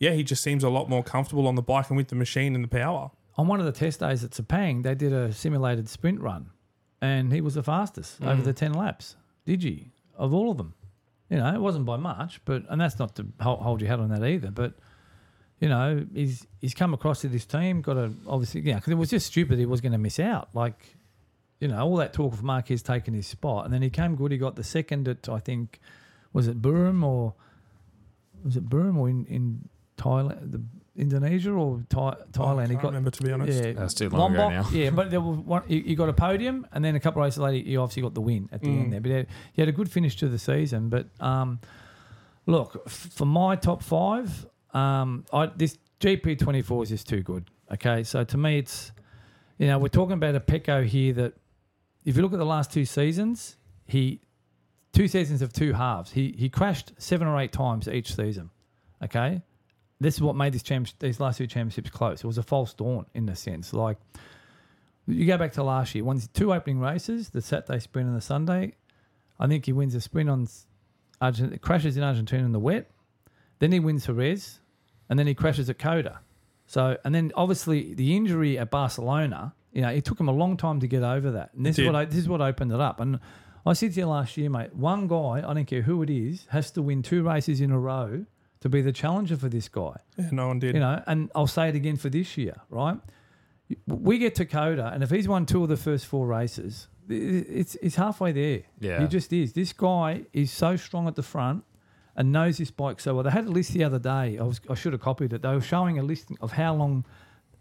[SPEAKER 3] yeah, he just seems a lot more comfortable on the bike and with the machine and the power.
[SPEAKER 2] On one of the test days at Sepang, they did a simulated sprint run, and he was the fastest over the ten laps. Did you of all of them? You know, it wasn't by much, but and that's not to ho- hold your hat on that either. But you know, he's he's come across to this team, got a obviously yeah, because it was just stupid he was going to miss out. Like you know, all that talk of Marquez taking his spot, and then he came good. He got the second at I think was it Burma or was it Burma or in in Thailand, the Indonesia or Thai, Thailand?
[SPEAKER 3] I
[SPEAKER 2] he
[SPEAKER 3] can't
[SPEAKER 2] got
[SPEAKER 3] remember to be honest.
[SPEAKER 2] yeah,
[SPEAKER 1] That's too long ago now.
[SPEAKER 2] yeah, but there was one, you, you got a podium, and then a couple of races later, you obviously got the win at the end there. But he had, he had a good finish to the season. But um, look, f- for my top five, um, I, this GP twenty four is just too good. Okay, so to me, it's you know we're talking about a Pecco here that if you look at the last two seasons, he two seasons of two halves. He he crashed seven or eight times each season. Okay, this is what made this champ- these last two championships close. It was a false dawn in a sense. Like you go back to last year, wins two opening races, the Saturday sprint and the Sunday. I think he wins a sprint on Argentina, crashes in Argentina in the wet. Then he wins Jerez, and then he crashes at Coda. So and then obviously the injury at Barcelona, you know, it took him a long time to get over that. And this is
[SPEAKER 3] did.
[SPEAKER 2] what I, this is what opened it up. And I said to you last year, mate, one guy, I don't care who it is, has to win two races in a row to be the challenger for this guy.
[SPEAKER 3] Yeah, no one did.
[SPEAKER 2] You know, and I'll say it again for this year, right? We get to Coda, and if he's won two of the first four races, i- i- it's it's halfway there.
[SPEAKER 1] Yeah.
[SPEAKER 2] he just is. This guy is so strong at the front and knows this bike so well. They had a list the other day. I was I should have copied it. They were showing a list of how long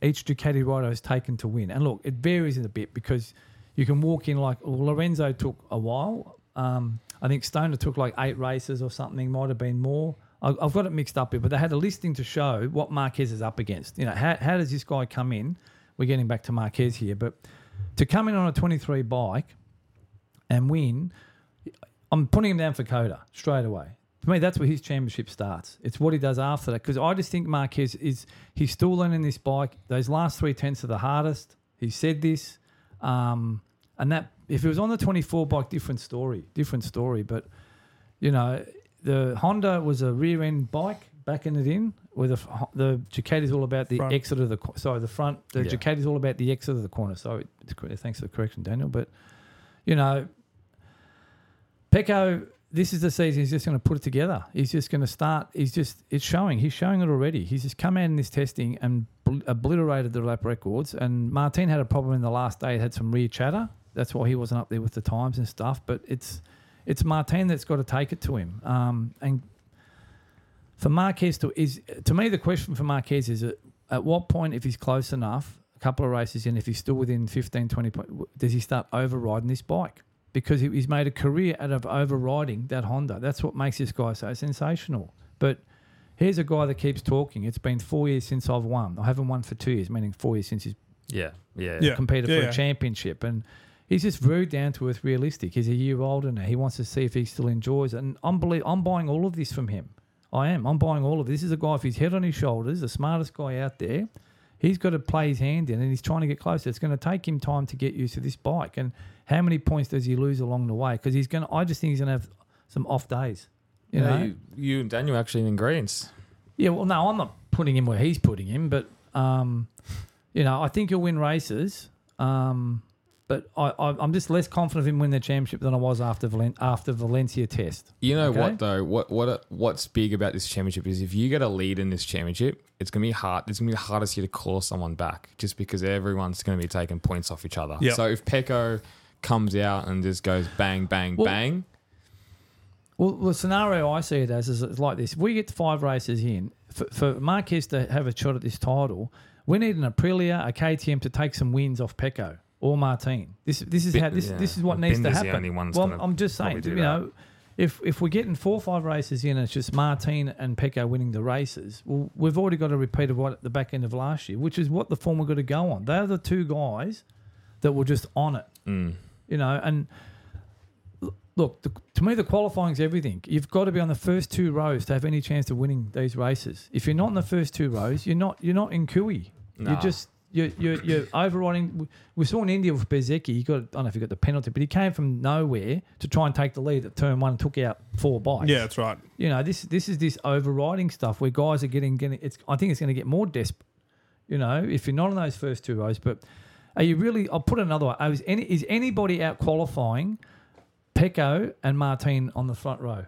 [SPEAKER 2] each Ducati rider has taken to win. And look, it varies in a bit because you can walk in like well, Lorenzo took a while. Um, I think Stoner took like eight races or something. Might have been more. I- I've got it mixed up here, but they had a listing to show what Marquez is up against. You know, how, how does this guy come in? We're getting back to Marquez here, but to come in on a 23 bike and win, I'm putting him down for Coda straight away. For me, that's where his championship starts. It's what he does after that. Because I just think Marquez is he's still learning this bike. Those last three tenths are the hardest. He said this, um, and that if it was on the 24 bike, different story, different story. But you know, the Honda was a rear end bike backing it in, where the the Ducati is all about the
[SPEAKER 3] Front.
[SPEAKER 2] exit of the co- sorry the front. The
[SPEAKER 1] Yeah.
[SPEAKER 2] Ducati is all about the exit of the corner. So it's cor- thanks for the correction, Daniel. But you know, Pecco, this is the season he's just going to put it together. He's just going to start. He's just, it's showing. He's showing it already. He's just come out in this testing and bl- obliterated the lap records. And Martin had a problem in the last day. He had some rear chatter. That's why he wasn't up there with the times and stuff. But it's, it's Martin that's got to take it to him. Um, and for Marquez to is to me the question for Marquez is at, at what point if he's close enough a couple of races in if he's still within 15 20 point w- does he start overriding this bike because he- he's made a career out of overriding that Honda that's what makes this guy so sensational but here's a guy that keeps talking it's been 4 years since I've won I haven't won for 2 years meaning 4 years since he's
[SPEAKER 1] Yeah, yeah,
[SPEAKER 3] Yeah.
[SPEAKER 2] competed for
[SPEAKER 3] yeah.
[SPEAKER 2] a championship. And he's just very down to earth, realistic. He's a year older now. He wants to see if he still enjoys it. And I'm, belie- I'm buying all of this from him. I am. I'm buying all of this. This is a guy with his head on his shoulders, the smartest guy out there. He's got to play his hand in and he's trying to get closer. It's going to take him time to get used to this bike. And how many points does he lose along the way? Because he's going to, I just think he's going to have some off days. You know?
[SPEAKER 1] you, you and Daniel actually in ingredients.
[SPEAKER 2] Yeah, well, no, I'm not putting him where he's putting him, but um, you know, I think he'll win races. Um, But I, I, I'm just less confident of him winning the championship than I was after Valen- after Valencia test.
[SPEAKER 1] You know
[SPEAKER 2] Okay.
[SPEAKER 1] what though? What what what's big about this championship is if you get a lead in this championship, it's gonna be hard. It's gonna be the hardest year to claw someone back, just because everyone's gonna be taking points off each other.
[SPEAKER 3] Yep.
[SPEAKER 1] So if Pecco comes out and just goes bang, bang,
[SPEAKER 2] Well-
[SPEAKER 1] bang,
[SPEAKER 2] Well, the scenario I see it as is it's like this: if we get five races in for, for Marquez to have a shot at this title, we need an Aprilia, a KTM to take some wins off Pecco or Martin. This this is
[SPEAKER 1] Bin-
[SPEAKER 2] how this
[SPEAKER 1] yeah.
[SPEAKER 2] this is what
[SPEAKER 1] And
[SPEAKER 2] needs to
[SPEAKER 1] Binder's the
[SPEAKER 2] happen.
[SPEAKER 1] only one that's
[SPEAKER 2] well,
[SPEAKER 1] gonna
[SPEAKER 2] I'm just saying,
[SPEAKER 1] probably do
[SPEAKER 2] you know, if if we're getting four or five races in, and it's just Martin and Pecco winning the races. Well, we've already got a repeat of what at the back end of last year, which is what the form we're going to go on. They're the two guys that were just on it you know and l- look the, to me the qualifying's everything you've got to be on the first two rows to have any chance of winning these races if you're not in the first two rows you're not you're not in kui
[SPEAKER 1] Nah.
[SPEAKER 2] you're just you're, you're, you're overriding. We saw in India with Bezeki, he got, I don't know if he got the penalty, but he came from nowhere to try and take the lead at turn one and took out four bikes.
[SPEAKER 3] Yeah, that's right.
[SPEAKER 2] You know, this this is this overriding stuff where guys are getting getting. It's I think it's going to get more desperate. You know, if you're not in those first two rows, but are you really? I'll put it another way. Are- Is any is anybody out qualifying Pecco and Martin on the front row?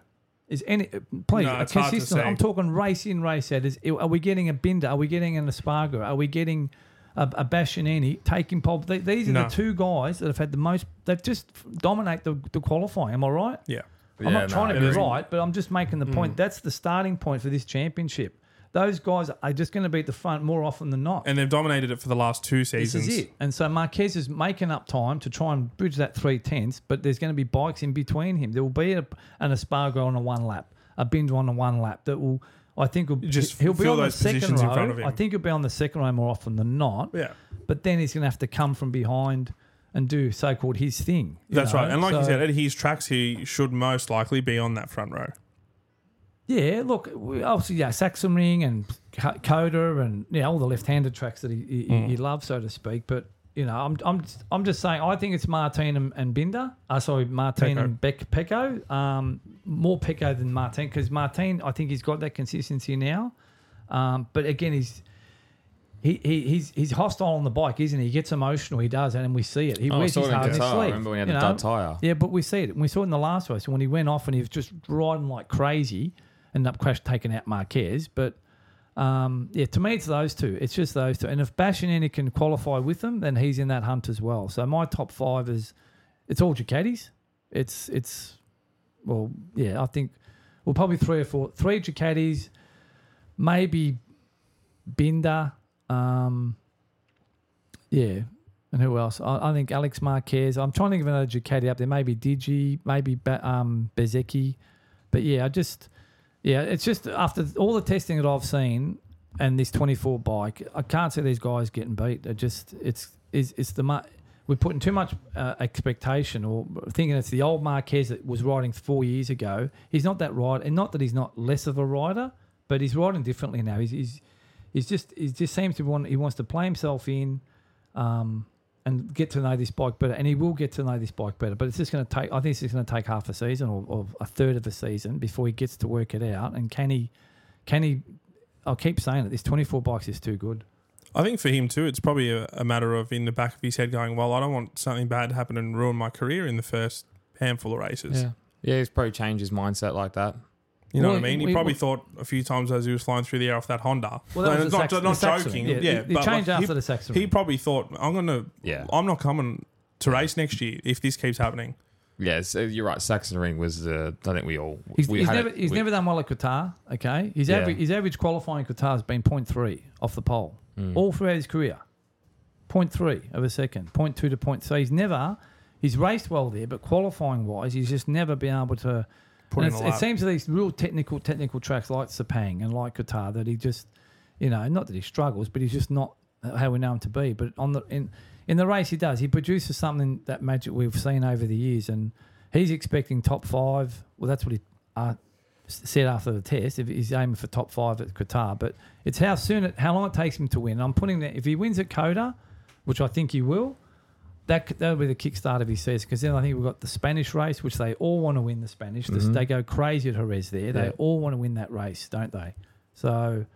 [SPEAKER 2] Is any please
[SPEAKER 3] No,
[SPEAKER 2] a
[SPEAKER 3] it's hard to
[SPEAKER 2] consistent?
[SPEAKER 3] say.
[SPEAKER 2] I'm talking race in, race out. Is are we getting a Binder? Are we getting an Aspargo? Are we getting a, a Bashanini taking pole? Th- These are
[SPEAKER 3] No.
[SPEAKER 2] the two guys that have had the most. They've just dominate the, the qualifying. Am I right?
[SPEAKER 3] Yeah.
[SPEAKER 2] I'm
[SPEAKER 3] Mm.
[SPEAKER 4] Yeah,
[SPEAKER 2] not trying
[SPEAKER 4] no,
[SPEAKER 2] to
[SPEAKER 3] it
[SPEAKER 2] be
[SPEAKER 3] is-
[SPEAKER 2] right, but I'm just making the point. That's the starting point for this championship. Those guys are just going to be at the front more often than not.
[SPEAKER 3] And they've dominated it for the last two
[SPEAKER 2] this
[SPEAKER 3] seasons.
[SPEAKER 2] is it. And so Marquez is making up time to try and bridge that three tenths, but there's going to be bikes in between him. There will be a, an Espargo on a one lap, a Binder on a one lap that will, I think, will,
[SPEAKER 3] Just
[SPEAKER 2] he'll be
[SPEAKER 3] fill
[SPEAKER 2] on the
[SPEAKER 3] those
[SPEAKER 2] second
[SPEAKER 3] positions
[SPEAKER 2] row.
[SPEAKER 3] in front of him.
[SPEAKER 2] I think he'll be on the second row more often than not.
[SPEAKER 3] Yeah.
[SPEAKER 2] But then he's going to have to come from behind and do so called his thing. you
[SPEAKER 3] That's
[SPEAKER 2] know?
[SPEAKER 3] right. And like you
[SPEAKER 2] So-
[SPEAKER 3] said, at his tracks, he should most likely be on that front row.
[SPEAKER 2] Yeah, look, we, obviously, yeah, Saxon Ring and Co- Coda and yeah, all the left-handed tracks that he, he,
[SPEAKER 1] Mm.
[SPEAKER 2] he loves, so to speak. But you know, I'm I'm I'm just saying, I think it's Martin and, and Binder. Uh, sorry, Martin
[SPEAKER 3] Pecco.
[SPEAKER 2] and Beck Pecco. Um, more Pecco than Martin because Martin, I think he's got that consistency now. Um, but again, he's. He, he, he's he's hostile on the bike, isn't he? He gets emotional. He does, and we see it. He
[SPEAKER 1] Oh, I
[SPEAKER 2] wears
[SPEAKER 1] saw
[SPEAKER 2] his
[SPEAKER 1] it in
[SPEAKER 2] heart on his
[SPEAKER 1] Qatar. I
[SPEAKER 2] sleeve.
[SPEAKER 1] remember when he had
[SPEAKER 2] you
[SPEAKER 1] the
[SPEAKER 2] know?
[SPEAKER 1] dud tyre.
[SPEAKER 2] Yeah, but we see it. We saw it in the last race when he went off and he was just riding like crazy, and up crash taking out Marquez. But um, yeah, to me, it's those two. It's just those two. And if Bashanini can qualify with them, then he's in that hunt as well. So my top five is it's all Ducatis. It's it's well, yeah. I think well probably three or four, three Ducatis, maybe Binder. Um, yeah. And who else? I, I think Alex Marquez. I'm trying to think of another Ducati up there. Maybe Digi, maybe Ba- um, Bezeki. But yeah, I just, yeah, it's just after all the testing that I've seen and this 24 bike, I can't see these guys getting beat. They're just, it's, it's, it's the, mar- we're putting too much uh, expectation or thinking it's the old Marquez that was riding four years ago. He's not that rider. And not that he's not less of a rider, but he's riding differently now. He's, he's, he's just, he just seems to want, he wants to play himself in um, and get to know this bike better. And he will get to know this bike better. But it's just going to take. I think it's just going to take half a season or, or a third of a season before he gets to work it out. And can he? Can he? I'll keep saying it. This twenty-four bikes is too good.
[SPEAKER 3] I think for him too, it's probably a, a matter of in the back of his head going, "Well, I don't want something bad to happen and ruin my career in the first handful of races."
[SPEAKER 1] yeah, he's probably changed his mindset like that.
[SPEAKER 3] You know
[SPEAKER 2] Well,
[SPEAKER 3] what I mean? He
[SPEAKER 2] we-
[SPEAKER 3] probably
[SPEAKER 2] we-
[SPEAKER 3] thought a few times as he was flying through the air off that Honda.
[SPEAKER 2] Well, that
[SPEAKER 3] And
[SPEAKER 2] was
[SPEAKER 3] it's
[SPEAKER 2] the
[SPEAKER 3] not,
[SPEAKER 2] Saxon-
[SPEAKER 3] not
[SPEAKER 2] the Saxon
[SPEAKER 3] joking.
[SPEAKER 2] ring. Yeah,
[SPEAKER 3] Yeah,
[SPEAKER 2] it- it
[SPEAKER 3] but
[SPEAKER 2] changed
[SPEAKER 3] like,
[SPEAKER 2] after
[SPEAKER 3] he,
[SPEAKER 2] the Saxon
[SPEAKER 3] He
[SPEAKER 2] ring.
[SPEAKER 3] probably thought, "I'm gonna,
[SPEAKER 1] Yeah.
[SPEAKER 3] I'm not coming to race next year if this keeps happening."
[SPEAKER 1] Yeah, so you're right. Saxon Ring was the. I think we all.
[SPEAKER 2] He's,
[SPEAKER 1] we
[SPEAKER 2] he's
[SPEAKER 1] had
[SPEAKER 2] never
[SPEAKER 1] it-
[SPEAKER 2] he's
[SPEAKER 1] we-
[SPEAKER 2] never done well at Qatar. Okay, his
[SPEAKER 1] Yeah.
[SPEAKER 2] average his average qualifying Qatar has been 0.3 off the pole all throughout his career. 0.3 of a second, 0.2 to 0.3. So he's never he's raced well there, but qualifying wise, he's just never been able to.
[SPEAKER 3] Put
[SPEAKER 2] and
[SPEAKER 3] in
[SPEAKER 2] it's-
[SPEAKER 3] a
[SPEAKER 2] it
[SPEAKER 3] lap.
[SPEAKER 2] seems to these real technical technical tracks like Sepang and like Qatar that he just, you know, not that he struggles, but he's just not how we know him to be. But on the in in the race, he does. He produces something that magic we've seen over the years, and he's expecting top five. Well, that's what he uh, s- said after the test. If he's aiming for top five at Qatar, but it's how soon, it, how long it takes him to win. I'm putting that if he wins at Coda, which I think he will, that c- that'll be the kickstart of his season. Because then I think we've got the Spanish race, which they all want to win. The Spanish, This-
[SPEAKER 3] Mm-hmm.
[SPEAKER 2] they go crazy at Jerez there. They
[SPEAKER 1] Yeah.
[SPEAKER 2] all want to win that race, don't they? So,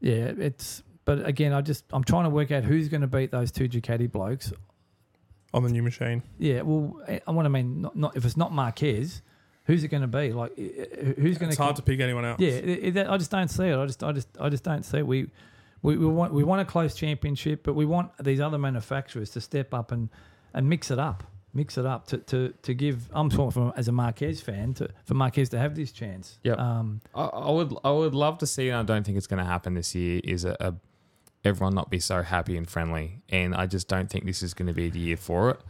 [SPEAKER 2] yeah, it's. But again, I just I'm trying to work out who's going to beat those two Ducati blokes.
[SPEAKER 3] on the new machine.
[SPEAKER 2] Yeah, well, I- I want to mean not, not if it's not Marquez, who's it going to be? Like, i- i- who's going
[SPEAKER 3] It's
[SPEAKER 2] to?
[SPEAKER 3] hard to pick anyone else.
[SPEAKER 2] Yeah, i- i- that- I just don't see it. I just, I just, I just don't see it. We, we, we want, we want a close championship, but we want these other manufacturers to step up and, and mix it up, mix it up to, to, to give. I'm talking from as a Marquez fan to for Marquez to have this chance.
[SPEAKER 1] Yep.
[SPEAKER 2] Um,
[SPEAKER 1] I, I would I would love to see, and I don't think it's going to happen this year. Is a, a everyone not be so happy and friendly, and I just don't think this is going to be the year for it.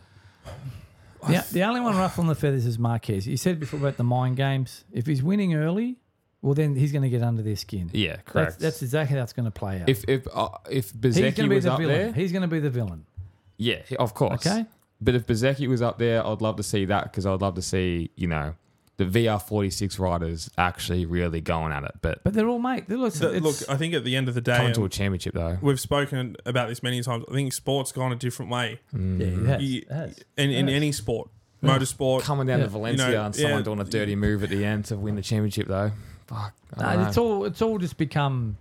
[SPEAKER 2] The, the only one ruffling the feathers is Marquez. You said before about the mind games. If he's winning early, well then he's going to get under their skin.
[SPEAKER 1] Yeah,
[SPEAKER 2] That's,
[SPEAKER 1] correct.
[SPEAKER 2] that's exactly how it's going to play out.
[SPEAKER 1] if if uh, if
[SPEAKER 2] he's going to
[SPEAKER 1] Bezeki
[SPEAKER 2] be
[SPEAKER 1] was
[SPEAKER 2] the
[SPEAKER 1] up
[SPEAKER 2] villain.
[SPEAKER 1] there,
[SPEAKER 2] He's going to be the villain.
[SPEAKER 1] yeah, of course.
[SPEAKER 2] Okay.
[SPEAKER 1] But if Bezeki was up there, I'd love to see that because I'd love to see you know the VR forty six riders actually really going at it. But
[SPEAKER 2] But they're all mate. They're, listen,
[SPEAKER 3] The-
[SPEAKER 2] it's-
[SPEAKER 3] look, I think at the end of the day, um,
[SPEAKER 1] coming to a championship though,
[SPEAKER 3] we've spoken about this many times. I think sport's gone a different way
[SPEAKER 2] yeah, it has,
[SPEAKER 3] you-
[SPEAKER 2] it has.
[SPEAKER 3] in, in
[SPEAKER 2] Yes.
[SPEAKER 3] any sport,
[SPEAKER 2] Yeah.
[SPEAKER 3] motorsport.
[SPEAKER 1] Mm. coming down
[SPEAKER 2] Yeah.
[SPEAKER 1] to Valencia
[SPEAKER 3] You know,
[SPEAKER 1] and someone
[SPEAKER 3] yeah.
[SPEAKER 1] doing a dirty move at the end to win the championship though. Fuck, I
[SPEAKER 2] No,
[SPEAKER 1] don't know.
[SPEAKER 2] it's all it's all just become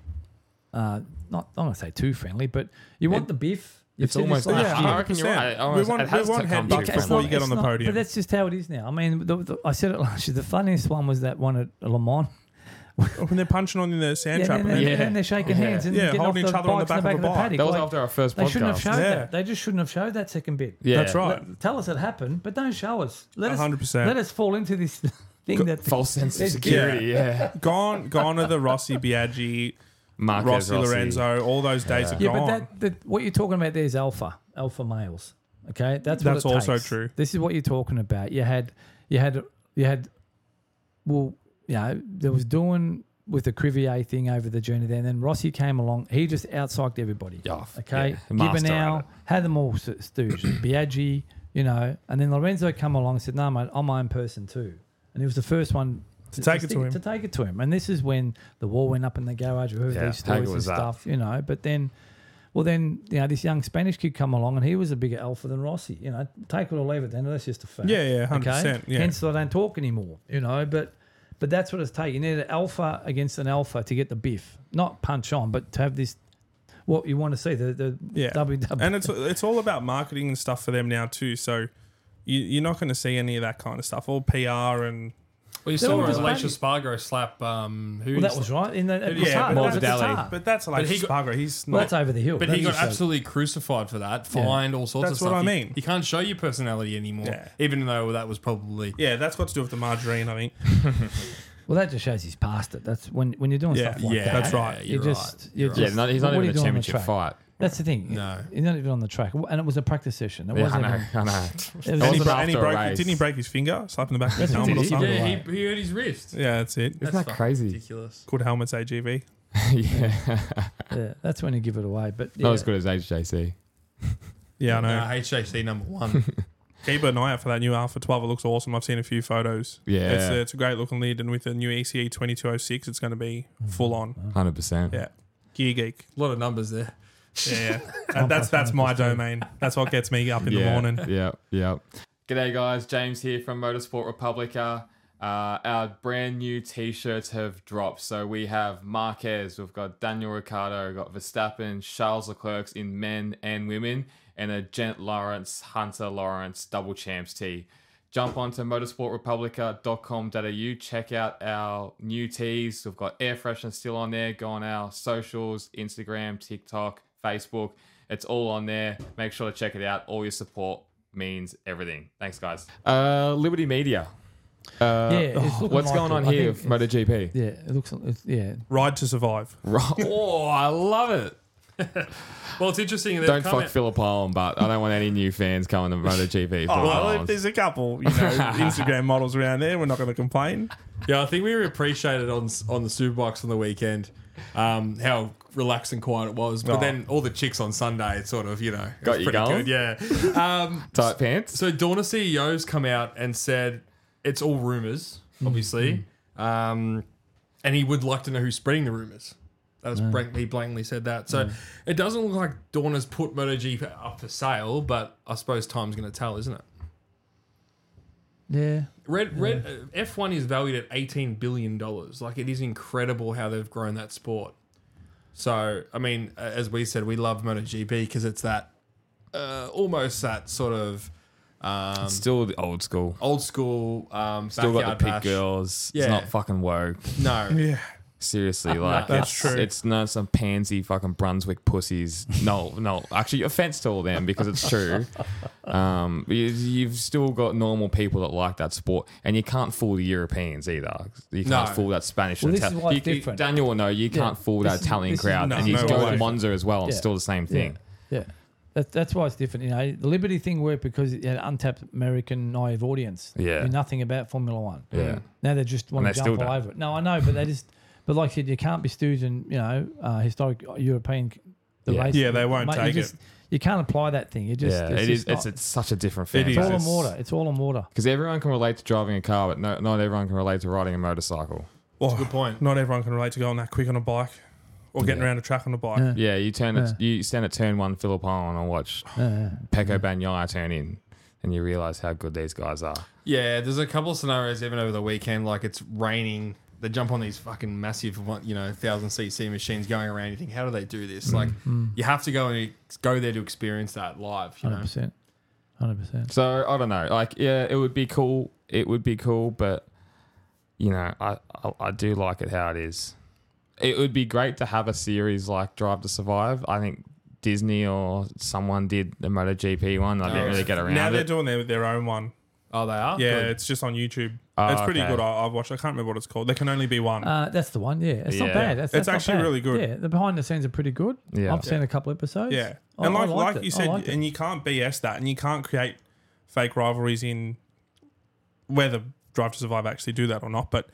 [SPEAKER 2] uh, not. I'm going to say too friendly, but you want the biff. You've
[SPEAKER 1] It's
[SPEAKER 2] seen
[SPEAKER 1] almost
[SPEAKER 2] this last
[SPEAKER 1] like
[SPEAKER 3] yeah,
[SPEAKER 2] year.
[SPEAKER 1] I reckon you're right. I almost-
[SPEAKER 3] We want-
[SPEAKER 1] it has
[SPEAKER 3] we want
[SPEAKER 1] to come
[SPEAKER 3] headbutts
[SPEAKER 1] to
[SPEAKER 2] it's
[SPEAKER 3] before
[SPEAKER 1] friendly.
[SPEAKER 3] you get on the
[SPEAKER 2] it's
[SPEAKER 3] podium.
[SPEAKER 2] But that's just how it is now. I mean, the, the, I said it last year. The funniest one was that one at Le Mans.
[SPEAKER 3] when they're punching on in the sand
[SPEAKER 2] Yeah,
[SPEAKER 3] trap.
[SPEAKER 2] and
[SPEAKER 3] and
[SPEAKER 2] then,
[SPEAKER 3] then-
[SPEAKER 1] Yeah.
[SPEAKER 2] then they're shaking
[SPEAKER 1] Yeah.
[SPEAKER 2] hands and
[SPEAKER 3] Yeah,
[SPEAKER 2] getting
[SPEAKER 3] holding
[SPEAKER 2] off
[SPEAKER 3] each
[SPEAKER 2] the
[SPEAKER 3] other on the
[SPEAKER 2] bikes in
[SPEAKER 3] back of a bike.
[SPEAKER 2] paddock.
[SPEAKER 1] That was
[SPEAKER 2] Like,
[SPEAKER 1] after our first
[SPEAKER 2] they shouldn't have
[SPEAKER 1] podcast.
[SPEAKER 2] showed
[SPEAKER 3] Yeah.
[SPEAKER 2] that. They just shouldn't have showed that second bit.
[SPEAKER 1] Yeah,
[SPEAKER 3] That's right.
[SPEAKER 2] Let- tell us it happened, but don't show us. Let us
[SPEAKER 3] 100%.
[SPEAKER 2] let us fall into this thing that
[SPEAKER 1] False sense of
[SPEAKER 2] It's-
[SPEAKER 1] security. Yeah,
[SPEAKER 3] Gone, gone are the Rossi, Biaggi,
[SPEAKER 1] Marquez
[SPEAKER 3] Rossi, Lorenzo. All those days are
[SPEAKER 2] Yeah,
[SPEAKER 3] gone.
[SPEAKER 2] but that, that what you're talking about there is alpha, alpha males. Okay, that's what
[SPEAKER 3] That's
[SPEAKER 2] it
[SPEAKER 3] also
[SPEAKER 2] takes.
[SPEAKER 3] true.
[SPEAKER 2] This is what you're talking about. You had, you had, you had. Well, you know, there was doing with the Crivier thing over the journey there, and then Rossi came along. He just outpsyched everybody.
[SPEAKER 1] Yeah, f-
[SPEAKER 2] Okay,
[SPEAKER 1] yeah, master at
[SPEAKER 2] Gibbonow
[SPEAKER 1] it.
[SPEAKER 2] had them all st- stooged. Biaggi, you know, and then Lorenzo come along and said, "No, mate, I'm my own person too." And he was the first one
[SPEAKER 3] To take it to him.
[SPEAKER 2] To take it to him, and this is when the wall went up in the garage. We heard
[SPEAKER 1] Yeah,
[SPEAKER 2] these
[SPEAKER 1] Hagel
[SPEAKER 2] stories and
[SPEAKER 1] was that.
[SPEAKER 2] stuff, you know. But then well, then you know this young Spanish kid come along, and he was a bigger alpha than Rossi. You know, take it or leave it. Then that's just a fact.
[SPEAKER 3] Yeah, yeah, 100%, yeah.
[SPEAKER 2] Hence, I don't talk anymore. You know, but but that's what it's taking. You need an alpha against an alpha to get the biff, not punch on, but to have this what you want to see the the
[SPEAKER 3] Yeah.
[SPEAKER 2] WW.
[SPEAKER 3] and it's it's all about marketing and stuff for them now too. So you, you're not going to see any of that kind of stuff. All PR and
[SPEAKER 4] Well, you
[SPEAKER 2] all
[SPEAKER 4] saw
[SPEAKER 2] just
[SPEAKER 4] Alicia
[SPEAKER 2] buddies.
[SPEAKER 4] Spargo slap. Um, who
[SPEAKER 2] well, that was right in the at
[SPEAKER 4] Yeah,
[SPEAKER 2] Qatar.
[SPEAKER 4] but
[SPEAKER 2] It was at
[SPEAKER 1] that's-
[SPEAKER 2] Qatar.
[SPEAKER 3] But that's like
[SPEAKER 4] he got-
[SPEAKER 3] Spargo. He's
[SPEAKER 2] well,
[SPEAKER 3] not.
[SPEAKER 2] that's over the hill.
[SPEAKER 4] But
[SPEAKER 2] That
[SPEAKER 4] he got
[SPEAKER 2] just shows-
[SPEAKER 4] absolutely crucified for that,
[SPEAKER 2] Yeah.
[SPEAKER 4] fined all sorts
[SPEAKER 3] That's
[SPEAKER 4] of
[SPEAKER 3] what
[SPEAKER 4] stuff.
[SPEAKER 3] I
[SPEAKER 4] You-
[SPEAKER 3] mean.
[SPEAKER 4] You, can't show your personality anymore,
[SPEAKER 3] Yeah.
[SPEAKER 4] even though that was probably.
[SPEAKER 3] yeah, that's got to do with the margarine. I think.
[SPEAKER 2] Well, that just shows he's past it. That's when when you're doing
[SPEAKER 3] Yeah,
[SPEAKER 2] stuff like
[SPEAKER 4] yeah,
[SPEAKER 2] that.
[SPEAKER 3] that's right.
[SPEAKER 2] You
[SPEAKER 4] You're
[SPEAKER 2] just
[SPEAKER 4] right.
[SPEAKER 2] you
[SPEAKER 4] You're
[SPEAKER 1] Yeah,
[SPEAKER 2] just
[SPEAKER 1] not, he's not
[SPEAKER 2] what
[SPEAKER 1] even
[SPEAKER 2] are
[SPEAKER 1] in
[SPEAKER 2] you
[SPEAKER 1] a
[SPEAKER 2] doing on the
[SPEAKER 1] championship
[SPEAKER 2] track?
[SPEAKER 1] fight.
[SPEAKER 2] That's the thing.
[SPEAKER 4] No.
[SPEAKER 2] he's not even on the track, and it was a practice session. It
[SPEAKER 1] Yeah, I
[SPEAKER 2] wasn't.
[SPEAKER 1] know.
[SPEAKER 2] even-
[SPEAKER 1] I know.
[SPEAKER 2] it was
[SPEAKER 1] That
[SPEAKER 3] And he,
[SPEAKER 1] wasn't
[SPEAKER 3] bro- and he
[SPEAKER 1] after a
[SPEAKER 3] broke.
[SPEAKER 1] race.
[SPEAKER 3] Didn't he break his finger? Slap in the back of his
[SPEAKER 2] That's what
[SPEAKER 3] helmet or
[SPEAKER 2] he did.
[SPEAKER 3] something.
[SPEAKER 2] Yeah,
[SPEAKER 4] Yeah,
[SPEAKER 2] he-
[SPEAKER 4] he, hurt his wrist.
[SPEAKER 3] Yeah, that's it.
[SPEAKER 1] Isn't that crazy?
[SPEAKER 4] Ridiculous.
[SPEAKER 3] Called helmets AGV.
[SPEAKER 1] yeah,
[SPEAKER 2] yeah, that's when you give it away. But yeah,
[SPEAKER 1] not as good as HJC.
[SPEAKER 3] Yeah, I know.
[SPEAKER 4] Uh, HHC number one.
[SPEAKER 3] Keep an eye out for that new Alpha 12. It looks awesome. I've seen a few photos.
[SPEAKER 1] Yeah.
[SPEAKER 3] It's a, it's a great looking lead. And with the new E ECE 2206, it's going to be full on.
[SPEAKER 1] Hundred percent.
[SPEAKER 3] Yeah. Gear geek.
[SPEAKER 4] a lot of numbers there.
[SPEAKER 3] Yeah. yeah. That- that's that's my domain. That's what gets me up in the
[SPEAKER 1] yeah,
[SPEAKER 3] morning.
[SPEAKER 1] Yeah, yeah. G'day, guys. James here from Motorsport Republica. Uh, our brand new T-shirts have dropped. So we have Marquez, we've got Daniel Ricciardo, we've got Verstappen, Charles Leclerc's in men and women, and a Gent Lawrence Hunter Lawrence double champs tee. Jump onto motorsportrepublica.com.au. Check out our new teas. We've got air freshener still on there. Go on our socials Instagram, TikTok, Facebook. It's all on there. Make sure to check it out. All your support means everything. Thanks, guys. Uh, Liberty Media. Uh,
[SPEAKER 2] Yeah, it's looking
[SPEAKER 1] what's
[SPEAKER 2] like
[SPEAKER 1] going
[SPEAKER 2] it.
[SPEAKER 1] on
[SPEAKER 2] I
[SPEAKER 1] here
[SPEAKER 2] think
[SPEAKER 1] with MotoGP?
[SPEAKER 2] yeah, it looks. It's, yeah,
[SPEAKER 3] Ride to survive.
[SPEAKER 1] oh, I love it.
[SPEAKER 4] Well, it's interesting. they've
[SPEAKER 1] Don't
[SPEAKER 4] come
[SPEAKER 1] fuck
[SPEAKER 4] out-
[SPEAKER 1] Philip Island, but I don't want any new fans coming to MotoGP.
[SPEAKER 3] Oh,
[SPEAKER 1] Phillip
[SPEAKER 3] well, if
[SPEAKER 1] Island.
[SPEAKER 3] there's a couple, you know, Instagram models around there. We're not going to complain.
[SPEAKER 4] Yeah, I think we were appreciated on on the Superbox on the weekend, um, how relaxed and quiet it was. But
[SPEAKER 3] Oh.
[SPEAKER 4] then all the chicks on Sunday, it sort of you know it
[SPEAKER 1] Got
[SPEAKER 4] was
[SPEAKER 1] you
[SPEAKER 4] pretty
[SPEAKER 1] going?
[SPEAKER 4] Good, yeah. Um,
[SPEAKER 1] tight pants.
[SPEAKER 4] so Dorna CEO's E come out and said it's all rumors, obviously, um, and he would like to know who's spreading the rumors. That was blank, he blatantly said that. So it doesn't look like Dorna's put MotoGP up for sale, but I suppose time's going to tell, isn't it?
[SPEAKER 2] yeah.
[SPEAKER 4] Red, red uh F one is valued at eighteen billion dollars. Like it is incredible how they've grown that sport. So I mean, a- as we said, we love MotoGP because it's that uh, almost that sort of um,
[SPEAKER 1] Still the old school.
[SPEAKER 4] old school um,
[SPEAKER 1] Still got
[SPEAKER 4] backyard
[SPEAKER 1] the pig
[SPEAKER 4] bash.
[SPEAKER 1] girls.
[SPEAKER 4] Yeah.
[SPEAKER 1] It's not fucking woke.
[SPEAKER 4] No,
[SPEAKER 3] Yeah.
[SPEAKER 1] Seriously, like
[SPEAKER 3] Ah, that's
[SPEAKER 1] it's,
[SPEAKER 3] true.
[SPEAKER 1] It's not some pansy fucking Brunswick pussies. No, no. Actually, offense to all them because it's true. Um, you, you've still got normal people that like that sport, and you can't fool the Europeans either. You can't
[SPEAKER 4] No.
[SPEAKER 1] fool that Spanish.
[SPEAKER 2] Well,
[SPEAKER 1] and
[SPEAKER 2] this
[SPEAKER 1] Ital-
[SPEAKER 2] is why it's
[SPEAKER 1] you- you-
[SPEAKER 2] different.
[SPEAKER 1] Daniel will know you can't fool
[SPEAKER 2] This
[SPEAKER 1] that
[SPEAKER 2] is-
[SPEAKER 1] Italian
[SPEAKER 2] this is-
[SPEAKER 1] crowd,
[SPEAKER 3] No,
[SPEAKER 1] and you
[SPEAKER 3] no
[SPEAKER 1] go
[SPEAKER 3] way.
[SPEAKER 1] to Monza as well. and It's
[SPEAKER 2] Yeah.
[SPEAKER 1] still the same thing.
[SPEAKER 2] Yeah. That, that's why it's different. You know, the Liberty thing worked because it had untapped American naive audience. They
[SPEAKER 1] Yeah.
[SPEAKER 2] knew nothing about Formula One.
[SPEAKER 1] Yeah.
[SPEAKER 2] Now they just want
[SPEAKER 1] And
[SPEAKER 2] to
[SPEAKER 1] they still
[SPEAKER 2] jump all
[SPEAKER 1] don't.
[SPEAKER 2] over it. No, I know, but they just, but like I said, you can't be stooging, you know, uh, historic European c- the
[SPEAKER 1] Yeah.
[SPEAKER 2] race.
[SPEAKER 3] Yeah, they won't
[SPEAKER 2] Mate, you
[SPEAKER 3] take
[SPEAKER 2] just,
[SPEAKER 3] it.
[SPEAKER 2] You can't apply that thing. You just,
[SPEAKER 1] yeah,
[SPEAKER 2] it's
[SPEAKER 1] it is.
[SPEAKER 2] just
[SPEAKER 1] It's,
[SPEAKER 2] not-
[SPEAKER 1] it's such a different
[SPEAKER 3] It
[SPEAKER 1] fan
[SPEAKER 3] is.
[SPEAKER 2] it's all
[SPEAKER 1] base
[SPEAKER 2] on
[SPEAKER 3] it's-
[SPEAKER 2] water. It's all on water.
[SPEAKER 1] because everyone can relate to driving a car, but no, not everyone can relate to riding a motorcycle.
[SPEAKER 3] Well,
[SPEAKER 2] Oh.
[SPEAKER 4] good point.
[SPEAKER 3] not everyone can relate to going that quick on a bike or getting
[SPEAKER 1] Yeah.
[SPEAKER 3] around a track on a bike.
[SPEAKER 2] Yeah.
[SPEAKER 1] Yeah, you turn it.
[SPEAKER 2] Yeah.
[SPEAKER 1] You stand at turn one, Philip Island, and watch
[SPEAKER 2] Yeah.
[SPEAKER 1] Peko Banyaya turn in, and you realize how good these guys are.
[SPEAKER 4] Yeah, there's a couple of scenarios even over the weekend, like it's raining. They jump on these fucking massive, one- you know, thousand cc machines going around. You think, how do they do this?
[SPEAKER 3] Mm,
[SPEAKER 4] Like, you have to go and ex- go there to experience that live. You know,
[SPEAKER 2] 100%. 100%.
[SPEAKER 1] So I don't know. Like, yeah, it would be cool. It would be cool, but you know, I I, I do like it how it is. It would be great to have a series like Drive to Survive. I think Disney or someone did the MotoGP one. I
[SPEAKER 4] Oh,
[SPEAKER 1] didn't really get around
[SPEAKER 3] Now they're
[SPEAKER 1] it.
[SPEAKER 3] doing their, their own one.
[SPEAKER 4] oh, they are.
[SPEAKER 3] Yeah,
[SPEAKER 4] Good.
[SPEAKER 3] it's just on YouTube.
[SPEAKER 1] Oh,
[SPEAKER 3] it's pretty
[SPEAKER 1] okay.
[SPEAKER 3] good. I, I've watched. I can't remember what it's called. There can only be one.
[SPEAKER 2] Uh, that's the one. Yeah, it's
[SPEAKER 1] Yeah.
[SPEAKER 2] not bad. That's,
[SPEAKER 3] It's
[SPEAKER 2] that's not
[SPEAKER 3] actually
[SPEAKER 2] bad.
[SPEAKER 3] really good.
[SPEAKER 2] Yeah, the behind the scenes are pretty good.
[SPEAKER 1] Yeah.
[SPEAKER 2] I've seen a couple episodes.
[SPEAKER 3] yeah,
[SPEAKER 2] I-
[SPEAKER 3] and
[SPEAKER 2] oh, I
[SPEAKER 3] like
[SPEAKER 2] liked
[SPEAKER 3] like
[SPEAKER 2] it.
[SPEAKER 3] you
[SPEAKER 2] I
[SPEAKER 3] said,
[SPEAKER 2] liked it.
[SPEAKER 3] and you can't BS that, and you can't create fake rivalries in whether Drive to Survive actually do that or not. But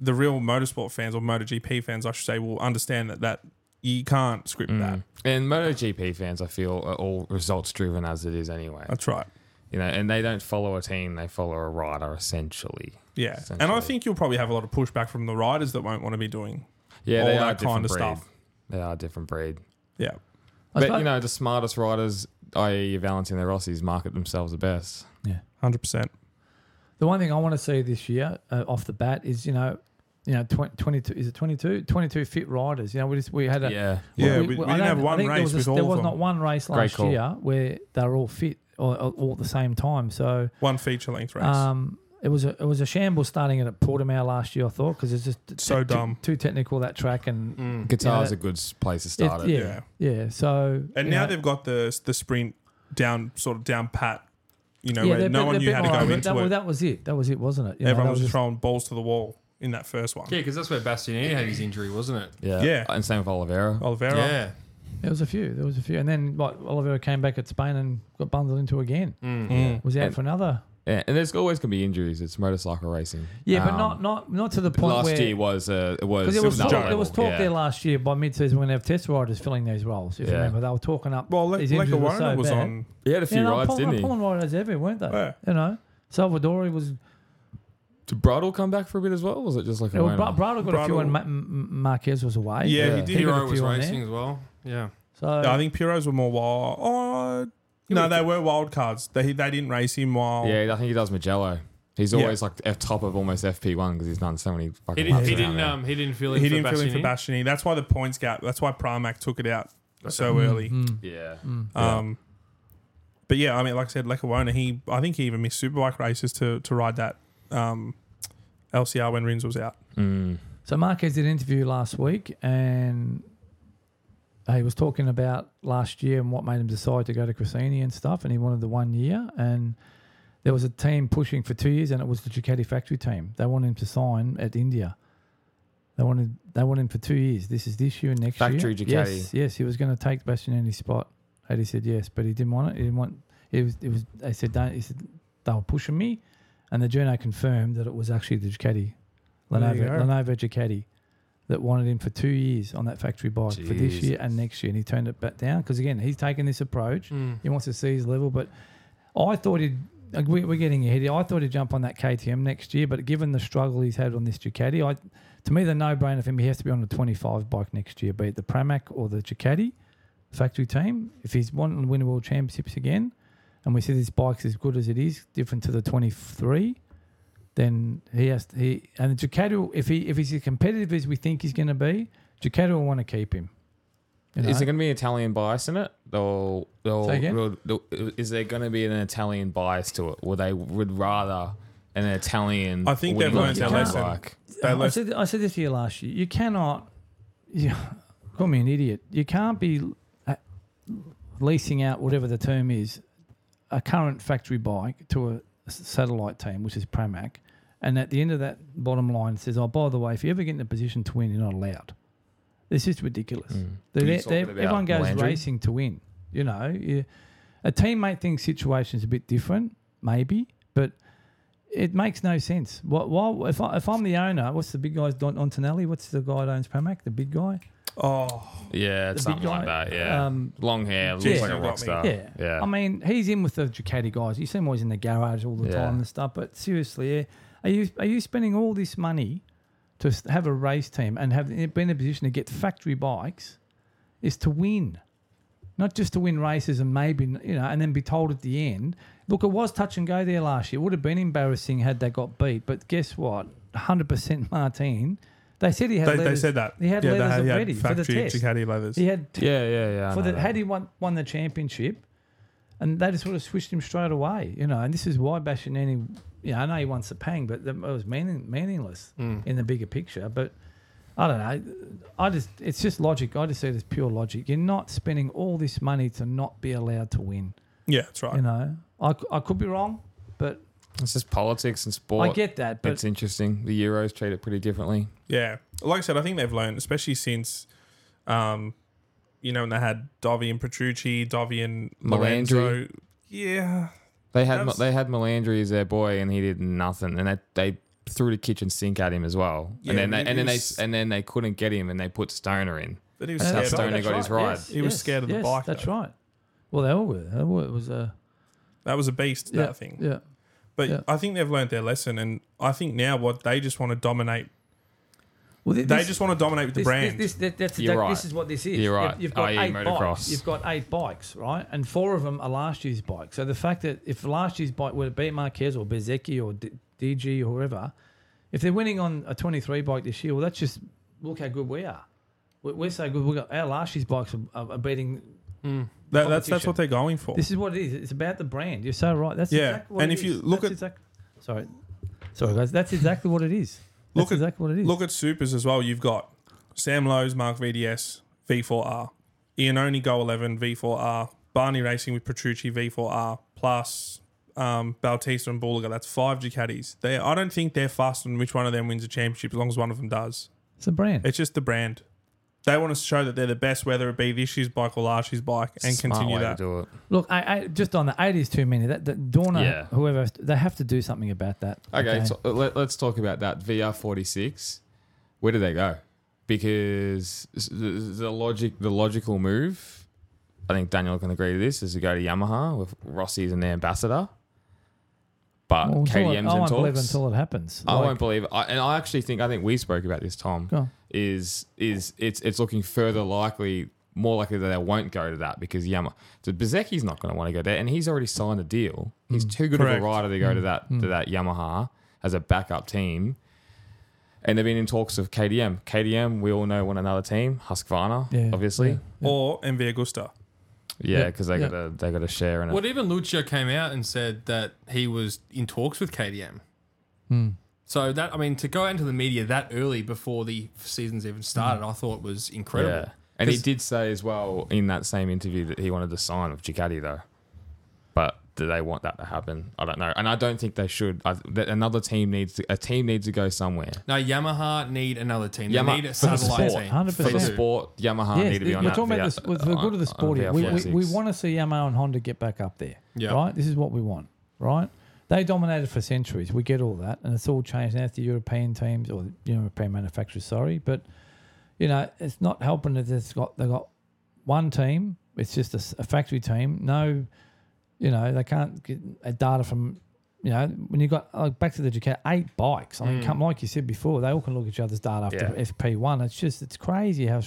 [SPEAKER 3] the real motorsport fans or MotoGP fans, I should say, will understand that that you can't script that.
[SPEAKER 1] Mm. And MotoGP fans, I feel, are all results driven as it is
[SPEAKER 2] Uh,
[SPEAKER 1] anyway.
[SPEAKER 3] That's right.
[SPEAKER 1] You know, and they don't follow a team; they follow a rider essentially.
[SPEAKER 3] Yeah, and I
[SPEAKER 1] Essentially.
[SPEAKER 3] think you'll probably have a lot of pushback from the riders that won't want to be doing.
[SPEAKER 1] Yeah,
[SPEAKER 3] all
[SPEAKER 1] they are
[SPEAKER 3] that
[SPEAKER 1] different
[SPEAKER 3] kind of
[SPEAKER 1] breed.
[SPEAKER 3] stuff.
[SPEAKER 1] They are a different breed.
[SPEAKER 3] Yeah,
[SPEAKER 2] I
[SPEAKER 1] But
[SPEAKER 2] suppose-
[SPEAKER 1] you know, the smartest riders, i.e., your Valentino Rossi's, market themselves the best.
[SPEAKER 3] hundred percent.
[SPEAKER 2] The one thing I want to see this year uh, off the bat is you know, you know, tw- twenty two is it 22? 22 fit riders. You know, we just we had a
[SPEAKER 1] Yeah,
[SPEAKER 3] Yeah, we- we
[SPEAKER 2] I
[SPEAKER 3] didn't
[SPEAKER 2] don't-
[SPEAKER 3] have
[SPEAKER 2] I
[SPEAKER 3] one
[SPEAKER 2] think there
[SPEAKER 3] race
[SPEAKER 2] was
[SPEAKER 3] with
[SPEAKER 2] there
[SPEAKER 3] all of
[SPEAKER 2] was
[SPEAKER 3] them.
[SPEAKER 2] not one race
[SPEAKER 1] Great
[SPEAKER 2] last
[SPEAKER 1] call.
[SPEAKER 2] year where they were all fit or, or all at the same time. So
[SPEAKER 3] One feature length race.
[SPEAKER 2] um, it was a it was a shambles starting it at Portimao last year. I thought because it's just t-
[SPEAKER 3] So
[SPEAKER 2] t-
[SPEAKER 3] dumb.
[SPEAKER 2] too technical that track and
[SPEAKER 4] Mm.
[SPEAKER 1] Qatar's
[SPEAKER 2] Yeah.
[SPEAKER 1] a good s- place to
[SPEAKER 2] it-
[SPEAKER 1] start it.
[SPEAKER 2] yeah,
[SPEAKER 3] Yeah.
[SPEAKER 2] yeah So
[SPEAKER 3] and
[SPEAKER 2] you
[SPEAKER 3] now
[SPEAKER 2] know,
[SPEAKER 3] they've got the the sprint down, sort of down pat. You know,
[SPEAKER 2] yeah,
[SPEAKER 3] where
[SPEAKER 2] they're
[SPEAKER 3] no
[SPEAKER 2] a bit-
[SPEAKER 3] one
[SPEAKER 2] they're a
[SPEAKER 3] knew
[SPEAKER 2] bit
[SPEAKER 3] how to go
[SPEAKER 2] more-
[SPEAKER 3] into
[SPEAKER 2] that,
[SPEAKER 3] it.
[SPEAKER 2] Well, that was it. That was it, wasn't it? You know,
[SPEAKER 3] Everyone
[SPEAKER 2] that
[SPEAKER 3] was
[SPEAKER 2] was
[SPEAKER 3] just throwing balls to the wall in that first one.
[SPEAKER 4] Yeah, because that's where Bastianini had his injury, wasn't it?
[SPEAKER 1] Yeah.
[SPEAKER 3] Yeah. Oh.
[SPEAKER 1] and same with Oliveira.
[SPEAKER 3] Oliveira.
[SPEAKER 4] Yeah.
[SPEAKER 2] There was a few. There was a few, and then like Oliver came back at Spain and got bundled into again.
[SPEAKER 4] Mm.
[SPEAKER 3] Mm.
[SPEAKER 2] Was out
[SPEAKER 1] And-
[SPEAKER 2] for another.
[SPEAKER 1] Yeah, and there's always gonna be injuries. It's motorcycle racing.
[SPEAKER 2] Yeah, but
[SPEAKER 1] Um,
[SPEAKER 2] not not not to the point
[SPEAKER 1] last
[SPEAKER 2] where
[SPEAKER 1] year was uh, it was
[SPEAKER 2] because there was
[SPEAKER 1] another
[SPEAKER 2] talk, there
[SPEAKER 1] level.
[SPEAKER 2] was talk
[SPEAKER 1] yeah.
[SPEAKER 2] there last year by mid-season when they have test riders filling these roles. If you
[SPEAKER 1] Yeah.
[SPEAKER 2] remember, they were talking up.
[SPEAKER 3] Well, Le-
[SPEAKER 2] these injuries
[SPEAKER 3] Leka
[SPEAKER 2] were
[SPEAKER 3] Warren
[SPEAKER 2] so
[SPEAKER 3] was
[SPEAKER 2] bad.
[SPEAKER 3] on.
[SPEAKER 1] He had a few
[SPEAKER 2] Yeah, they were
[SPEAKER 1] rides,
[SPEAKER 2] pulling,
[SPEAKER 1] didn't he?
[SPEAKER 2] Pulling riders everywhere, weren't they?
[SPEAKER 3] Yeah.
[SPEAKER 2] You know, Salvadori was.
[SPEAKER 1] Did Bradle come back for a bit as well? Or was it just like a
[SPEAKER 2] Well,
[SPEAKER 1] one-off?
[SPEAKER 2] Bra- Brado got a few
[SPEAKER 3] Bradle-
[SPEAKER 2] when Ma- M- Marquez was away.
[SPEAKER 3] Yeah,
[SPEAKER 1] Yeah.
[SPEAKER 3] he did.
[SPEAKER 2] He got
[SPEAKER 4] Hero
[SPEAKER 2] a
[SPEAKER 4] was
[SPEAKER 2] few on
[SPEAKER 4] racing
[SPEAKER 2] there.
[SPEAKER 4] as well. Yeah.
[SPEAKER 2] So
[SPEAKER 3] No, I think Piros were more wild. Oh, no, they were wild cards. They they didn't race him while.
[SPEAKER 1] Yeah, I think he does Magello. He's
[SPEAKER 3] Yeah.
[SPEAKER 1] always like F top of almost FP one because he's done so many
[SPEAKER 4] He,
[SPEAKER 1] fucking.
[SPEAKER 4] did,
[SPEAKER 1] laps
[SPEAKER 4] he
[SPEAKER 1] around
[SPEAKER 4] didn't.
[SPEAKER 1] there.
[SPEAKER 4] Um, he didn't feel in
[SPEAKER 3] He
[SPEAKER 4] for
[SPEAKER 3] didn't fill in for
[SPEAKER 4] Bastianini.
[SPEAKER 3] Bastianini. That's why the points gap. That's why Primac took it out so early.
[SPEAKER 2] Mm,
[SPEAKER 1] yeah.
[SPEAKER 2] mm.
[SPEAKER 1] Yeah.
[SPEAKER 3] Um, but yeah, I mean, like I said, Lekawona, he I think he even missed superbike races to to ride that um, LCR when Rins was out.
[SPEAKER 1] Mm.
[SPEAKER 2] So Marquez did an interview last week, and he was talking about last year and what made him decide to go to Cressini and stuff, and he wanted the one year. And there was a team pushing for two years, and it was the Ducati factory team. They wanted him to sign at India. They wanted they wanted him for two years. This is this year and next
[SPEAKER 1] Factory
[SPEAKER 2] year.
[SPEAKER 1] Ducati.
[SPEAKER 2] Yes, yes, he was going to take Bastianini's spot. Eddie said yes, but he didn't want it. He didn't want. It was. It was. They said don't. He said they were pushing me, and the journal confirmed that it was actually the Ducati,
[SPEAKER 3] There you
[SPEAKER 2] Lenovo,
[SPEAKER 3] go.
[SPEAKER 2] Lenovo Ducati, that wanted him for two years on that factory bike for this year
[SPEAKER 1] Jesus.
[SPEAKER 2] and next year, and he turned it back down because again he's taking this approach.
[SPEAKER 4] Mm.
[SPEAKER 2] He wants to see his level, but I thought he'd. Like we, we're getting ahead here. I thought he'd jump on that KTM next year, but given the struggle he's had on this Ducati, I, to me, the no-brainer for him, he has to be on a 25 bike next year, be it the Pramac or the Ducati factory team. If he's wanting to win world championships again, and we see this bike's as good as it is, different to the 23, then he has to, he and the Ducati. will- If he if he's as competitive as we think he's going to be, Ducati will want to keep him. You know?
[SPEAKER 1] Is there going to be an Italian bias in it? They'll, they'll,
[SPEAKER 2] Say again?
[SPEAKER 1] they'll- they'll- is there going to be an Italian bias to it? Or they would rather an Italian.
[SPEAKER 3] I think they've
[SPEAKER 1] winning
[SPEAKER 3] learned
[SPEAKER 2] their
[SPEAKER 1] Italian
[SPEAKER 2] lesson.
[SPEAKER 1] bike?
[SPEAKER 3] They
[SPEAKER 2] I
[SPEAKER 3] left-
[SPEAKER 2] said, I said this to you last year. You cannot. You, call me an idiot. You can't be uh, leasing out whatever the term is, a current factory bike to a s- satellite team, which is Pramac, and at the end of that bottom line it says, "Oh, by the way, if you ever get in a position to win, you're not allowed." This is ridiculous.
[SPEAKER 3] Mm.
[SPEAKER 2] They're-
[SPEAKER 1] Are you
[SPEAKER 2] they're-
[SPEAKER 1] talking about
[SPEAKER 2] everyone goes
[SPEAKER 1] Landry?
[SPEAKER 2] racing to win. You know, you, a teammate thing situation is a bit different, maybe, but it makes no sense. Why, why if, I, if I'm the owner, what's the big guy's Don Antonelli? What's the guy that owns Pramac? The big guy.
[SPEAKER 3] Oh,
[SPEAKER 1] Yeah, it's
[SPEAKER 2] The
[SPEAKER 1] something
[SPEAKER 2] big
[SPEAKER 1] like
[SPEAKER 2] guy,
[SPEAKER 1] that. Yeah.
[SPEAKER 2] um,
[SPEAKER 1] Long hair, looks
[SPEAKER 3] Jason
[SPEAKER 1] like a
[SPEAKER 3] got
[SPEAKER 1] rock
[SPEAKER 3] me.
[SPEAKER 1] star.
[SPEAKER 2] yeah,
[SPEAKER 1] Yeah.
[SPEAKER 2] I mean, he's in with the Ducati guys. You see him always in the garage all the
[SPEAKER 1] Yeah.
[SPEAKER 2] time and stuff. But seriously, yeah, are you are you spending all this money to s- have a race team and have eh, be in a position to get factory bikes? Is to win, not just to win races and maybe you know, and then be told at the end, look, it was touch and go there last year. It would have been embarrassing had they got beat. But guess what? Hundred percent Martin. They said he had.
[SPEAKER 3] they, they
[SPEAKER 2] letters-
[SPEAKER 3] said that.
[SPEAKER 2] He had
[SPEAKER 3] yeah,
[SPEAKER 2] letters
[SPEAKER 3] he had
[SPEAKER 2] already for the
[SPEAKER 3] factory
[SPEAKER 2] test.
[SPEAKER 3] Ducati leathers.
[SPEAKER 2] He had
[SPEAKER 1] yeah, yeah, yeah. I
[SPEAKER 2] for
[SPEAKER 1] know
[SPEAKER 2] the
[SPEAKER 1] that.
[SPEAKER 2] had he won won the championship, and they just would have switched him straight away, you know. And this is why Bashanini, you know, I know he won Sepang, but that- it was meaning, meaningless
[SPEAKER 1] Mm.
[SPEAKER 2] in the bigger picture. But I don't know. I just it's just logic. I just see it as pure logic. You're not spending all this money to not be allowed to win.
[SPEAKER 3] Yeah, that's right.
[SPEAKER 2] You know, I, c- I could be wrong, but
[SPEAKER 1] It's just politics and sport.
[SPEAKER 2] I get that. But
[SPEAKER 1] It's interesting. The Euros treat it pretty differently.
[SPEAKER 3] Yeah, like I said, I think they've learned, especially since, um, you know, when they had Dovi and Petrucci, Dovi and
[SPEAKER 1] Melandri.
[SPEAKER 3] Lorenzo. Yeah,
[SPEAKER 1] They had
[SPEAKER 3] That's-
[SPEAKER 1] they had Melandri as their boy, and he did nothing. And they, they threw the kitchen sink at him as well.
[SPEAKER 3] Yeah,
[SPEAKER 1] and then they,
[SPEAKER 3] it
[SPEAKER 1] and then they
[SPEAKER 3] was-
[SPEAKER 1] and then they couldn't get him, and they put Stoner in.
[SPEAKER 3] but he was
[SPEAKER 2] Uh,
[SPEAKER 1] how
[SPEAKER 3] scared.
[SPEAKER 1] Stoner
[SPEAKER 3] of it.
[SPEAKER 1] got his ride.
[SPEAKER 3] He was scared of the bike,
[SPEAKER 2] That's
[SPEAKER 3] though.
[SPEAKER 2] right. Well, they all were. They all were. It was a
[SPEAKER 3] That was a beast.
[SPEAKER 2] yeah,
[SPEAKER 3] that thing.
[SPEAKER 2] yeah.
[SPEAKER 3] But
[SPEAKER 2] yeah.
[SPEAKER 3] I think they've learned their lesson, and I think now what they just want to dominate.
[SPEAKER 2] Well, thi-
[SPEAKER 3] They
[SPEAKER 2] this-
[SPEAKER 3] just want to dominate with the
[SPEAKER 2] This-
[SPEAKER 3] brand.
[SPEAKER 2] This, this, that- that's
[SPEAKER 1] You're
[SPEAKER 2] that-
[SPEAKER 1] right.
[SPEAKER 2] This is what this is.
[SPEAKER 1] You're right.
[SPEAKER 2] You've, you've got
[SPEAKER 3] E
[SPEAKER 1] IE
[SPEAKER 2] eight
[SPEAKER 1] motocross.
[SPEAKER 2] bikes. You've got eight bikes, right? And four of them are last year's bikes. So the fact that if last year's bike would it be Marquez or Bezecchi or D- DG or whoever, if they're winning on a 23 bike this year, well, that's just look how good we are. We- We're so good. We got our last year's bikes are, are are beating.
[SPEAKER 3] That- that's that's
[SPEAKER 2] competition.
[SPEAKER 3] what they're going for.
[SPEAKER 2] This is what it is. It's about the brand. You're so right. That's
[SPEAKER 3] Yeah.
[SPEAKER 2] Exactly what
[SPEAKER 3] And
[SPEAKER 2] it
[SPEAKER 3] if you
[SPEAKER 2] is.
[SPEAKER 3] look
[SPEAKER 2] That's
[SPEAKER 3] at-
[SPEAKER 2] exact- sorry, sorry guys, that's exactly what it is. That's
[SPEAKER 3] Look at-
[SPEAKER 2] exactly what it is.
[SPEAKER 3] Look at supers as well. You've got Sam Lowe's Mark VDS V4R, Ianoni Go 11 V4R, Barney Racing with Petrucci V4R, plus um, Bautista and Bulliger. That's five Ducatis. They, I don't think they're fast on which one of them wins a championship as long as one of them does.
[SPEAKER 2] It's a brand.
[SPEAKER 3] It's just the brand. They want to show that they're the best, whether it be this year's bike or last year's bike, and
[SPEAKER 1] Smart
[SPEAKER 3] continue
[SPEAKER 1] way
[SPEAKER 3] that.
[SPEAKER 1] To do it.
[SPEAKER 2] Look, I, I just on the eight is too many. That, that Dorna,
[SPEAKER 1] Yeah.
[SPEAKER 2] whoever they have to do something about that.
[SPEAKER 1] Okay, so uh, let, us talk about that VR forty six. Where do they go? Because the, the logic, the logical move, I think Daniel can agree to this, is to go to Yamaha with Rossi as an ambassador. But
[SPEAKER 2] Well, until it-
[SPEAKER 1] KDM's
[SPEAKER 2] I
[SPEAKER 1] in
[SPEAKER 2] won't believe
[SPEAKER 1] talks.
[SPEAKER 2] until it happens.
[SPEAKER 1] I
[SPEAKER 2] Like,
[SPEAKER 1] won't believe, I, and I actually think I think we spoke about this, Tom.
[SPEAKER 2] Go on.
[SPEAKER 1] Is is it's it's looking further likely, more likely that they won't go to that because Yama. So Bezecchi's not going to want to go there, and he's already signed a deal. He's
[SPEAKER 2] Mm.
[SPEAKER 1] too good of
[SPEAKER 3] Correct.
[SPEAKER 1] a rider to go to that to that Yamaha as a backup team. And they've been in talks of KDM. KDM, we all know, want another team. Husqvarna,
[SPEAKER 2] Yeah,
[SPEAKER 1] obviously,
[SPEAKER 2] Yeah.
[SPEAKER 3] Or MV Augusta.
[SPEAKER 1] yeah,
[SPEAKER 2] Yeah,
[SPEAKER 1] because they
[SPEAKER 2] yeah.
[SPEAKER 1] got a they got a share in it.
[SPEAKER 4] Well, even Lucio came out and said that he was in talks with KDM.
[SPEAKER 2] Hmm.
[SPEAKER 4] So that I mean, to go out into the media that early before the season's even started, I thought was incredible.
[SPEAKER 1] Mm. Yeah. And he
[SPEAKER 4] 'Cause-
[SPEAKER 1] did say as well in that same interview that he wanted to sign with Ducati though. But do they want that to happen? I don't know. And I don't think they should. I, that another team needs to, a team needs to go somewhere.
[SPEAKER 4] No, Yamaha need another team. They
[SPEAKER 1] Yama-
[SPEAKER 4] need a
[SPEAKER 1] for the
[SPEAKER 4] satellite
[SPEAKER 1] sport.
[SPEAKER 4] team.
[SPEAKER 2] 100%.
[SPEAKER 1] For the
[SPEAKER 2] Yeah.
[SPEAKER 1] sport, Yamaha
[SPEAKER 2] Yes,
[SPEAKER 1] need to be
[SPEAKER 2] we're
[SPEAKER 1] on that. uh,
[SPEAKER 2] talking about
[SPEAKER 1] VR
[SPEAKER 2] this for the good of the
[SPEAKER 1] on- on
[SPEAKER 2] sport. here. We, we,
[SPEAKER 1] VR46.
[SPEAKER 2] we want to see Yamaha and Honda get back up there.
[SPEAKER 4] Yeah.
[SPEAKER 2] Right? This is what we want. Right? They dominated for centuries. We get all that. And it's all changed now to European teams or European manufacturers, sorry. But, you know, it's not helping that it's got, they've got one team. It's just a, s- a factory team. No, you know, they can't get a data from, you know, when you got like back to the Ducati, eight bikes. I mean, come, like you said before, they all can look at each other's data after
[SPEAKER 1] Yeah.
[SPEAKER 2] FP1. It's just, it's crazy how,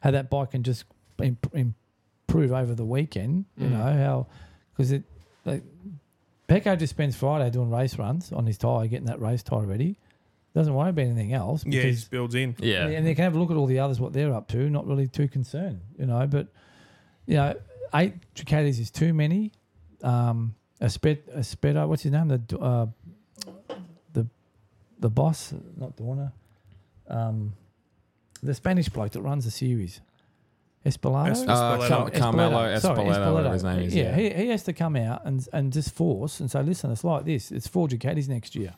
[SPEAKER 2] how that bike can just im- improve over the weekend. You
[SPEAKER 4] Mm.
[SPEAKER 2] know how because it like Pecco just spends Friday doing race runs on his tire, getting that race tire ready. doesn't worry about anything else.
[SPEAKER 3] Yeah, he
[SPEAKER 2] because-
[SPEAKER 3] just builds in.
[SPEAKER 1] Yeah.
[SPEAKER 2] and they can have a look at all the others, what they're up to. Not really too concerned, you know. But you know, eight Ducatis is too many. Um, a sped, a spedo. What's his name? The uh, the the boss, not Dorna. Um, the Spanish bloke that runs the series, Espelado.
[SPEAKER 3] Es-
[SPEAKER 1] Uh,
[SPEAKER 3] Espeleta.
[SPEAKER 1] Car- Carmelo Espeleta,
[SPEAKER 2] Sorry,
[SPEAKER 1] whatever his name is.
[SPEAKER 2] Yeah, He, he has to come out and, and just force and say, listen, it's like this. It's four Ducatis next year.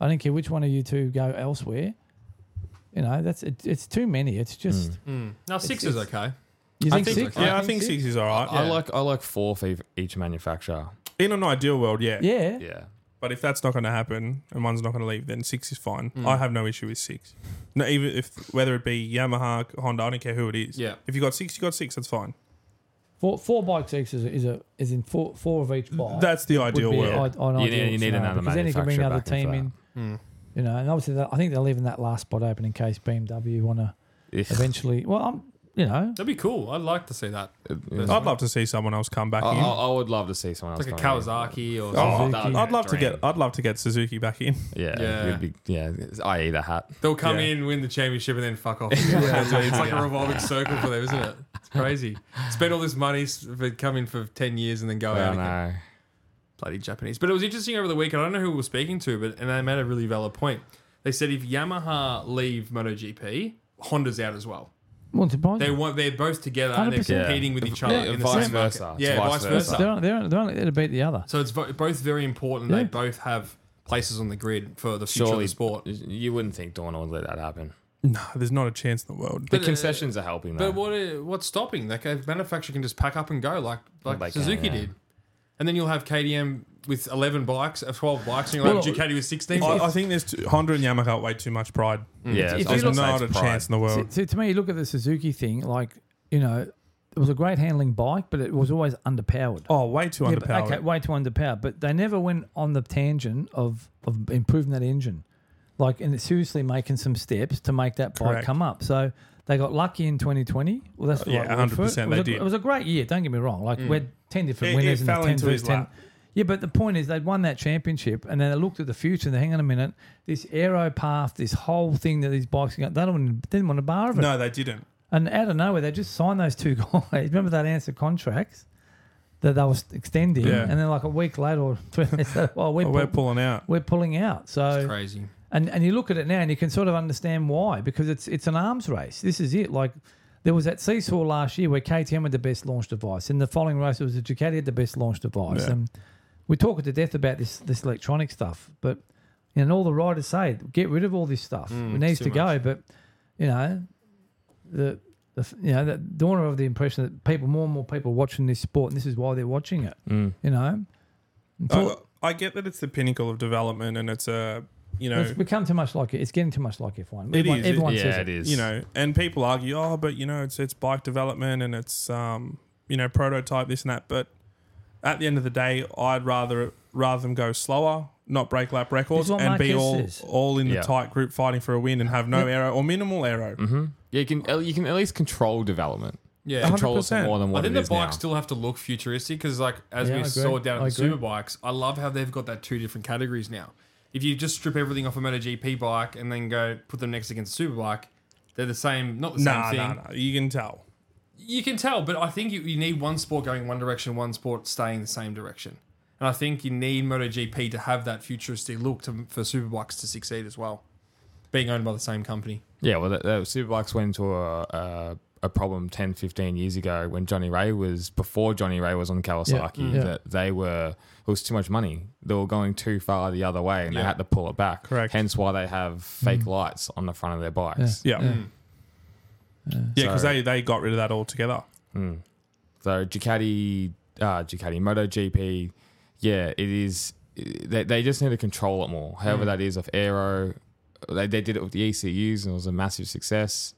[SPEAKER 2] I don't care which one of you two go elsewhere. You know, that's it, it's too many. It's just
[SPEAKER 1] Mm.
[SPEAKER 4] Mm. Now six
[SPEAKER 2] it's-
[SPEAKER 4] is okay.
[SPEAKER 2] you
[SPEAKER 1] I
[SPEAKER 2] think,
[SPEAKER 1] think-
[SPEAKER 2] six?
[SPEAKER 1] I
[SPEAKER 3] Yeah, I think six is all
[SPEAKER 1] I,
[SPEAKER 3] right.
[SPEAKER 1] I
[SPEAKER 4] Yeah.
[SPEAKER 1] like I like four for each manufacturer.
[SPEAKER 3] In an ideal world, yeah.
[SPEAKER 2] Yeah.
[SPEAKER 1] Yeah.
[SPEAKER 3] But if that's not going to happen and one's not going to leave, then six is fine. I have no issue with six. No, even if whether it be Yamaha, Honda, I don't care who it is.
[SPEAKER 4] Yeah.
[SPEAKER 3] If you got six, you got six. That's fine.
[SPEAKER 2] Four four bikes each is a, is a is in four four of each bike.
[SPEAKER 3] That's the
[SPEAKER 2] would
[SPEAKER 3] ideal
[SPEAKER 2] be
[SPEAKER 3] world.
[SPEAKER 2] i- an
[SPEAKER 1] You need-
[SPEAKER 2] ideal
[SPEAKER 1] you need
[SPEAKER 2] scenario,
[SPEAKER 1] another
[SPEAKER 2] because then you can bring another
[SPEAKER 1] manufacturer back in
[SPEAKER 2] team
[SPEAKER 1] for
[SPEAKER 2] in.
[SPEAKER 4] Mm.
[SPEAKER 2] You know, and obviously that, I think they're leaving that last spot open in case BMW want to
[SPEAKER 1] If-
[SPEAKER 2] eventually. Well, I'm you know,
[SPEAKER 4] That'd be cool. I'd like to see that.
[SPEAKER 1] yeah.
[SPEAKER 2] Oh,
[SPEAKER 3] I'd love to see someone else come back
[SPEAKER 1] I,
[SPEAKER 3] in.
[SPEAKER 1] I, I would love to see someone
[SPEAKER 4] It's
[SPEAKER 1] else.
[SPEAKER 4] like a
[SPEAKER 1] coming in.
[SPEAKER 4] Kawasaki or
[SPEAKER 3] Oh,
[SPEAKER 4] something.
[SPEAKER 2] Suzuki.
[SPEAKER 4] That'd be
[SPEAKER 3] I'd love to
[SPEAKER 4] dream.
[SPEAKER 3] get. I'd love to get Suzuki back in.
[SPEAKER 1] Yeah,
[SPEAKER 4] Yeah.
[SPEAKER 1] It'd be, yeah. it's- I.e. the hat.
[SPEAKER 4] They'll come
[SPEAKER 3] Yeah.
[SPEAKER 4] in, win the championship, and then fuck off. it's like- it's like a revolving circle for them, isn't it? It's crazy. Spend all this money, s- for- come in for 10 years, and then go out
[SPEAKER 1] I
[SPEAKER 4] again.
[SPEAKER 1] know.
[SPEAKER 4] Bloody Japanese. But it was interesting over the weekend. I don't know who we were speaking to, but and they made a really valid point. They said if Yamaha leave MotoGP, Honda's out as well.
[SPEAKER 2] want to buy.
[SPEAKER 4] They want they're both together and they're
[SPEAKER 2] 100%.
[SPEAKER 4] competing with each other.
[SPEAKER 1] Yeah,
[SPEAKER 4] in the
[SPEAKER 1] vice
[SPEAKER 4] same market.
[SPEAKER 1] versa. It's
[SPEAKER 4] Yeah,
[SPEAKER 1] vice
[SPEAKER 4] vice
[SPEAKER 1] versa.
[SPEAKER 4] versa.
[SPEAKER 2] They're, on- they're, on- they're only there to beat the other.
[SPEAKER 4] So it's vo- both very important.
[SPEAKER 2] Yeah.
[SPEAKER 4] They both have places on the grid for the future of
[SPEAKER 1] Surely,
[SPEAKER 4] the sport.
[SPEAKER 1] You wouldn't think Dorna would let that happen.
[SPEAKER 3] No, there's not a chance in the world.
[SPEAKER 1] The
[SPEAKER 4] But, uh,
[SPEAKER 1] concessions are helping though.
[SPEAKER 4] But what i- what's stopping? Like a manufacturer can just pack up and go, like like
[SPEAKER 1] They can,
[SPEAKER 4] Suzuki
[SPEAKER 1] yeah.
[SPEAKER 4] did, and then you'll have KDM with eleven bikes, uh, twelve bikes, and you'll have
[SPEAKER 2] Well,
[SPEAKER 4] Ducati with sixteen.
[SPEAKER 3] I,
[SPEAKER 4] bikes. Mm.
[SPEAKER 3] I think there's two, Honda and Yamaha got way too much pride.
[SPEAKER 1] Mm. yeah,
[SPEAKER 2] if
[SPEAKER 1] I was
[SPEAKER 3] There's
[SPEAKER 2] you
[SPEAKER 1] gonna say
[SPEAKER 3] not a
[SPEAKER 1] it's pride.
[SPEAKER 3] chance in the world.
[SPEAKER 2] See, see, to me, you look at the Suzuki thing, like, you know, it was a great handling bike, but it was always underpowered.
[SPEAKER 3] Oh, way too
[SPEAKER 2] Yeah, but-
[SPEAKER 3] underpowered.
[SPEAKER 2] okay, way too underpowered. But they never went on the tangent of, of improving that engine, like, and seriously making some steps to make that bike
[SPEAKER 3] Correct.
[SPEAKER 2] come up. So they got lucky in 2020. Well, that's the
[SPEAKER 3] Yeah,
[SPEAKER 2] right word for it.
[SPEAKER 3] 100%
[SPEAKER 2] It was
[SPEAKER 3] they
[SPEAKER 2] a-
[SPEAKER 3] did. Mm.
[SPEAKER 2] It was a great year, don't get me wrong. Like, we had 10 different
[SPEAKER 3] It-
[SPEAKER 2] winners
[SPEAKER 3] it
[SPEAKER 2] and
[SPEAKER 3] fell
[SPEAKER 2] 10
[SPEAKER 3] into his
[SPEAKER 2] versus 10.
[SPEAKER 3] lap.
[SPEAKER 2] Yeah, but the point is, they'd won that championship, and then they looked at the future. and they Hang on a minute, this aero path, this whole thing that these bikes are going, they don't, they didn't want a bar of it.
[SPEAKER 3] no, they didn't.
[SPEAKER 2] And out of nowhere, they just signed those two guys. Remember that answer contracts that they were extending,
[SPEAKER 3] Yeah.
[SPEAKER 2] and then like a week later, or two, they said, "Well, we're,
[SPEAKER 3] Oh, we're
[SPEAKER 2] pull-
[SPEAKER 3] pulling out.
[SPEAKER 2] we're pulling out."
[SPEAKER 4] it's
[SPEAKER 2] So,
[SPEAKER 4] crazy.
[SPEAKER 2] and and you look at it now, and you can sort of understand why because it's it's an arms race. This is it. Like there was that seesaw last year where KTM had the best launch device, and the following race it was the Ducati had the best launch device,
[SPEAKER 3] Yeah.
[SPEAKER 2] and we talk to death about this this electronic stuff, but and all the riders say get rid of all this stuff.
[SPEAKER 4] Mm,
[SPEAKER 2] it needs
[SPEAKER 4] too
[SPEAKER 2] to go, but you know the. The, you know, the dawner of the impression that people, more and more people, are watching this sport, and this is why they're watching it.
[SPEAKER 1] Mm.
[SPEAKER 2] You know,
[SPEAKER 3] I, I get that it's the pinnacle of development, and it's a you know
[SPEAKER 2] it's become too much like it. It's getting too much like F one.
[SPEAKER 3] It
[SPEAKER 2] Everyone,
[SPEAKER 3] is.
[SPEAKER 2] everyone says
[SPEAKER 1] Yeah, it
[SPEAKER 2] it.
[SPEAKER 1] is.
[SPEAKER 3] you know, and people argue, oh, but you know, it's it's bike development and it's um, you know, prototype this and that. But at the end of the day, I'd rather rather them go slower, not break lap records,
[SPEAKER 2] It's what
[SPEAKER 3] and be
[SPEAKER 2] Marquez
[SPEAKER 3] all
[SPEAKER 2] says.
[SPEAKER 3] all in the
[SPEAKER 1] Yeah.
[SPEAKER 3] tight group fighting for a win and have no
[SPEAKER 2] Yeah.
[SPEAKER 3] arrow or minimal arrow.
[SPEAKER 1] hmm Yeah, you can you can at least control development.
[SPEAKER 4] Yeah,
[SPEAKER 1] Control us
[SPEAKER 3] 100%.
[SPEAKER 1] more than
[SPEAKER 4] I
[SPEAKER 1] what
[SPEAKER 4] think
[SPEAKER 1] it
[SPEAKER 4] the
[SPEAKER 1] is
[SPEAKER 4] bikes
[SPEAKER 1] now.
[SPEAKER 4] still have to look futuristic because, like, as
[SPEAKER 2] Yeah, I
[SPEAKER 4] we
[SPEAKER 2] agree.
[SPEAKER 4] saw down
[SPEAKER 2] I
[SPEAKER 4] at the
[SPEAKER 2] agree.
[SPEAKER 4] Superbikes, I love how they've got that two different categories now. If you just strip everything off a MotoGP bike and then go put them next against a Superbike, they're the same, not the
[SPEAKER 3] Nah,
[SPEAKER 4] same
[SPEAKER 3] nah,
[SPEAKER 4] thing.
[SPEAKER 3] nah. You can tell.
[SPEAKER 4] You can tell, but I think you, you need one sport going one direction, one sport staying the same direction. And I think you need MotoGP to have that futuristic look to, for Superbikes to succeed as well, being owned by the same company.
[SPEAKER 1] Yeah, well, that, that Superbikes went into a, a a problem 10, 15 years ago when Johnny Ray was before Johnny Ray was on Kawasaki.
[SPEAKER 2] Yeah.
[SPEAKER 1] That they were it was too much money. They were going too far the other way, and they
[SPEAKER 4] Yeah.
[SPEAKER 1] had to pull it back.
[SPEAKER 3] Correct.
[SPEAKER 1] Hence why they have fake lights on the front of their bikes.
[SPEAKER 3] Yeah, yeah,
[SPEAKER 4] Mm,
[SPEAKER 3] because
[SPEAKER 1] So-
[SPEAKER 3] they they got rid of that altogether.
[SPEAKER 1] Mm. So Ducati, uh, Ducati MotoGP, yeah, it is. They, they just need to control it more. However, that is of aero. They, they did it with the ECUs and it was a massive success.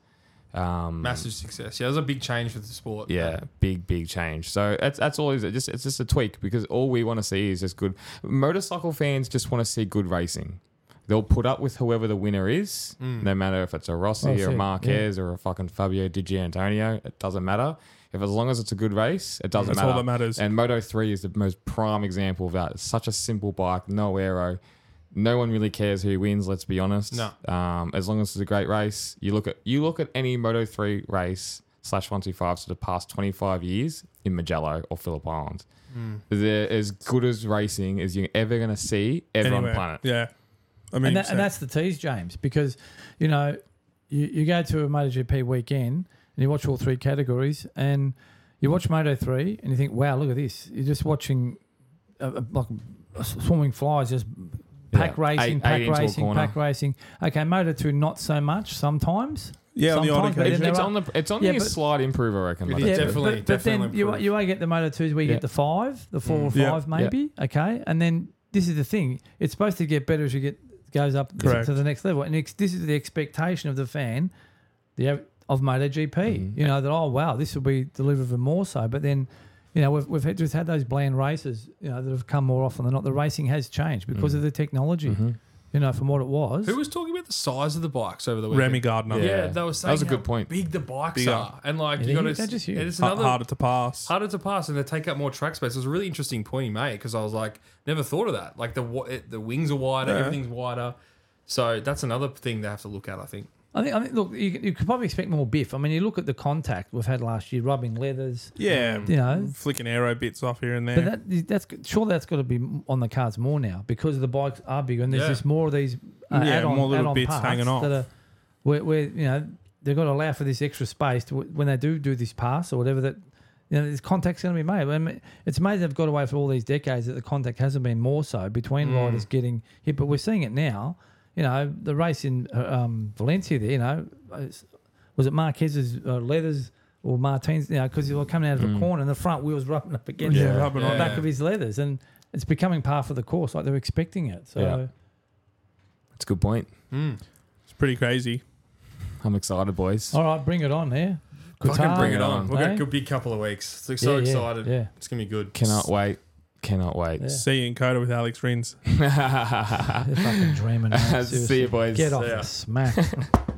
[SPEAKER 1] Um,
[SPEAKER 4] Massive success. Yeah, that was a big change for the sport.
[SPEAKER 1] Yeah, big big change. So that's that's all. It is it just it's just a tweak because all we want to see is just good. Motorcycle fans just want to see good racing. They'll put up with whoever the winner is,
[SPEAKER 3] Mm.
[SPEAKER 1] no matter if it's a Rossi
[SPEAKER 2] That's
[SPEAKER 1] or a
[SPEAKER 2] it,
[SPEAKER 1] Marquez or a fucking Fabio Di Gianantonio. It doesn't matter. If as long as it's a good race, it doesn't
[SPEAKER 3] That's
[SPEAKER 1] matter.
[SPEAKER 3] all that matters.
[SPEAKER 1] And Moto Three is the most prime example of that. It's such a simple bike, no aero. No one really cares who wins. Let's be honest.
[SPEAKER 4] No.
[SPEAKER 1] Um, as long as it's a great race, you look at you look at any Moto three race slash one two fives for the past twenty five years in Magello or Phillip Island.
[SPEAKER 4] Mm.
[SPEAKER 1] They're as good as racing as you're ever going to see ever
[SPEAKER 3] Anywhere.
[SPEAKER 1] on planet.
[SPEAKER 3] Yeah. I mean,
[SPEAKER 2] and, that, and that's the tease, James, because you know you, you go to a MotoGP weekend and you watch all three categories, and you watch Moto three, and you think, "Wow, look at this!" You're just watching uh, uh, like uh, swarming flies, just pack
[SPEAKER 1] Yeah.
[SPEAKER 2] racing,
[SPEAKER 1] Eight-
[SPEAKER 2] pack
[SPEAKER 1] eight into a
[SPEAKER 2] racing,
[SPEAKER 1] corner.
[SPEAKER 2] pack racing. Okay, Moto two, not so much sometimes.
[SPEAKER 3] yeah, on the odd
[SPEAKER 2] sometimes, but
[SPEAKER 3] occasion.
[SPEAKER 1] It's,
[SPEAKER 2] there
[SPEAKER 1] it's
[SPEAKER 2] are-
[SPEAKER 1] on the it's on
[SPEAKER 2] Yeah,
[SPEAKER 1] the
[SPEAKER 2] but-
[SPEAKER 1] slight improve, I reckon.
[SPEAKER 4] It
[SPEAKER 1] like
[SPEAKER 4] is.
[SPEAKER 1] that.
[SPEAKER 2] but-
[SPEAKER 4] definitely-
[SPEAKER 2] but,
[SPEAKER 4] definitely Mm.
[SPEAKER 2] then you,
[SPEAKER 4] improved.
[SPEAKER 2] you only get the Moto twos where you
[SPEAKER 1] Yeah.
[SPEAKER 2] get the five, the four or
[SPEAKER 3] Yeah.
[SPEAKER 2] five maybe. Okay, and then this is the thing: it's supposed to get better as you get goes up to-
[SPEAKER 3] Correct.
[SPEAKER 2] to the next level, and it's, this is the expectation of the fan, the av- of MotoGP.
[SPEAKER 3] Mm-hmm.
[SPEAKER 2] GP. You know that oh wow, this will be delivered even more so. But then, you know, we've we've had- just had those bland races, you know, that have come more often than not. The racing has changed because
[SPEAKER 3] Mm-hmm.
[SPEAKER 2] of the technology.
[SPEAKER 1] Mm-hmm.
[SPEAKER 2] You know, from what it was.
[SPEAKER 4] Who was talking about the size of the bikes over the weekend?
[SPEAKER 3] Remy Gardner.
[SPEAKER 4] Yeah,
[SPEAKER 1] Yeah.
[SPEAKER 4] they were saying
[SPEAKER 1] That was a good
[SPEAKER 4] how
[SPEAKER 1] point.
[SPEAKER 4] Big the bikes
[SPEAKER 3] Big
[SPEAKER 4] are, and like you
[SPEAKER 2] they're
[SPEAKER 4] got to.
[SPEAKER 2] huge, they're just huge.
[SPEAKER 4] It's
[SPEAKER 3] Har-
[SPEAKER 4] another
[SPEAKER 3] harder to pass.
[SPEAKER 4] harder to pass, and they take up more track space. It was a really interesting point you made because I was like, never thought of that. Like the wa- it- the wings are wider,
[SPEAKER 3] Yeah.
[SPEAKER 4] everything's wider. So that's another thing they have to look at. I think.
[SPEAKER 2] I think, I think look, you, you could probably expect more biff. I mean, you look at the contact we've had last year, rubbing leathers,
[SPEAKER 3] Yeah.
[SPEAKER 2] you know,
[SPEAKER 3] Flicking arrow bits off here and there.
[SPEAKER 2] But that that's surely that's got to be on the cards more now because the bikes are bigger and there's
[SPEAKER 4] Yeah.
[SPEAKER 2] just more of these uh,
[SPEAKER 3] Yeah,
[SPEAKER 2] add-on,
[SPEAKER 3] more little
[SPEAKER 2] add-on
[SPEAKER 3] bits
[SPEAKER 2] parts
[SPEAKER 3] hanging off.
[SPEAKER 2] that are where, where you know they've got to allow for this extra space to, when they do do this pass or whatever that you know this contact's going to be made. I mean, it's amazing they've got away for all these decades that the contact hasn't been more so between
[SPEAKER 3] Mm.
[SPEAKER 2] riders getting hit, but we're seeing it now. You know the race in uh, um, Valencia there. You know it's- was it Marquez's uh, leathers or Martinez? You know because he was coming out of
[SPEAKER 1] Mm.
[SPEAKER 2] a corner and the front wheels rubbing up against
[SPEAKER 3] yeah,
[SPEAKER 2] the
[SPEAKER 3] rubbing
[SPEAKER 4] Yeah.
[SPEAKER 3] on
[SPEAKER 2] back of his leathers, and it's becoming part of the course. Like they're expecting it. So
[SPEAKER 1] Yeah. It's a good point.
[SPEAKER 4] Hmm.
[SPEAKER 3] It's pretty crazy.
[SPEAKER 1] I'm excited, boys.
[SPEAKER 2] all right, bring it on here.
[SPEAKER 4] Fucking
[SPEAKER 2] Qatar,
[SPEAKER 4] bring it on. We've got
[SPEAKER 2] eh?
[SPEAKER 4] a good big couple of weeks. So, so
[SPEAKER 2] Yeah, yeah,
[SPEAKER 4] excited.
[SPEAKER 2] yeah.
[SPEAKER 4] It's gonna be good.
[SPEAKER 1] Cannot wait. Cannot wait.
[SPEAKER 2] Yeah.
[SPEAKER 3] See you in Coda with Alex Rins.
[SPEAKER 2] They're fucking dreaming. mate,
[SPEAKER 1] See
[SPEAKER 2] seriously.
[SPEAKER 1] you, boys.
[SPEAKER 2] Get off
[SPEAKER 4] See ya.
[SPEAKER 2] the smack.